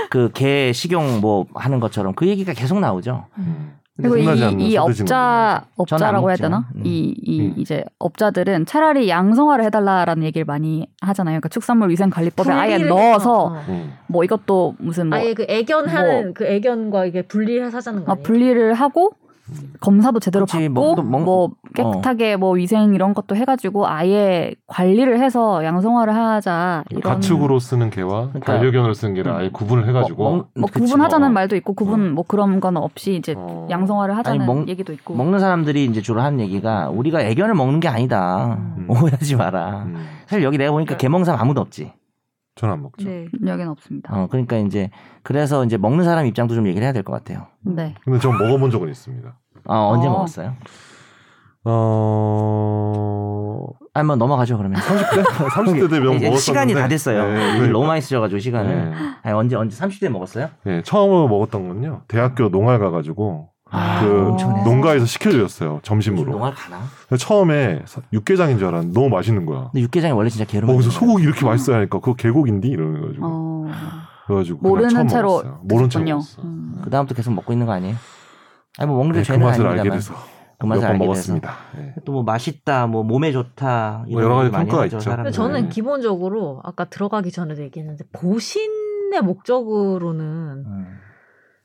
Speaker 4: 그 개 식용 뭐 하는 것처럼 그 얘기가 계속 나오죠.
Speaker 2: 음.
Speaker 1: 그리고 이,
Speaker 2: 혼나지 않는
Speaker 1: 이
Speaker 2: 소드지물.
Speaker 1: 업자 업자라고 해야
Speaker 4: 먹죠.
Speaker 1: 되나?
Speaker 4: 음.
Speaker 1: 이, 이
Speaker 2: 음.
Speaker 1: 이제 업자들은 차라리 양성화를 해달라라는 얘기를 많이 하잖아요. 그러니까 축산물 위생관리법에 아예
Speaker 3: 분리를
Speaker 1: 넣어서
Speaker 3: 해서, 어.
Speaker 2: 음.
Speaker 1: 뭐 이것도 무슨 뭐
Speaker 3: 아예 그 애견하는 그 애견과 이게 분리를 해서 하자는
Speaker 1: 아,
Speaker 3: 거예요.
Speaker 1: 분리를 하고
Speaker 2: 음.
Speaker 1: 검사도 제대로
Speaker 4: 그치,
Speaker 1: 받고
Speaker 4: 먹- 어. 먹-
Speaker 1: 뭐 깨끗하게 뭐 위생 이런 것도 해가지고 아예 관리를 해서 양성화를 하자 이런
Speaker 2: 뭐 가축으로 쓰는 개와
Speaker 4: 그러니까-
Speaker 2: 반려견으로 쓰는 개를
Speaker 4: 음. 어,
Speaker 2: 아예 구분을 해가지고
Speaker 4: 먹- 먹-
Speaker 1: 뭐
Speaker 4: 그치,
Speaker 1: 구분하자는
Speaker 4: 뭐.
Speaker 1: 말도 있고 구분 뭐 그런 건 없이 이제
Speaker 2: 어.
Speaker 1: 양성화를 하자는
Speaker 4: 먹-
Speaker 1: 얘기도 있고
Speaker 4: 뭐 먹는 사람들이 이제 주로 하는 얘기가 우리가 애견을 먹는 게 아니다.
Speaker 3: 음.
Speaker 4: 오해하지 마라.
Speaker 2: 음.
Speaker 4: 사실 여기 내가 보니까 개먹는 사람 아무도 없지.
Speaker 2: 저는 안 먹죠.
Speaker 4: 음.
Speaker 3: 네.
Speaker 1: 여기는 없습니다.
Speaker 4: 어, 그러니까 이제 그래서 이제 먹는 사람 입장도 좀 얘기를 해야 될 것 같아요.
Speaker 1: 네.
Speaker 2: 근데 전 먹어본 적은 있습니다.
Speaker 4: 아, 언제
Speaker 1: 어.
Speaker 4: 먹었어요?
Speaker 2: 어...
Speaker 4: 아, 한번 넘어가죠 그러면.
Speaker 2: 30대? 30대 때
Speaker 4: 이제
Speaker 2: 먹었었는데
Speaker 4: 시간이 다 됐어요.
Speaker 2: 네,
Speaker 4: 일을
Speaker 2: 그러니까.
Speaker 4: 너무 많이 쓰셔가지고 시간을.
Speaker 2: 네.
Speaker 4: 아니, 언제 언제 30대 먹었어요?
Speaker 2: 네, 처음으로 먹었던 건요. 대학교 농활 가가지고
Speaker 4: 아,
Speaker 2: 그
Speaker 4: 엄청나네.
Speaker 2: 농가에서 시켜주셨어요. 점심으로.
Speaker 4: 농활 가나?
Speaker 2: 근데 처음에 사- 육개장인 줄 알았는데 너무 맛있는 거야.
Speaker 4: 근데 육개장이 원래 진짜 게으름.
Speaker 2: 어, 그래서 소고기 이렇게 맛있어야 하니까 그거 계곡인데 이러가지고
Speaker 1: 어.
Speaker 2: 그래가지고 그냥 처음
Speaker 1: 모르는 채로
Speaker 2: 먹었어요. 모르는 채로
Speaker 1: 드셨군요.
Speaker 2: 먹었어.
Speaker 1: 음.
Speaker 4: 그 다음부터 계속 먹고 있는 거 아니에요? 아니 뭐 먹는 게
Speaker 2: 네, 그
Speaker 4: 죄는
Speaker 2: 맛을 알게
Speaker 4: 아닙니다만.
Speaker 2: 돼서
Speaker 4: 그
Speaker 2: 몇
Speaker 4: 맛을
Speaker 2: 번
Speaker 4: 알게
Speaker 2: 먹었습니다. 예.
Speaker 4: 돼서. 또뭐 맛있다, 뭐 몸에 좋다 이런
Speaker 2: 뭐 여러 가지
Speaker 4: 얘기 많이
Speaker 2: 평가가
Speaker 4: 하죠,
Speaker 2: 있죠.
Speaker 4: 사람들이.
Speaker 3: 근데 저는
Speaker 2: 네.
Speaker 3: 기본적으로 아까 들어가기 전에도 얘기했는데 보신의 목적으로는
Speaker 4: 음.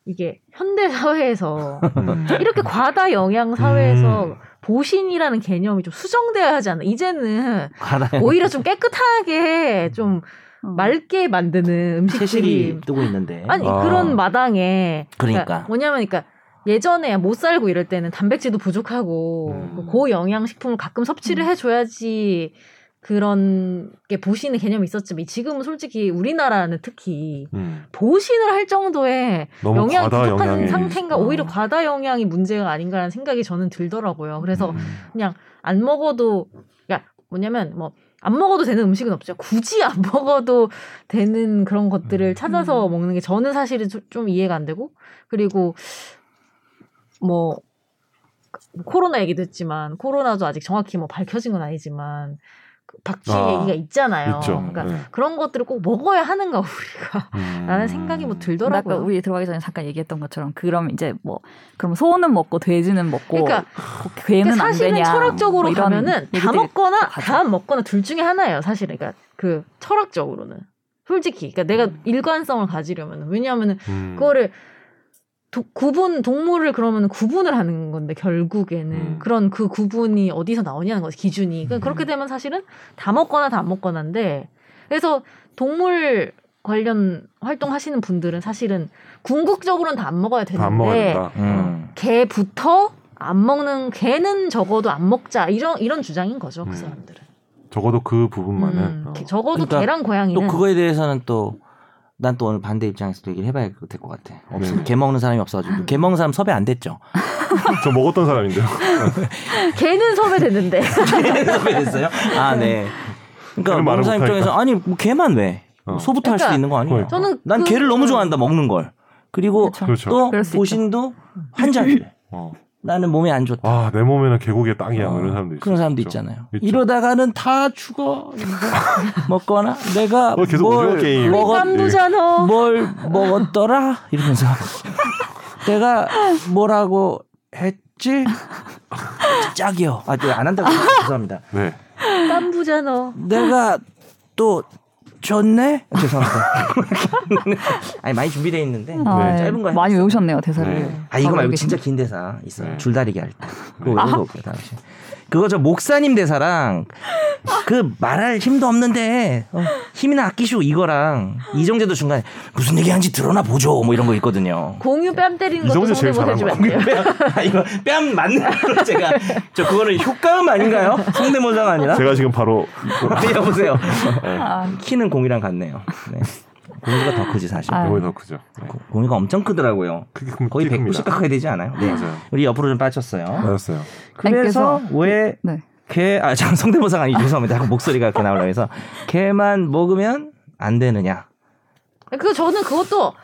Speaker 3: 이게 현대 사회에서
Speaker 2: 음.
Speaker 3: 이렇게 과다 영양 사회에서
Speaker 2: 음.
Speaker 3: 보신이라는 개념이 좀 수정돼야 하지 않나. 이제는
Speaker 4: 과다한
Speaker 3: 오히려 좀 깨끗하게 좀
Speaker 1: 어.
Speaker 3: 음. 맑게 만드는
Speaker 4: 채식이
Speaker 3: 음식들이
Speaker 4: 뜨고 있는데.
Speaker 3: 아니
Speaker 2: 아.
Speaker 3: 그런 마당에
Speaker 4: 그러니까.
Speaker 3: 뭐냐면 그러니까 예전에 못 살고 이럴 때는 단백질도 부족하고
Speaker 2: 음.
Speaker 3: 그 고영양 식품을 가끔 섭취를
Speaker 1: 음.
Speaker 3: 해줘야지 그런 게 보시는 개념이 있었지만 지금은 솔직히 우리나라는 특히
Speaker 2: 음.
Speaker 3: 보신을 할 정도의
Speaker 2: 너무
Speaker 3: 영양
Speaker 2: 과다
Speaker 3: 부족한
Speaker 2: 영양이
Speaker 3: 상태인가
Speaker 4: 어.
Speaker 1: 음.
Speaker 3: 오히려 과다 영양이 문제가 아닌가라는 생각이 저는 들더라고요. 그래서
Speaker 4: 음.
Speaker 3: 안 먹어도 그러니까 뭐냐면 뭐 안 먹어도 되는 음식은 없죠. 굳이 안 먹어도 되는 그런 것들을
Speaker 4: 음.
Speaker 3: 찾아서
Speaker 1: 음.
Speaker 3: 먹는 게 저는 사실은 좀- 좀 이해가 안 되고 그리고 뭐 코로나 얘기도 했지만 코로나도 아직 정확히 뭐 밝혀진 건 아니지만 그 박쥐
Speaker 2: 아,
Speaker 3: 얘기가 있잖아요.
Speaker 2: 있죠.
Speaker 3: 그러니까
Speaker 2: 네.
Speaker 3: 그런 것들을 꼭 먹어야 하는가 우리가
Speaker 2: 음.
Speaker 3: 라는 생각이 뭐
Speaker 1: 근데 아까
Speaker 3: 들더라고요.
Speaker 1: 우리 들어가기 전에 잠깐 얘기했던 것처럼 그럼 이제 뭐 그럼 소는 먹고 돼지는 먹고
Speaker 3: 그러니까
Speaker 1: 뭐 괴는
Speaker 3: 그러니까 사실은
Speaker 1: 안 되냐
Speaker 3: 철학적으로
Speaker 1: 뭐 이런
Speaker 3: 가면은 다
Speaker 1: 얘기들이-
Speaker 3: 먹거나
Speaker 1: 가죠.
Speaker 3: 다 안 먹거나 둘 중에 하나예요 사실은 그러니까 그 철학적으로는 솔직히 그러니까 내가
Speaker 1: 음.
Speaker 3: 일관성을 가지려면 왜냐하면
Speaker 2: 음.
Speaker 3: 그거를 도- 구분 동물을 그러면 구분을 하는 건데 결국에는
Speaker 2: 음.
Speaker 3: 그런 그 구분이 어디서 나오냐는 거지 기준이
Speaker 1: 음.
Speaker 3: 그러니까 그렇게 되면 사실은 다 먹거나 다 안 먹거나인데 그래서 동물 관련 활동하시는 분들은 사실은 궁극적으로는 다 안 먹어야 되는데
Speaker 2: 다안 먹어야 된다.
Speaker 4: 음.
Speaker 3: 개부터 안 먹는 개는 적어도 안 먹자 이런 이런 주장인 거죠 그
Speaker 2: 음.
Speaker 3: 사람들은.
Speaker 2: 적어도 그 부분만은
Speaker 3: 음,
Speaker 2: 어.
Speaker 3: 개- 적어도
Speaker 4: 그러니까
Speaker 3: 개랑
Speaker 4: 또
Speaker 3: 고양이는
Speaker 4: 그거에 대해서는 또. 난 또 오늘 반대 입장에서 또 얘기를 해봐야 될 것 같아. 없으면
Speaker 2: 네.
Speaker 4: 개 먹는 사람이 없어가지고 개 먹는 사람 섭외 안 됐죠.
Speaker 2: 저 먹었던 사람인데요.
Speaker 3: 개는 섭외됐는데
Speaker 4: 섭외됐어요? 아 네.
Speaker 2: 걔는
Speaker 4: 그러니까
Speaker 2: 말을
Speaker 4: 목사 입장에서 아니 뭐 개만 왜
Speaker 2: 어.
Speaker 4: 소부터 할 수도
Speaker 3: 그러니까
Speaker 4: 있는 거 아니에요?
Speaker 2: 그러니까.
Speaker 3: 저는
Speaker 4: 난
Speaker 3: 그-
Speaker 4: 개를 너무 좋아한다 먹는 걸. 그리고
Speaker 1: 그렇죠.
Speaker 2: 그렇죠.
Speaker 4: 또
Speaker 1: 그럴 수
Speaker 4: 보신도 환자들
Speaker 2: 어.
Speaker 4: 나는 몸에 안 좋다.
Speaker 2: 아, 내 몸에는 계곡의 땅이야. 뭐 이런 사람도 있어요.
Speaker 4: 아, 그런 사람도
Speaker 2: 그렇죠.
Speaker 4: 있잖아요.
Speaker 2: 있죠.
Speaker 4: 이러다가는 다 죽어 먹거나 내가
Speaker 2: 어, 계속 오징어 게임.
Speaker 4: 뭘 먹었
Speaker 3: 깜부잖아.
Speaker 4: 뭘 먹었더라 이러면서 내가 뭐라고 했지 짝이요. 아안 한다고 했어요. 죄송합니다.
Speaker 2: 네.
Speaker 3: 깜부잖아.
Speaker 4: 내가 또 졌네? 죄송합니다. 아니 많이 준비돼 있는데
Speaker 1: 아,
Speaker 2: 네.
Speaker 1: 예.
Speaker 4: 짧은 거
Speaker 1: 많이 외우셨네요 대사를.
Speaker 2: 네.
Speaker 4: 뭐, 아 이거
Speaker 1: 바로
Speaker 4: 말고
Speaker 1: 이렇게
Speaker 4: 진짜 긴 대사 있어.
Speaker 2: 네.
Speaker 4: 줄다리기 할 때. 그거
Speaker 2: 네.
Speaker 4: 외우고 올게요, 다음 시간에. 그거 저 목사님 대사랑 그 말할 힘도 없는데 어, 힘이나 아끼쇼 이거랑 이정재도 중간에 무슨 얘기하는지 드러나 보죠 뭐 이런 거 있거든요.
Speaker 3: 공유 뺨 때리는 것도
Speaker 2: 이정재 제일
Speaker 3: 성대모사
Speaker 2: 잘한 것
Speaker 3: 해주면 안 돼요.
Speaker 4: 아, 이거 뺨 맞는 걸로 제가 저 그거는 효과음 아닌가요? 성대모사가 아니라 네.
Speaker 2: 제가 지금 바로
Speaker 4: 여보세요. 어,
Speaker 1: 아,
Speaker 4: 키는 공이랑 같네요. 네. 공유가 더 크지 사실.
Speaker 1: 아.
Speaker 2: 요게 더 크죠. 네.
Speaker 4: 고- 공유가 엄청 크더라고요.
Speaker 2: 그게 그럼
Speaker 4: 거의 190
Speaker 2: 큽니다.
Speaker 4: 가까이 되지 않아요? 네.
Speaker 2: 맞아요.
Speaker 4: 우리 옆으로 좀
Speaker 3: 아.
Speaker 4: 빠졌어요.
Speaker 2: 맞았어요.
Speaker 4: 그래서
Speaker 1: 아니,
Speaker 4: 왜
Speaker 1: 네.
Speaker 4: 개, 아, 참, 성대모사가 아니, 죄송합니다. 자꾸 목소리가 그렇게 나오려고 해서. 개만 먹으면 안 되느냐.
Speaker 3: 그 저는 그것도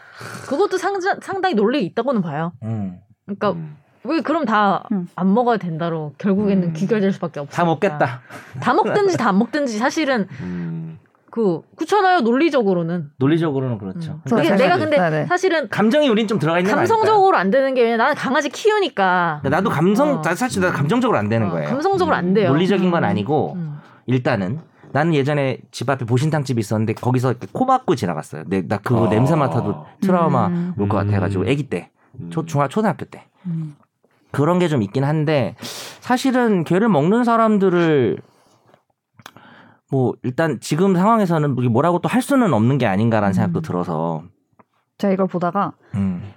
Speaker 3: 그것도 상자, 상당히 논리 있다고는 봐요.
Speaker 4: 음.
Speaker 3: 그러니까
Speaker 2: 음.
Speaker 3: 왜 그럼 다 안
Speaker 1: 음.
Speaker 3: 먹어야 된다로 결국에는
Speaker 2: 음.
Speaker 3: 귀결될 수밖에 없어.
Speaker 4: 다 먹겠다.
Speaker 3: 다 먹든지 다 안 먹든지 사실은
Speaker 2: 음.
Speaker 3: 그 그렇잖아요 논리적으로는.
Speaker 4: 논리적으로는 그렇죠.
Speaker 3: 음.
Speaker 1: 그러니까
Speaker 3: 그게
Speaker 1: 사실은-
Speaker 3: 내가
Speaker 4: 사실
Speaker 3: 근데
Speaker 1: 네, 네.
Speaker 3: 사실은
Speaker 4: 감정이 우린 좀 들어가 있는 거 아닐까요?
Speaker 3: 감성적으로 안 되는 게 왜냐 나는 강아지 키우니까
Speaker 4: 그러니까 나도 감성,
Speaker 3: 어.
Speaker 4: 나 사실 나 감정적으로 안 되는
Speaker 3: 어,
Speaker 4: 거예요.
Speaker 3: 감성적으로 안 돼요.
Speaker 4: 논리적인 건
Speaker 3: 음.
Speaker 4: 아니고
Speaker 3: 음.
Speaker 4: 일단은 나는 예전에 집 앞에 보신탕집이 있었는데 거기서 이렇게 코 막고 지나갔어요. 내, 나 그거
Speaker 2: 아.
Speaker 4: 냄새 맡아도 트라우마
Speaker 1: 음.
Speaker 4: 올 것 같아가지고
Speaker 2: 음.
Speaker 4: 아기 때
Speaker 2: 음.
Speaker 4: 초, 중학 초등학교 때
Speaker 1: 음.
Speaker 4: 그런 게 좀 있긴 한데 사실은 개를 먹는 사람들을 뭐 일단 지금 상황에서는 이게 뭐라고 또 할 수는 없는 게 아닌가라는
Speaker 1: 음.
Speaker 4: 생각도 들어서
Speaker 1: 제가 이걸 보다가
Speaker 4: 음.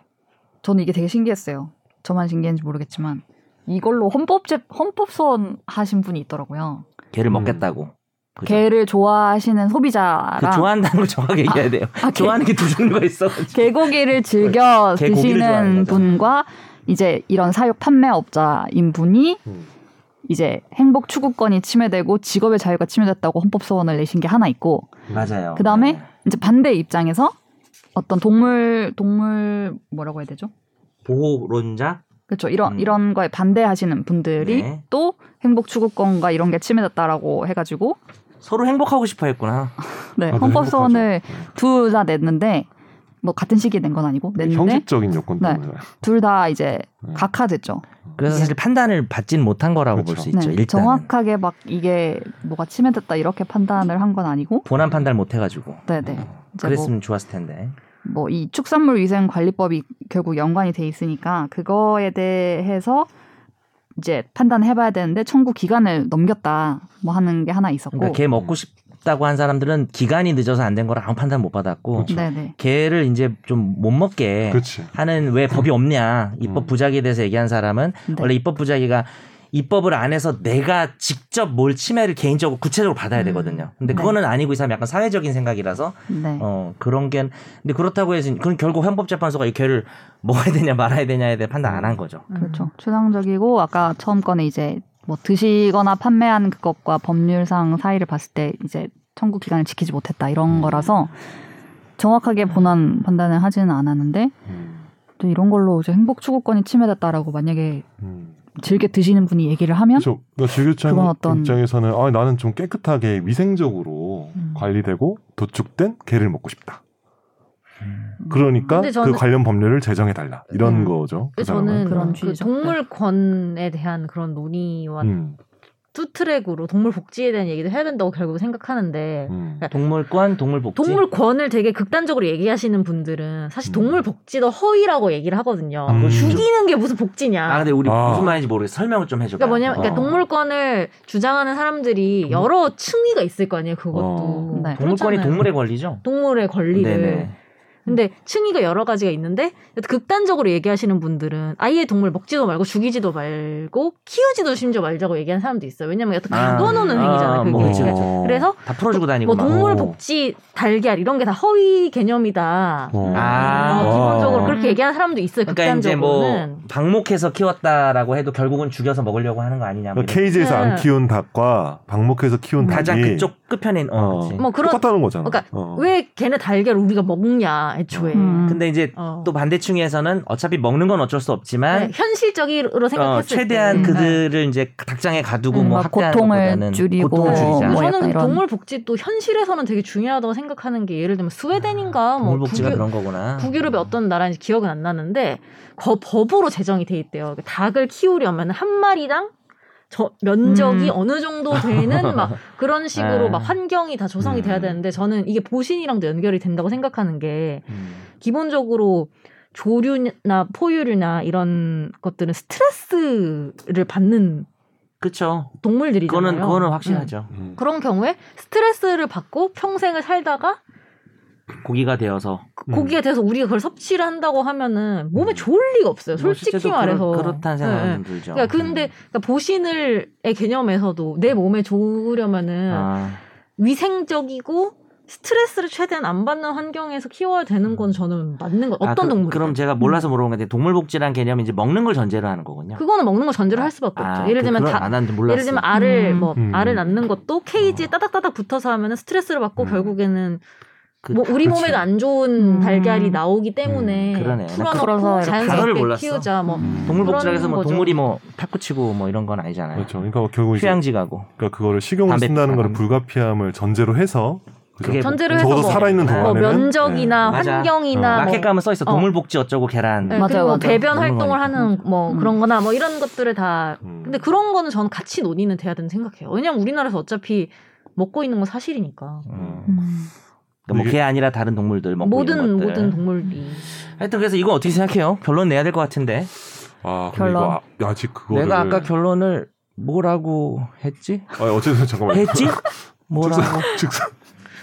Speaker 1: 저는 이게 되게 신기했어요. 저만 신기했는지 모르겠지만 이걸로 헌법제 헌법소원 하신 분이 있더라고요.
Speaker 4: 개를
Speaker 2: 음.
Speaker 4: 먹겠다고 그죠?
Speaker 1: 개를 좋아하시는 소비자랑
Speaker 4: 그 좋아한다는 걸 정확하게 얘기해야 돼요.
Speaker 1: 아, 개-
Speaker 4: 좋아하는 게 두 종류가 있어.
Speaker 1: 개고기를 즐겨
Speaker 4: 개고기를 좋아하는
Speaker 1: 드시는
Speaker 4: 거죠.
Speaker 1: 분과 이제 이런 사육 판매업자인 분이
Speaker 2: 음.
Speaker 1: 이제 행복 추구권이 침해되고 직업의 자유가 침해됐다고 헌법 소원을 내신 게 하나 있고
Speaker 4: 맞아요.
Speaker 1: 그다음에
Speaker 4: 네.
Speaker 1: 이제 반대 입장에서 어떤 동물 동물 뭐라고 해야 되죠?
Speaker 4: 보호론자
Speaker 1: 그렇죠. 이런
Speaker 4: 음.
Speaker 1: 이런 거에 반대하시는 분들이
Speaker 4: 네.
Speaker 1: 또 행복 추구권과 이런 게 침해됐다라고 해가지고
Speaker 4: 서로 행복하고 싶어 했구나.
Speaker 1: 네,
Speaker 2: 다들
Speaker 1: 헌법
Speaker 2: 아, 행복하죠.
Speaker 1: 소원을
Speaker 2: 네.
Speaker 1: 둘 다 냈는데 뭐 같은 시기에 낸 건 아니고 냈는데
Speaker 2: 형식적인 요건
Speaker 1: 네.
Speaker 2: 때문에.
Speaker 1: 둘 다 이제
Speaker 2: 네.
Speaker 1: 각하됐죠.
Speaker 4: 그래서 사실 판단을 받진 못한 거라고
Speaker 2: 그렇죠.
Speaker 4: 볼 수 있죠. 일단
Speaker 1: 네. 정확하게 막 이게 뭐가 침해됐다 이렇게 판단을 한 건 아니고
Speaker 4: 본안 판단을 못 해가지고.
Speaker 1: 네네 이제 뭐-
Speaker 4: 그랬으면 좋았을 텐데.
Speaker 1: 뭐 이 축산물 위생 관리법이 결국 연관이 돼 있으니까 그거에 대해서 이제 판단해봐야 되는데 청구 기간을 넘겼다 뭐 하는 게 하나 있었고
Speaker 4: 그러니까 개 먹고
Speaker 2: 음.
Speaker 4: 싶다고 한 사람들은 기간이 늦어서 안 된 거라 아무 판단 못 받았고
Speaker 2: 그렇죠.
Speaker 1: 네네
Speaker 4: 개를 이제 좀 못 먹게
Speaker 2: 그렇지.
Speaker 4: 하는 왜 법이 없냐 입법
Speaker 2: 음.
Speaker 4: 부작위에 대해서 얘기한 사람은
Speaker 1: 네.
Speaker 4: 원래 입법 부작위가 입법을 안 해서 내가 직접 뭘 침해를 개인적으로 구체적으로 받아야
Speaker 3: 음.
Speaker 4: 되거든요. 근데
Speaker 1: 네.
Speaker 4: 그거는 아니고 이 사람 약간 사회적인 생각이라서
Speaker 1: 네
Speaker 4: 어 그런 게 근데 그렇다고 해서 그건 결국 헌법재판소가 이 개를 먹어야 되냐 말아야 되냐에 대해 판단 안 한 거죠.
Speaker 1: 그렇죠 추상적이고 아까 처음 건에 이제 뭐 드시거나 판매한 그것과 법률상 사이를 봤을 때 이제 청구 기간을 지키지 못했다
Speaker 4: 음.
Speaker 1: 이런 거라서 정확하게 본안 판단을 하지는 않았는데
Speaker 2: 음.
Speaker 1: 또 이런 걸로 이제 행복 추구권이 침해됐다라고 만약에
Speaker 2: 음.
Speaker 1: 즐겨 드시는 분이 얘기를 하면
Speaker 2: 그렇죠. 그러니까 즐교창
Speaker 1: 그건 어떤-
Speaker 2: 입장에서는 아, 나는 좀 깨끗하게 위생적으로
Speaker 3: 음.
Speaker 2: 관리되고 도축된 개를 먹고 싶다. 그러니까
Speaker 3: 근데 저는- 네.
Speaker 2: 그 관련 법률을 제정해 달라 이런
Speaker 1: 음.
Speaker 2: 거죠. 그
Speaker 3: 근데 저는
Speaker 1: 그런
Speaker 3: 그
Speaker 1: 취지죠.
Speaker 3: 동물권에 대한 그런 논의와
Speaker 4: 음.
Speaker 2: 사람은.
Speaker 3: 투 트랙으로 동물 복지에 대한 얘기도 해야 된다고 결국 생각하는데
Speaker 2: 음, 음.
Speaker 4: 동물권, 동물복지.
Speaker 3: 동물권을 되게 극단적으로 얘기하시는 분들은 사실
Speaker 2: 음.
Speaker 3: 동물 복지도 허위라고 얘기를 하거든요.
Speaker 2: 음.
Speaker 3: 죽이는 게 무슨 복지냐?
Speaker 4: 아 근데 우리
Speaker 2: 아.
Speaker 4: 무슨 말인지 모르겠어. 설명을 좀 해줘.
Speaker 3: 그러니까 뭐냐면 그러니까
Speaker 2: 어.
Speaker 3: 동물권을 주장하는 사람들이 여러 층위가 있을 거 아니에요.
Speaker 2: 어.
Speaker 3: 그것도
Speaker 1: 네.
Speaker 4: 동물권이
Speaker 3: 그렇잖아요.
Speaker 4: 동물의 권리죠.
Speaker 3: 동물의 권리를.
Speaker 4: 음.
Speaker 3: 근데 층위가 여러 가지가 있는데 극단적으로 얘기하시는 분들은 아예 동물 먹지도 말고 죽이지도 말고 키우지도 심지어 말자고 얘기하는 사람도 있어요. 왜냐면 여튼
Speaker 4: 아.
Speaker 3: 가둬놓는
Speaker 4: 아,
Speaker 3: 행위잖아요. 그게.
Speaker 4: 뭐,
Speaker 3: 그러니까
Speaker 2: 어.
Speaker 3: 그래서
Speaker 4: 다 풀어주고 다니고
Speaker 3: 뭐
Speaker 4: 막.
Speaker 3: 동물
Speaker 2: 오.
Speaker 3: 복지 달걀 이런 게 다 허위 개념이다.
Speaker 2: 어.
Speaker 4: 아.
Speaker 3: 어, 기본적으로
Speaker 4: 어.
Speaker 3: 그렇게 얘기하는 사람도 있어요.
Speaker 4: 그러니까 이제 뭐
Speaker 3: 극단적으로는.
Speaker 4: 방목해서 키웠다라고 해도 결국은 죽여서 먹으려고 하는 거 아니냐. 뭐
Speaker 2: 그러니까 케이지에서 안
Speaker 3: 네.
Speaker 2: 키운 닭과 방목해서 키운 닭이
Speaker 4: 음. 가장 그쪽 끝편인 네. 어.
Speaker 2: 어.
Speaker 4: 그치.
Speaker 3: 뭐 그런
Speaker 2: 똑같다는 거잖아.
Speaker 3: 그러니까
Speaker 2: 어.
Speaker 3: 왜 걔네 달걀 우리가 먹냐 애초에.
Speaker 1: 음.
Speaker 4: 근데 이제
Speaker 3: 어.
Speaker 4: 또 반대층에서는 어차피 먹는 건 어쩔 수
Speaker 3: 네,
Speaker 4: 없지만
Speaker 3: 현실적으로
Speaker 4: 어,
Speaker 3: 생각했을 때
Speaker 4: 최대한
Speaker 3: 네.
Speaker 4: 그들을 이제 닭장에 가두고
Speaker 1: 음,
Speaker 4: 뭐
Speaker 1: 막
Speaker 4: 학대하는
Speaker 1: 고통을
Speaker 4: 것보다는
Speaker 1: 줄이고
Speaker 4: 고통을 줄이자. 음.
Speaker 1: 뭐 약간
Speaker 3: 어, 저는
Speaker 1: 이런-
Speaker 3: 동물 복지도 현실에서는 되게 중요하다고 생각하는 게 예를 들면 스웨덴인가 뭐
Speaker 4: 아, 동물 복지가
Speaker 3: 북유,
Speaker 4: 그런 거구나.
Speaker 3: 북유럽의 어떤 나라인지 기억은 안 나는데 거 법으로 제정이 돼 있대요. 그러니까 닭을 키우려면 한 마리당 저 면적이
Speaker 1: 음.
Speaker 3: 어느 정도 되는 막 그런 식으로
Speaker 4: 아.
Speaker 3: 막 환경이 다 조성이 돼야
Speaker 2: 음.
Speaker 3: 되는데 저는 이게 보신이랑도 연결이 된다고 생각하는 게
Speaker 4: 음.
Speaker 3: 기본적으로 조류나 포유류나 이런 것들은 스트레스를 받는
Speaker 4: 그쵸.
Speaker 3: 동물들이잖아요.
Speaker 4: 그거는 그거는
Speaker 3: 음.
Speaker 4: 확실하죠.
Speaker 2: 음.
Speaker 3: 그런 경우에 스트레스를 받고 평생을 살다가
Speaker 4: 고기가 되어서
Speaker 3: 고기가 돼서 우리가 그걸 섭취를 한다고 하면은 몸에
Speaker 4: 음.
Speaker 3: 좋을 리가 없어요.
Speaker 4: 뭐
Speaker 3: 솔직히
Speaker 4: 실제로
Speaker 3: 말해서.
Speaker 4: 그렇,
Speaker 3: 네,
Speaker 4: 그렇다는 음. 생각은
Speaker 3: 네.
Speaker 4: 좀 들죠.
Speaker 3: 그러니까 근데 그러니까 보신을의 개념에서도 내 몸에 좋으려면은
Speaker 4: 음. 아,
Speaker 3: 위생적이고 스트레스를 최대한 안 받는 환경에서 키워야 되는 건 저는 맞는 거 어떤 동물
Speaker 4: 음. 아, 그럼 제가 몰라서 물어본 건데 동물복지란 개념이 이제 먹는 걸 전제로 하는 거군요.
Speaker 3: 그거는 먹는 걸 전제로 할 수밖에
Speaker 4: 아,
Speaker 3: 없죠. 그렇죠. 예를
Speaker 4: 그-
Speaker 3: 들면
Speaker 4: 그건
Speaker 3: 다,
Speaker 4: 안 하는지 몰랐어.
Speaker 3: 예를 들면 알을
Speaker 1: 음.
Speaker 3: 뭐
Speaker 2: 음.
Speaker 3: 알을 낳는 것도 케이지에 따닥따닥 붙어서 하면은 스트레스를 받고
Speaker 4: 음.
Speaker 3: 결국에는
Speaker 4: 그-
Speaker 3: 뭐 우리
Speaker 4: 그렇지.
Speaker 3: 몸에도 안 좋은
Speaker 1: 음.
Speaker 3: 발달이 나오기 때문에
Speaker 4: 음, 그러네.
Speaker 1: 풀어서
Speaker 3: 풀어놓고
Speaker 1: 이렇게.
Speaker 4: 단어를
Speaker 3: 자연스럽게
Speaker 4: 몰랐어. 음.
Speaker 3: 키우자 뭐
Speaker 4: 동물복지라서 뭐
Speaker 3: 거죠.
Speaker 4: 동물이 뭐 탁구 치고 뭐 이런 건 아니잖아요.
Speaker 2: 음. 그렇죠. 그러니까 결국 이제
Speaker 4: 휴양지 가고.
Speaker 2: 그러니까 그거를 식용을
Speaker 4: 담배
Speaker 2: 쓴다는 걸
Speaker 4: 담배.
Speaker 2: 불가피함을 전제로 해서 그죠?
Speaker 4: 그게
Speaker 3: 전제로 해서
Speaker 2: 적어도
Speaker 3: 뭐,
Speaker 2: 살아있는
Speaker 4: 뭐
Speaker 3: 뭐
Speaker 2: 동안에는
Speaker 3: 면적이나
Speaker 4: 네. 맞아.
Speaker 3: 환경이나
Speaker 2: 어.
Speaker 3: 뭐
Speaker 4: 마켓 가면 써 있어.
Speaker 3: 어.
Speaker 4: 동물복지 어쩌고 계란.
Speaker 3: 네,
Speaker 1: 맞아요,
Speaker 3: 그리고
Speaker 1: 맞아요.
Speaker 3: 배변
Speaker 4: 먹는
Speaker 3: 활동을
Speaker 4: 거니까.
Speaker 3: 하는 뭐
Speaker 1: 음.
Speaker 3: 그런 거나 뭐 이런 것들을 다
Speaker 2: 음.
Speaker 3: 근데 그런 거는 저는 같이 논의는 돼야 된다고 생각해요. 왜냐면 우리나라에서 어차피 먹고 있는 건 사실이니까.
Speaker 4: 음.
Speaker 1: 음.
Speaker 2: 이게-
Speaker 4: 그러니까 뭐개 아니라 다른 동물들 먹고
Speaker 3: 모든
Speaker 4: 있는 것들.
Speaker 3: 모든 동물이
Speaker 4: 하여튼 그래서 이거 어떻게 생각해요? 결론 내야 될 것 같은데.
Speaker 2: 아 근데
Speaker 1: 결론.
Speaker 2: 이거 아, 아직 그거를
Speaker 4: 내가 아까 결론을 뭐라고 했지?
Speaker 2: 아, 어쨌든 잠깐만
Speaker 4: 했지? 뭐라고
Speaker 2: 즉석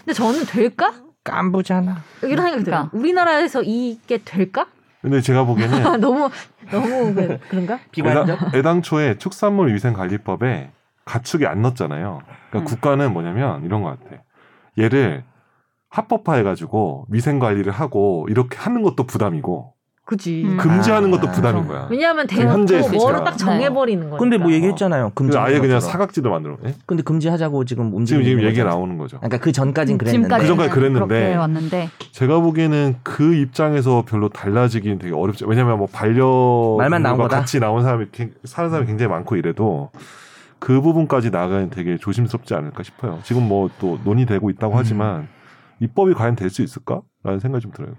Speaker 3: 근데 저는 될까?
Speaker 4: 깐부잖아.
Speaker 3: 이런 생각이 들어요.
Speaker 1: 그러니까.
Speaker 3: 우리나라에서 이게 될까?
Speaker 2: 근데 제가 보기에는
Speaker 3: 아, 너무 너무 그- 그런가?
Speaker 4: 비관적.
Speaker 2: 애당, 초에 축산물 위생관리법에 가축이 안 넣었잖아요. 그러니까
Speaker 1: 음.
Speaker 2: 국가는 뭐냐면 이런 것 같아. 얘를 합법화해가지고 위생관리를 하고 이렇게 하는 것도 부담이고
Speaker 3: 그지.
Speaker 1: 음.
Speaker 2: 금지하는
Speaker 4: 아.
Speaker 2: 것도 부담인 거야.
Speaker 3: 왜냐하면 대놓고
Speaker 2: 현재
Speaker 3: 뭐를
Speaker 2: 시스템.
Speaker 3: 딱
Speaker 1: 네.
Speaker 3: 정해버리는 거니까.
Speaker 4: 근데 뭐 얘기했잖아요. 금지.
Speaker 2: 그러니까 그래서 아예 그냥 사각지대 만들어. 예?
Speaker 4: 근데 금지하자고 네? 지금
Speaker 2: 지금
Speaker 4: 움직이는
Speaker 2: 지금
Speaker 4: 거죠.
Speaker 2: 얘기 나오는 거죠.
Speaker 4: 그러니까 그 전까진 그랬는데.
Speaker 1: 음, 지금까지는
Speaker 2: 그 전까지 그랬는데.
Speaker 1: 그렇게 왔는데
Speaker 2: 제가 보기에는 그 입장에서 별로 달라지기는 되게 어렵죠. 왜냐면 뭐 반려
Speaker 4: 말만 나온
Speaker 2: 인구가
Speaker 4: 거다.
Speaker 2: 같이 나온 사람이 굉- 사는 사람이 굉장히 많고 이래도 그 부분까지 나가는 되게 조심스럽지 않을까 싶어요. 지금 뭐 또 논의되고 있다고
Speaker 4: 음.
Speaker 2: 하지만 입법이 과연 될 수 있을까라는 생각이 좀 들어요.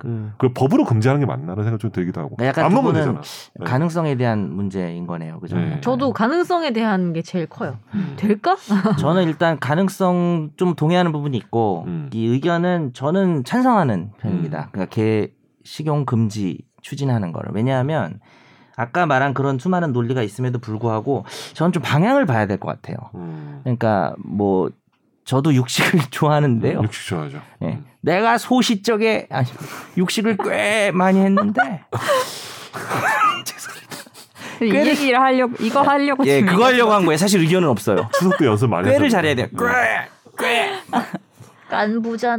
Speaker 4: 그
Speaker 2: 그 법으로 금지하는 게 맞나라는 생각 이좀 들기도 하고.
Speaker 4: 약간
Speaker 2: 안 먹으면
Speaker 4: 그거는
Speaker 2: 되잖아. 네.
Speaker 4: 가능성에 대한 문제인 거네요. 그죠?
Speaker 2: 네.
Speaker 3: 저도 가능성에 대한 게 제일 커요.
Speaker 4: 음.
Speaker 3: 될까?
Speaker 1: 그
Speaker 4: 저는 일단 가능성 좀 동의하는 부분이 있고
Speaker 2: 음.
Speaker 4: 이 의견은 저는 찬성하는 편입니다.
Speaker 2: 음.
Speaker 4: 그러니까 개 식용 금지 추진하는 거를 왜냐하면 아까 말한 그런 수많은 논리가 있음에도 불구하고 저는 좀 방향을 봐야 될 것 같아요.
Speaker 2: 음.
Speaker 4: 그러니까 뭐 저도 육식을 좋아하는데요.
Speaker 2: 육식 좋아하죠.
Speaker 4: 예.
Speaker 2: 음.
Speaker 4: 내가 소시 쪽에 아니, 육식을 꽤 많이 했는데
Speaker 1: 그 이
Speaker 4: 꽤를-
Speaker 1: 얘기를 하려고 이거 하려고
Speaker 4: 예
Speaker 1: 지금
Speaker 4: 그거 하려고 한 거예요. 사실 의견은 없어요.
Speaker 2: 추석 때 연습 많이
Speaker 4: 꾀를
Speaker 2: 하잖아요.
Speaker 4: 잘해야 돼요.
Speaker 2: 네.
Speaker 4: 꾀
Speaker 3: 깐부자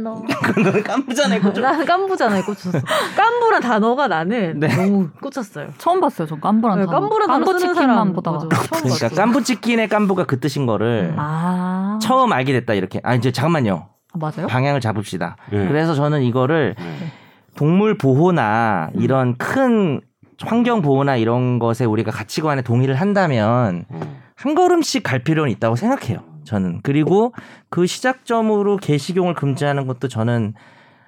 Speaker 3: 너.
Speaker 4: 그거는 깜부잖아요. 그죠?
Speaker 3: 나는 깐부잖아요. 꽂혔어. 깐부란 단어가 나는
Speaker 4: 네.
Speaker 3: 너무 꽂혔어요.
Speaker 1: 처음 봤어요. 저 깐부란
Speaker 3: 네,
Speaker 1: 단어.
Speaker 3: 깐부란 단어
Speaker 1: 깐부
Speaker 3: 쓰는
Speaker 1: 치킨만
Speaker 3: 사람
Speaker 1: 보다가.
Speaker 3: 맞아, 처음
Speaker 4: 그러니까
Speaker 3: 봤어.
Speaker 4: 깐부치킨의 깐부가 그 뜻인 거를
Speaker 1: 아
Speaker 4: 처음 알게 됐다 이렇게. 아 이제 잠깐만요. 예.
Speaker 1: 아, 맞아요?
Speaker 4: 방향을 잡읍시다.
Speaker 2: 네.
Speaker 4: 그래서 저는 이거를
Speaker 2: 네.
Speaker 4: 동물 보호나 이런 큰 환경 보호나 이런 것에 우리가 가치관에 동의를 한다면
Speaker 2: 음.
Speaker 4: 한 걸음씩 갈 필요는 있다고 생각해요. 저는 그리고 그 시작점으로 개식용을 금지하는 것도 저는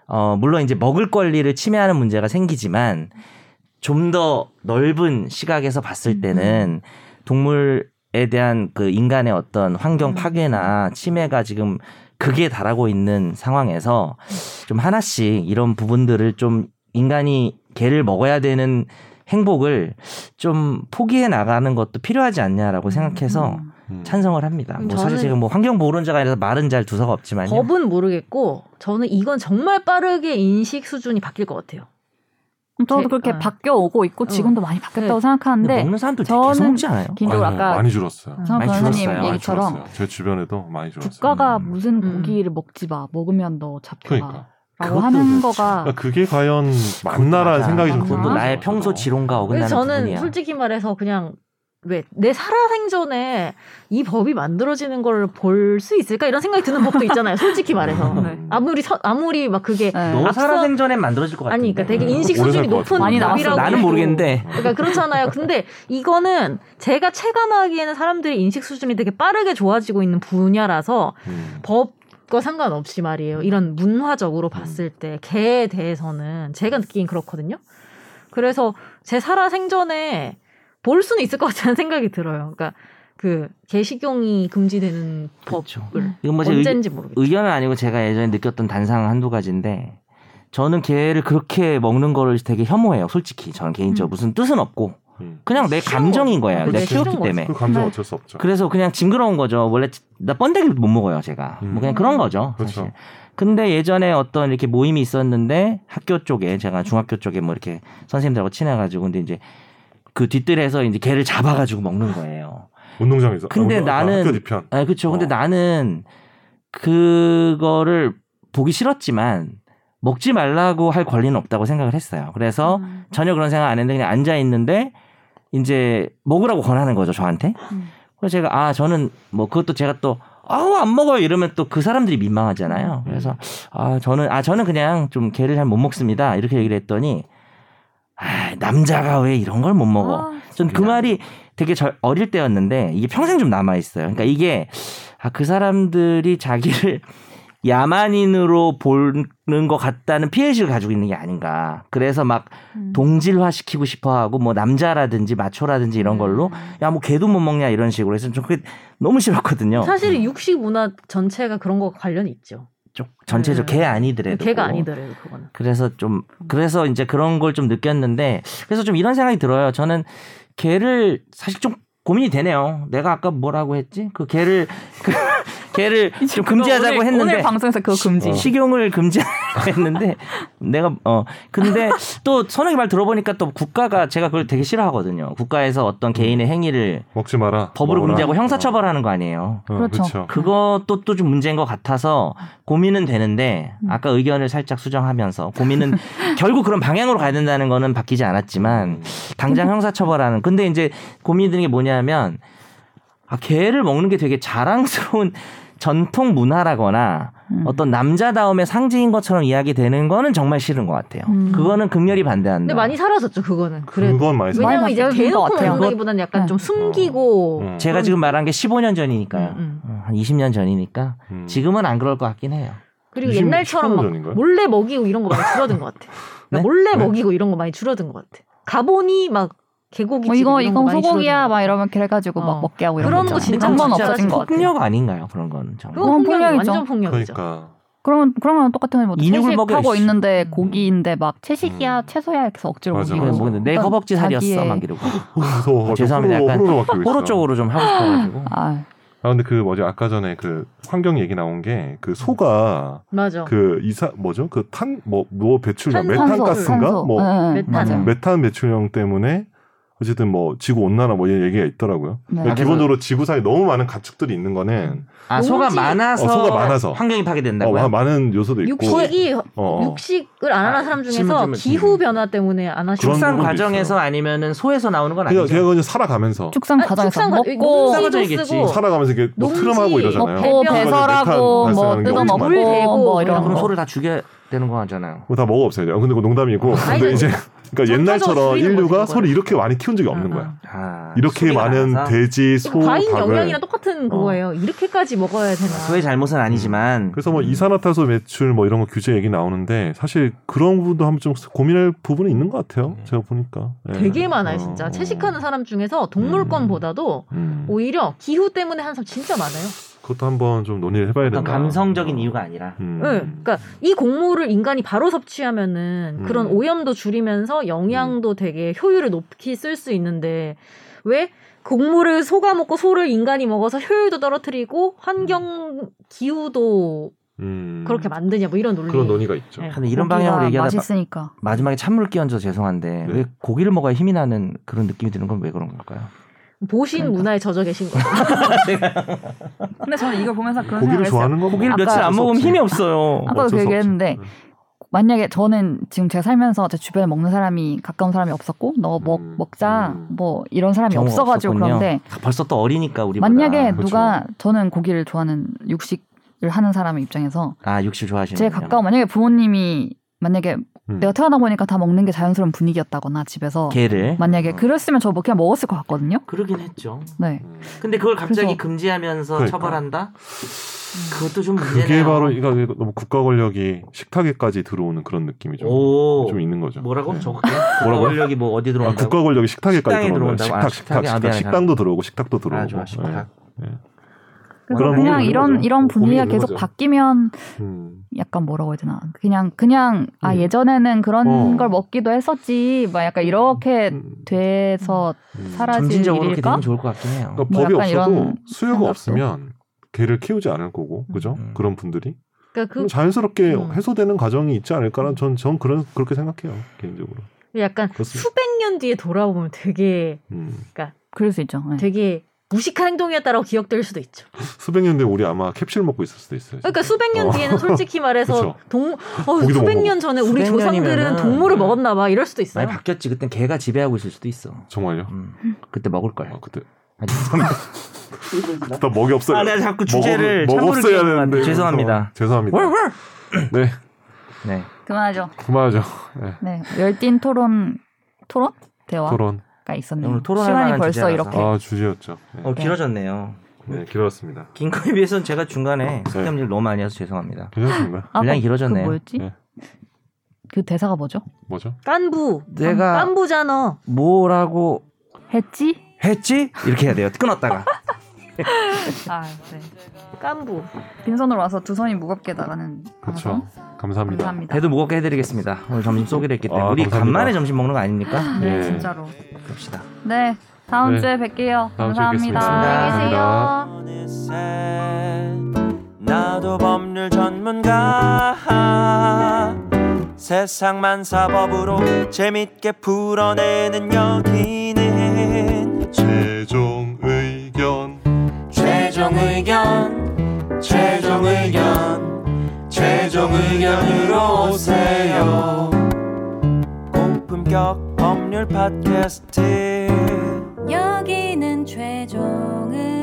Speaker 4: 어 물론 이제 먹을 권리를 침해하는 문제가 생기지만 좀 더 넓은
Speaker 1: 음.
Speaker 4: 시각에서 봤을 때는 동물에 대한 그 인간의 어떤
Speaker 1: 음.
Speaker 4: 환경 파괴나 침해가 지금 극에 달하고 있는 상황에서 좀 하나씩 이런 부분들을 좀 인간이 개를 먹어야 되는 행복을 좀 포기해 나가는 것도 필요하지 않냐라고 생각해서
Speaker 1: 음.
Speaker 2: 음.
Speaker 4: 찬성을 합니다. 뭐 사실
Speaker 3: 저는-
Speaker 4: 지금 뭐 환경 보호론자가 아니라서 말은 잘 두서가 없지만요.
Speaker 3: 법은 모르겠고 저는 이건 정말 빠르게 인식 수준이 바뀔 것 같아요.
Speaker 1: 저도
Speaker 3: 제-
Speaker 1: 그렇게
Speaker 3: 어.
Speaker 1: 바뀌어 오고 있고 지금도 많이 바뀌었다고
Speaker 3: 네.
Speaker 4: 근데
Speaker 1: 생각하는데
Speaker 4: 먹는 사람도 되게
Speaker 1: 저는-
Speaker 4: 계속 먹지 않아요.
Speaker 1: 개인적으로
Speaker 2: 아니,
Speaker 1: 아까
Speaker 2: 많이 줄었어요.
Speaker 3: 음.
Speaker 1: 선
Speaker 4: 많이
Speaker 1: 변호사님
Speaker 4: 줄었어요.
Speaker 1: 얘기처럼
Speaker 2: 많이 줄었어요. 제 주변에도 많이 줄었어요.
Speaker 1: 국가가
Speaker 4: 음.
Speaker 1: 무슨
Speaker 3: 음.
Speaker 1: 고기를 먹지 마 먹으면 너
Speaker 2: 그러니까.
Speaker 1: 잡혀라라고
Speaker 4: 그것도
Speaker 1: 하는
Speaker 4: 그렇죠.
Speaker 1: 거가
Speaker 2: 그러니까 그게 과연 맞나라는
Speaker 4: 맞아.
Speaker 2: 생각이 좀
Speaker 1: 그것도
Speaker 2: 드는
Speaker 4: 그건
Speaker 1: 아.
Speaker 4: 나의 평소
Speaker 3: 그래서
Speaker 4: 지론과 어긋나는
Speaker 3: 저는
Speaker 4: 부분이야.
Speaker 3: 솔직히 말해서 그냥 왜 내 살아생전에 이 법이 만들어지는 걸 볼 수 있을까 이런 생각이 드는 법도 있잖아요. 솔직히
Speaker 4: 음.
Speaker 2: 음.
Speaker 3: 말해서
Speaker 1: 네.
Speaker 3: 아무리 선- 아무리 막 그게
Speaker 1: 네.
Speaker 4: 너
Speaker 3: 앞서-
Speaker 4: 살아생전에 만들어질 것 같아.
Speaker 3: 아니 그러니까 되게
Speaker 2: 네.
Speaker 3: 인식
Speaker 2: 오래
Speaker 3: 수준이
Speaker 2: 살것
Speaker 3: 높은
Speaker 1: 같은데. 많이
Speaker 3: 법이라고
Speaker 1: 나왔어.
Speaker 4: 나는
Speaker 3: 해도
Speaker 4: 모르겠는데
Speaker 3: 그러니까 그렇잖아요. 근데 이거는 제가 체감하기에는 사람들의 인식 수준이 되게 빠르게 좋아지고 있는 분야라서
Speaker 2: 음.
Speaker 3: 법과 상관없이 말이에요. 이런 문화적으로 봤을 때 개에 대해서는 제가 느끼긴 그렇거든요. 그래서 제 살아 생전에 볼 수는 있을 것 같다는 생각이 들어요. 그러니까 그 개식용이 금지되는
Speaker 4: 그렇죠.
Speaker 3: 법을
Speaker 4: 이건 뭐 제
Speaker 3: 언제인지 모르겠어요.
Speaker 4: 의견은 아니고 제가 예전에 느꼈던 단상 한두 가지인데 저는 개를 그렇게 먹는 거를 되게 혐오해요. 솔직히 저는 개인적으로
Speaker 1: 음.
Speaker 4: 무슨 뜻은 없고
Speaker 2: 음.
Speaker 4: 그냥 내
Speaker 3: 싫은
Speaker 4: 감정인
Speaker 3: 거지.
Speaker 4: 거예요. 내가
Speaker 3: 그렇지, 싫은
Speaker 4: 키웠기
Speaker 3: 거지.
Speaker 4: 때문에.
Speaker 2: 그 감정
Speaker 1: 네.
Speaker 2: 어쩔 수 없죠.
Speaker 4: 그래서 그냥 징그러운 거죠. 원래 나 번데기를 못 먹어요, 제가.
Speaker 2: 음.
Speaker 4: 뭐 그냥 그런 거죠.
Speaker 2: 그렇죠.
Speaker 4: 사실. 근데 예전에 어떤 이렇게 모임이 있었는데 학교 쪽에 제가 중학교 쪽에 뭐 이렇게 선생님들하고 친해가지고 근데 이제 그 뒤뜰에서 이제 개를 잡아가지고 먹는 거예요.
Speaker 2: 운동장에서.
Speaker 4: 근데
Speaker 2: 아, 운동- 아,
Speaker 4: 나는-
Speaker 2: 학교 뒤편.
Speaker 4: 아, 그쵸. 근데
Speaker 2: 어.
Speaker 4: 나는 그거를 보기 싫었지만 먹지 말라고 할 권리는 없다고 생각을 했어요. 그래서
Speaker 3: 음.
Speaker 4: 전혀 그런 생각 안 했는데 그냥 앉아 있는데 이제 먹으라고 권하는 거죠 저한테.
Speaker 3: 음.
Speaker 4: 그래서 제가 아 저는 뭐 그것도 제가 또 아우 안 먹어요 이러면 또 그 사람들이 민망하잖아요. 그래서 아 저는 아 저는 그냥 좀 개를 잘 못 먹습니다 이렇게 얘기를 했더니 아 남자가 왜 이런 걸 못 먹어?
Speaker 3: 아,
Speaker 4: 전 그 말이 되게 절- 어릴 때였는데 이게 평생 좀 남아 있어요. 그러니까 이게 아, 그 사람들이 자기를 야만인으로 보는 것 같다는 피해의식을 가지고 있는 게 아닌가. 그래서 막
Speaker 3: 음.
Speaker 4: 동질화 시키고 싶어 하고 뭐 남자라든지 마초라든지
Speaker 1: 음.
Speaker 4: 이런 걸로 야 뭐 걔도 못 먹냐 이런 식으로 해서 좀 그게 너무 싫었거든요.
Speaker 3: 아, 사실 육식 문화 전체가 그런 거 관련이 있죠.
Speaker 4: 좀 전체적
Speaker 3: 네.
Speaker 4: 걔 아니더라도
Speaker 3: 걔가 아니더라고요, 그거는.
Speaker 4: 그래서 좀 그래서 이제 그런 걸 좀 느꼈는데 그래서 좀 이런 생각이 들어요. 저는 개를 사실 좀 고민이 되네요. 내가 아까 뭐라고 했지? 그 개를 그 개를
Speaker 1: 음.
Speaker 4: 좀 금지하자고
Speaker 1: 오늘,
Speaker 4: 했는데
Speaker 1: 오늘 방송에서 그거 금지.
Speaker 4: 시- 식용을 금지하고 했는데 내가 어 근데 또 선욱이 말 들어보니까 또 국가가 제가 그걸 되게 싫어하거든요. 국가에서 어떤 개인의 행위를
Speaker 2: 먹지 마라.
Speaker 4: 법으로
Speaker 2: 먹어라.
Speaker 4: 금지하고 형사처벌하는 거 아니에요.
Speaker 2: 어,
Speaker 1: 그렇죠.
Speaker 2: 그렇죠.
Speaker 4: 그것도 또 좀 문제인 것 같아서 고민은 되는데 아까 의견을 살짝 수정하면서 고민은 결국 그런 방향으로 가야 된다는 거는 바뀌지 않았지만 당장 형사처벌하는 근데 이제 고민이 드는 게 뭐냐면 아, 개를 먹는 게 되게 자랑스러운 전통 문화라거나
Speaker 1: 음.
Speaker 4: 어떤 남자다움의 상징인 것처럼 이야기되는 거는 정말 싫은 것 같아요. 어,
Speaker 1: 음.
Speaker 4: 그거는 극렬히 반대한다.
Speaker 3: 근데 많이 사라졌죠, 그거는. 그래.
Speaker 2: 그건 많이 사.
Speaker 1: 많이
Speaker 3: 왜냐면 이제
Speaker 1: 바뀌었던 것
Speaker 3: 대놓고
Speaker 1: 같아요.
Speaker 3: 먹는다기보다는 약간
Speaker 1: 네.
Speaker 3: 좀 숨기고
Speaker 2: 음.
Speaker 4: 제가 지금 말한 게 15년 전이니까요.
Speaker 3: 음,
Speaker 4: 어, 한 20년 전이니까
Speaker 2: 음.
Speaker 4: 지금은 안 그럴 것 같긴 해요.
Speaker 3: 그리고
Speaker 2: 20,
Speaker 3: 옛날처럼
Speaker 2: 15년
Speaker 3: 막
Speaker 2: 전인가요?
Speaker 3: 몰래 먹이고 이런 거 많이 줄어든 것 같아. 그러니까
Speaker 4: 네?
Speaker 3: 몰래
Speaker 2: 네.
Speaker 3: 먹이고 이런 거 많이 줄어든 것 같아. 가보니 막 개고기
Speaker 1: 뭐
Speaker 3: 집
Speaker 1: 이거
Speaker 3: 이런 거
Speaker 1: 이거
Speaker 3: 많이
Speaker 1: 소고기야
Speaker 3: 줄어든 것
Speaker 1: 막 이러면 걔를 가지고
Speaker 3: 어.
Speaker 1: 막 먹게 하고 이런
Speaker 3: 그런
Speaker 1: 거
Speaker 3: 거
Speaker 1: 있잖아요.
Speaker 3: 진짜
Speaker 1: 한번
Speaker 3: 진짜
Speaker 1: 없어진 것 같아요.
Speaker 4: 폭력 아닌가요? 그런 거는
Speaker 3: 같아.
Speaker 4: 정말.
Speaker 3: 그건
Speaker 1: 그건
Speaker 3: 폭력이
Speaker 1: 어, 폭력이죠.
Speaker 3: 완전 폭력이죠.
Speaker 2: 그러니까
Speaker 1: 그러면 그런 거랑 똑같은 거지 뭐
Speaker 4: 인육을
Speaker 1: 채식하고
Speaker 4: 먹여, 씨.
Speaker 1: 있는데 고기인데 막 채식이야
Speaker 2: 음.
Speaker 1: 채소야 이렇게 해서 억지로
Speaker 2: 맞아,
Speaker 1: 먹이고
Speaker 4: 이건 뭐, 내
Speaker 1: 어떤
Speaker 4: 허벅지 살이었어
Speaker 1: 자기의-
Speaker 4: 막 이러고
Speaker 2: 그렇죠. 무서워.
Speaker 4: 아, 죄송합니다.
Speaker 2: 호로,
Speaker 4: 약간
Speaker 2: 호로로 바뀌고 있어.
Speaker 4: 호러 쪽으로 좀 하고 싶어가지고
Speaker 1: 아,
Speaker 2: 아 근데 그 뭐지 아까 전에 그 환경 얘기 나온 게 그 소가
Speaker 4: 어.
Speaker 3: 맞아.
Speaker 2: 그 이사 뭐죠 그 탄 뭐 뭐 배출량
Speaker 3: 탄산소, 네.
Speaker 2: 메탄가스인가
Speaker 1: 탄소.
Speaker 2: 뭐
Speaker 1: 예, 예.
Speaker 3: 메탄.
Speaker 1: 맞아요.
Speaker 4: 음.
Speaker 2: 메탄 배출량 때문에 어쨌든 뭐 지구 온난화 뭐 이런 얘기가 있더라고요.
Speaker 1: 네.
Speaker 2: 그러니까
Speaker 4: 아,
Speaker 2: 기본적으로 지구상에 너무 많은 가축들이 있는 거는
Speaker 4: 아 소가 많아서,
Speaker 2: 어, 소가 많아서.
Speaker 4: 환경이
Speaker 2: 어, 마-
Speaker 4: 파괴된다고요?
Speaker 2: 많은 요소도 있고
Speaker 3: 육식이
Speaker 2: 어, 어.
Speaker 3: 육식을 안 하는
Speaker 4: 아,
Speaker 3: 사람 중에서
Speaker 4: 질문, 질문,
Speaker 3: 기후
Speaker 4: 질문.
Speaker 3: 변화 때문에 안 하시는
Speaker 2: 그런
Speaker 4: 출산
Speaker 2: 부분도
Speaker 4: 과정에서
Speaker 2: 있어요.
Speaker 4: 아니면은 소에서 나오는 건
Speaker 2: 그냥
Speaker 4: 아니죠?
Speaker 2: 그냥 그냥 살아가면서
Speaker 1: 축산
Speaker 3: 아,
Speaker 1: 과정에서
Speaker 3: 축산 과-
Speaker 1: 먹고
Speaker 4: 농사-
Speaker 3: 농지도 쓰고
Speaker 4: 과정이겠지.
Speaker 2: 살아가면서 이렇게 뭐
Speaker 3: 농지,
Speaker 2: 트름하고 이러잖아요.
Speaker 1: 먹고
Speaker 3: 배변.
Speaker 1: 배설하고
Speaker 2: 메탄
Speaker 1: 뭐
Speaker 2: 발생하는 경우도
Speaker 1: 뜯어 먹고
Speaker 3: 물 대고
Speaker 1: 뭐
Speaker 3: 그냥
Speaker 1: 이런
Speaker 4: 그럼
Speaker 1: 거.
Speaker 4: 소를 다 죽여야 되는 거잖아요.
Speaker 2: 그거 다 먹어 없어요. 근데 그거 농담이고.
Speaker 3: 아니,
Speaker 2: 근데 이제 그러니까
Speaker 3: 점차적으로
Speaker 2: 옛날처럼
Speaker 3: 줄이는
Speaker 2: 인류가
Speaker 3: 거지,
Speaker 2: 소를 이렇게 많이 키운 적이 없는
Speaker 3: 아,
Speaker 2: 거야.
Speaker 4: 아,
Speaker 2: 이렇게
Speaker 4: 소리가
Speaker 2: 많은
Speaker 4: 나서?
Speaker 2: 돼지, 소,
Speaker 3: 과잉
Speaker 2: 닭을 어.
Speaker 3: 영양이랑 똑같은 그거예요. 이렇게까지 먹어야 되나?
Speaker 4: 소의 잘못은 아니지만
Speaker 2: 그래서 뭐 이산화탄소 매출 뭐 이런 거 규제 얘기 나오는데 사실 그런 부분도 한번 좀 고민할 부분이 있는 것 같아요.
Speaker 4: 음.
Speaker 2: 제가 보니까. 예.
Speaker 3: 되게 많아요,
Speaker 2: 어,
Speaker 3: 진짜.
Speaker 2: 어.
Speaker 3: 채식하는 사람 중에서 동물권보다도
Speaker 2: 음.
Speaker 3: 오히려 기후 때문에 하는 사람 진짜 많아요.
Speaker 2: 그것도 한번 좀 논의를 해봐야 된다.
Speaker 4: 어떤 감성적인 이유가 아니라
Speaker 2: 음.
Speaker 3: 네, 그러니까 이 곡물을 인간이 바로 섭취하면은
Speaker 2: 음.
Speaker 3: 그런 오염도 줄이면서 영양도 되게 효율을 높이 쓸 수 있는데 왜 곡물을 소가 먹고 소를 인간이 먹어서 효율도 떨어뜨리고 환경 기후도
Speaker 2: 음.
Speaker 3: 그렇게 만드냐 뭐 이런 논리.
Speaker 2: 그런 논의가 있죠.
Speaker 3: 네.
Speaker 4: 근데 이런 방향으로
Speaker 1: 고기가
Speaker 4: 얘기하다 마-
Speaker 1: 맛있으니까
Speaker 4: 마지막에 찬물 끼얹어서 죄송한데
Speaker 2: 네.
Speaker 4: 왜 고기를 먹어야 힘이 나는 그런 느낌이 드는 건 왜 그런 걸까요?
Speaker 3: 보신
Speaker 1: 그러니까.
Speaker 3: 문화에 젖어 계신 거예요.
Speaker 1: 근데 저는 이걸 보면서 그런
Speaker 2: 고기를
Speaker 1: 생각을 했어요.
Speaker 2: 좋아하는 뭐 거
Speaker 4: 고기를
Speaker 1: 아까-
Speaker 4: 며칠 안 먹으면 힘이 없어요.
Speaker 1: 아까도 그
Speaker 2: 어쩔 수
Speaker 1: 얘기를
Speaker 2: 없지.
Speaker 1: 했는데 만약에 저는 지금 제가 살면서 제 주변에 먹는 사람이 가까운 사람이 없었고 너 먹
Speaker 2: 음,
Speaker 1: 먹자
Speaker 2: 음.
Speaker 1: 뭐 이런 사람이
Speaker 4: 경우가
Speaker 1: 없어가지고
Speaker 4: 없었군요.
Speaker 1: 그런데
Speaker 4: 아, 벌써 또 어리니까 우리보다.
Speaker 1: 만약에
Speaker 2: 그렇죠.
Speaker 1: 누가 저는 고기를 좋아하는 육식을 하는 사람의 입장에서
Speaker 4: 아 육식 좋아하시는
Speaker 1: 제 가까운 만약에 부모님이 만약에
Speaker 2: 음.
Speaker 1: 내가 태어나 보니까 다 먹는 게 자연스러운 분위기였다거나 집에서
Speaker 4: 개를
Speaker 1: 만약에
Speaker 2: 어.
Speaker 1: 그랬으면 저 뭐 그냥 먹었을 것 같거든요.
Speaker 4: 그러긴 했죠.
Speaker 1: 네.
Speaker 2: 음.
Speaker 4: 근데 그걸 갑자기
Speaker 1: 그래서- 음.
Speaker 4: 금지하면서
Speaker 2: 그러니까.
Speaker 4: 처벌한다? 그것도 좀 문제네요.
Speaker 2: 그게 바로 그러니까 이거 너무 국가 권력이 식탁에까지 들어오는 그런 느낌이 좀,
Speaker 4: 오
Speaker 2: 좀 있는 거죠.
Speaker 4: 뭐라고
Speaker 2: 네.
Speaker 4: 적을게요.
Speaker 2: 뭐라고?
Speaker 4: 권력이 뭐 어디
Speaker 2: 아,
Speaker 4: 들어온다고?
Speaker 2: 국가 권력이 식탁에까지
Speaker 4: 식당에
Speaker 2: 들어오는 거예요.
Speaker 4: 들어온다고? 아,
Speaker 2: 식탁, 식탁,
Speaker 4: 식탁에. 아,
Speaker 2: 식탁,
Speaker 4: 미안해.
Speaker 2: 식당도 들어오고 식탁도 들어오고.
Speaker 4: 아 좋아 식탁.
Speaker 1: 그래서
Speaker 2: 그런
Speaker 1: 그냥
Speaker 2: 부분이
Speaker 1: 이런
Speaker 2: 거죠.
Speaker 1: 이런 분위기가
Speaker 2: 고민이
Speaker 1: 계속
Speaker 2: 거죠.
Speaker 1: 바뀌면
Speaker 2: 예. 음.
Speaker 1: 약간 뭐라고 해야 되나 그냥 그냥 아
Speaker 2: 음.
Speaker 1: 예전에는 그런
Speaker 2: 어.
Speaker 1: 걸 먹기도 했었지 막 약간 이렇게
Speaker 2: 음.
Speaker 1: 돼서
Speaker 2: 음.
Speaker 1: 사라질
Speaker 4: 점진적으로 이렇게
Speaker 1: 일일까?
Speaker 4: 되면 좋을 것 같긴 해요.
Speaker 2: 그러니까
Speaker 1: 뭐
Speaker 2: 법이
Speaker 1: 약간
Speaker 2: 없어도
Speaker 1: 이런
Speaker 2: 수요가
Speaker 1: 생각도.
Speaker 2: 없으면 개를 키우지 않을 거고 그죠?
Speaker 4: 음.
Speaker 2: 그런 분들이
Speaker 3: 그러니까 그
Speaker 2: 그럼 자연스럽게
Speaker 3: 음.
Speaker 2: 해소되는 과정이 있지 않을까라는 전, 전 그런 그렇게 생각해요 개인적으로.
Speaker 3: 약간
Speaker 2: 그렇습니다.
Speaker 3: 수백 년 뒤에 돌아보면 되게
Speaker 2: 음.
Speaker 1: 그럴 수 있죠. 네.
Speaker 3: 되게 무식한 행동이었다라고 기억될 수도 있죠.
Speaker 2: 수백 년 뒤에 우리 아마 캡슐 먹고 있을 수도 있어요.
Speaker 3: 그러니까 수백 년
Speaker 2: 어.
Speaker 3: 뒤에는 솔직히 말해서
Speaker 2: 그쵸.
Speaker 3: 동 어,
Speaker 2: 고기도
Speaker 3: 수백
Speaker 2: 먹어. 음. 네.
Speaker 3: 년 전에 우리
Speaker 4: 수백
Speaker 3: 조상들은
Speaker 4: 년이면은-
Speaker 3: 동물을 먹었나 봐 이럴 수도
Speaker 4: 많이
Speaker 3: 있어요.
Speaker 4: 바뀌었지. 그땐 개가 지배하고 있을 수도 있어.
Speaker 2: 정말요?
Speaker 4: 음. 그때 먹을 걸.
Speaker 2: 아, 그때
Speaker 4: 아, 죄송합니다.
Speaker 2: 그때 먹이 없어요.
Speaker 4: 아, 내가 자꾸 주제를
Speaker 2: 먹어,
Speaker 4: 참고를
Speaker 2: 먹었어야
Speaker 4: 기억을 안
Speaker 2: 되는데
Speaker 4: 해. 죄송합니다.
Speaker 2: 죄송합니다.
Speaker 4: 월.
Speaker 2: 네
Speaker 4: 네.
Speaker 1: 그만하죠.
Speaker 2: 그만하죠. 네,
Speaker 1: 네, 열띤 토론 토론 대화가
Speaker 2: 토론
Speaker 1: 있었네요.
Speaker 4: 오늘 토론할
Speaker 1: 시간이
Speaker 4: 만한
Speaker 1: 벌써
Speaker 4: 주제라서.
Speaker 1: 이렇게
Speaker 2: 아 주제였죠. 네,
Speaker 4: 어, 길어졌네요.
Speaker 2: 네 길었습니다.
Speaker 4: 긴 거에 비해서는 제가
Speaker 2: 네.
Speaker 4: 중간에 습담질 너무 많이 해서 죄송합니다.
Speaker 2: 괜찮습니다.
Speaker 1: 아,
Speaker 4: 분량이
Speaker 1: 그-
Speaker 4: 길어졌네요.
Speaker 1: 그 뭐였지?
Speaker 2: 네.
Speaker 1: 그 대사가 뭐죠?
Speaker 2: 뭐죠?
Speaker 3: 깐부.
Speaker 4: 내가-
Speaker 3: 깐부잖아.
Speaker 4: 뭐라고
Speaker 1: 했지?
Speaker 4: 했지? 이렇게 해야 돼요. 끊었다가.
Speaker 1: 아, 네.
Speaker 3: 깐부.
Speaker 1: 빈손으로 와서 두 손이 무겁게 나가는
Speaker 2: 그렇죠.
Speaker 1: 방송.
Speaker 2: 감사합니다.
Speaker 1: 감사합니다.
Speaker 4: 배도 무겁게 해드리겠습니다. 오늘 점심 쏘기로 했기 때문에
Speaker 2: 아,
Speaker 4: 우리
Speaker 2: 감사합니다.
Speaker 4: 간만에 점심 먹는 거 아닙니까?
Speaker 1: 네,
Speaker 2: 예.
Speaker 1: 진짜로.
Speaker 4: 그럽시다.
Speaker 1: 네, 다음
Speaker 2: 네.
Speaker 1: 주에 뵐게요.
Speaker 2: 다음 주에
Speaker 1: 감사합니다.
Speaker 2: 뵙겠습니다.
Speaker 1: 안녕히 계세요.
Speaker 2: 감사합니다.
Speaker 6: 어느새 나도 법률 전문가 세상만 사법으로 재밌게 풀어내는 여기는
Speaker 2: 최종 의견
Speaker 6: 최종 의견 최종 의견 최종 의견으로 오세요 고품격 법률 팟캐스트
Speaker 7: 여기는 최종 의견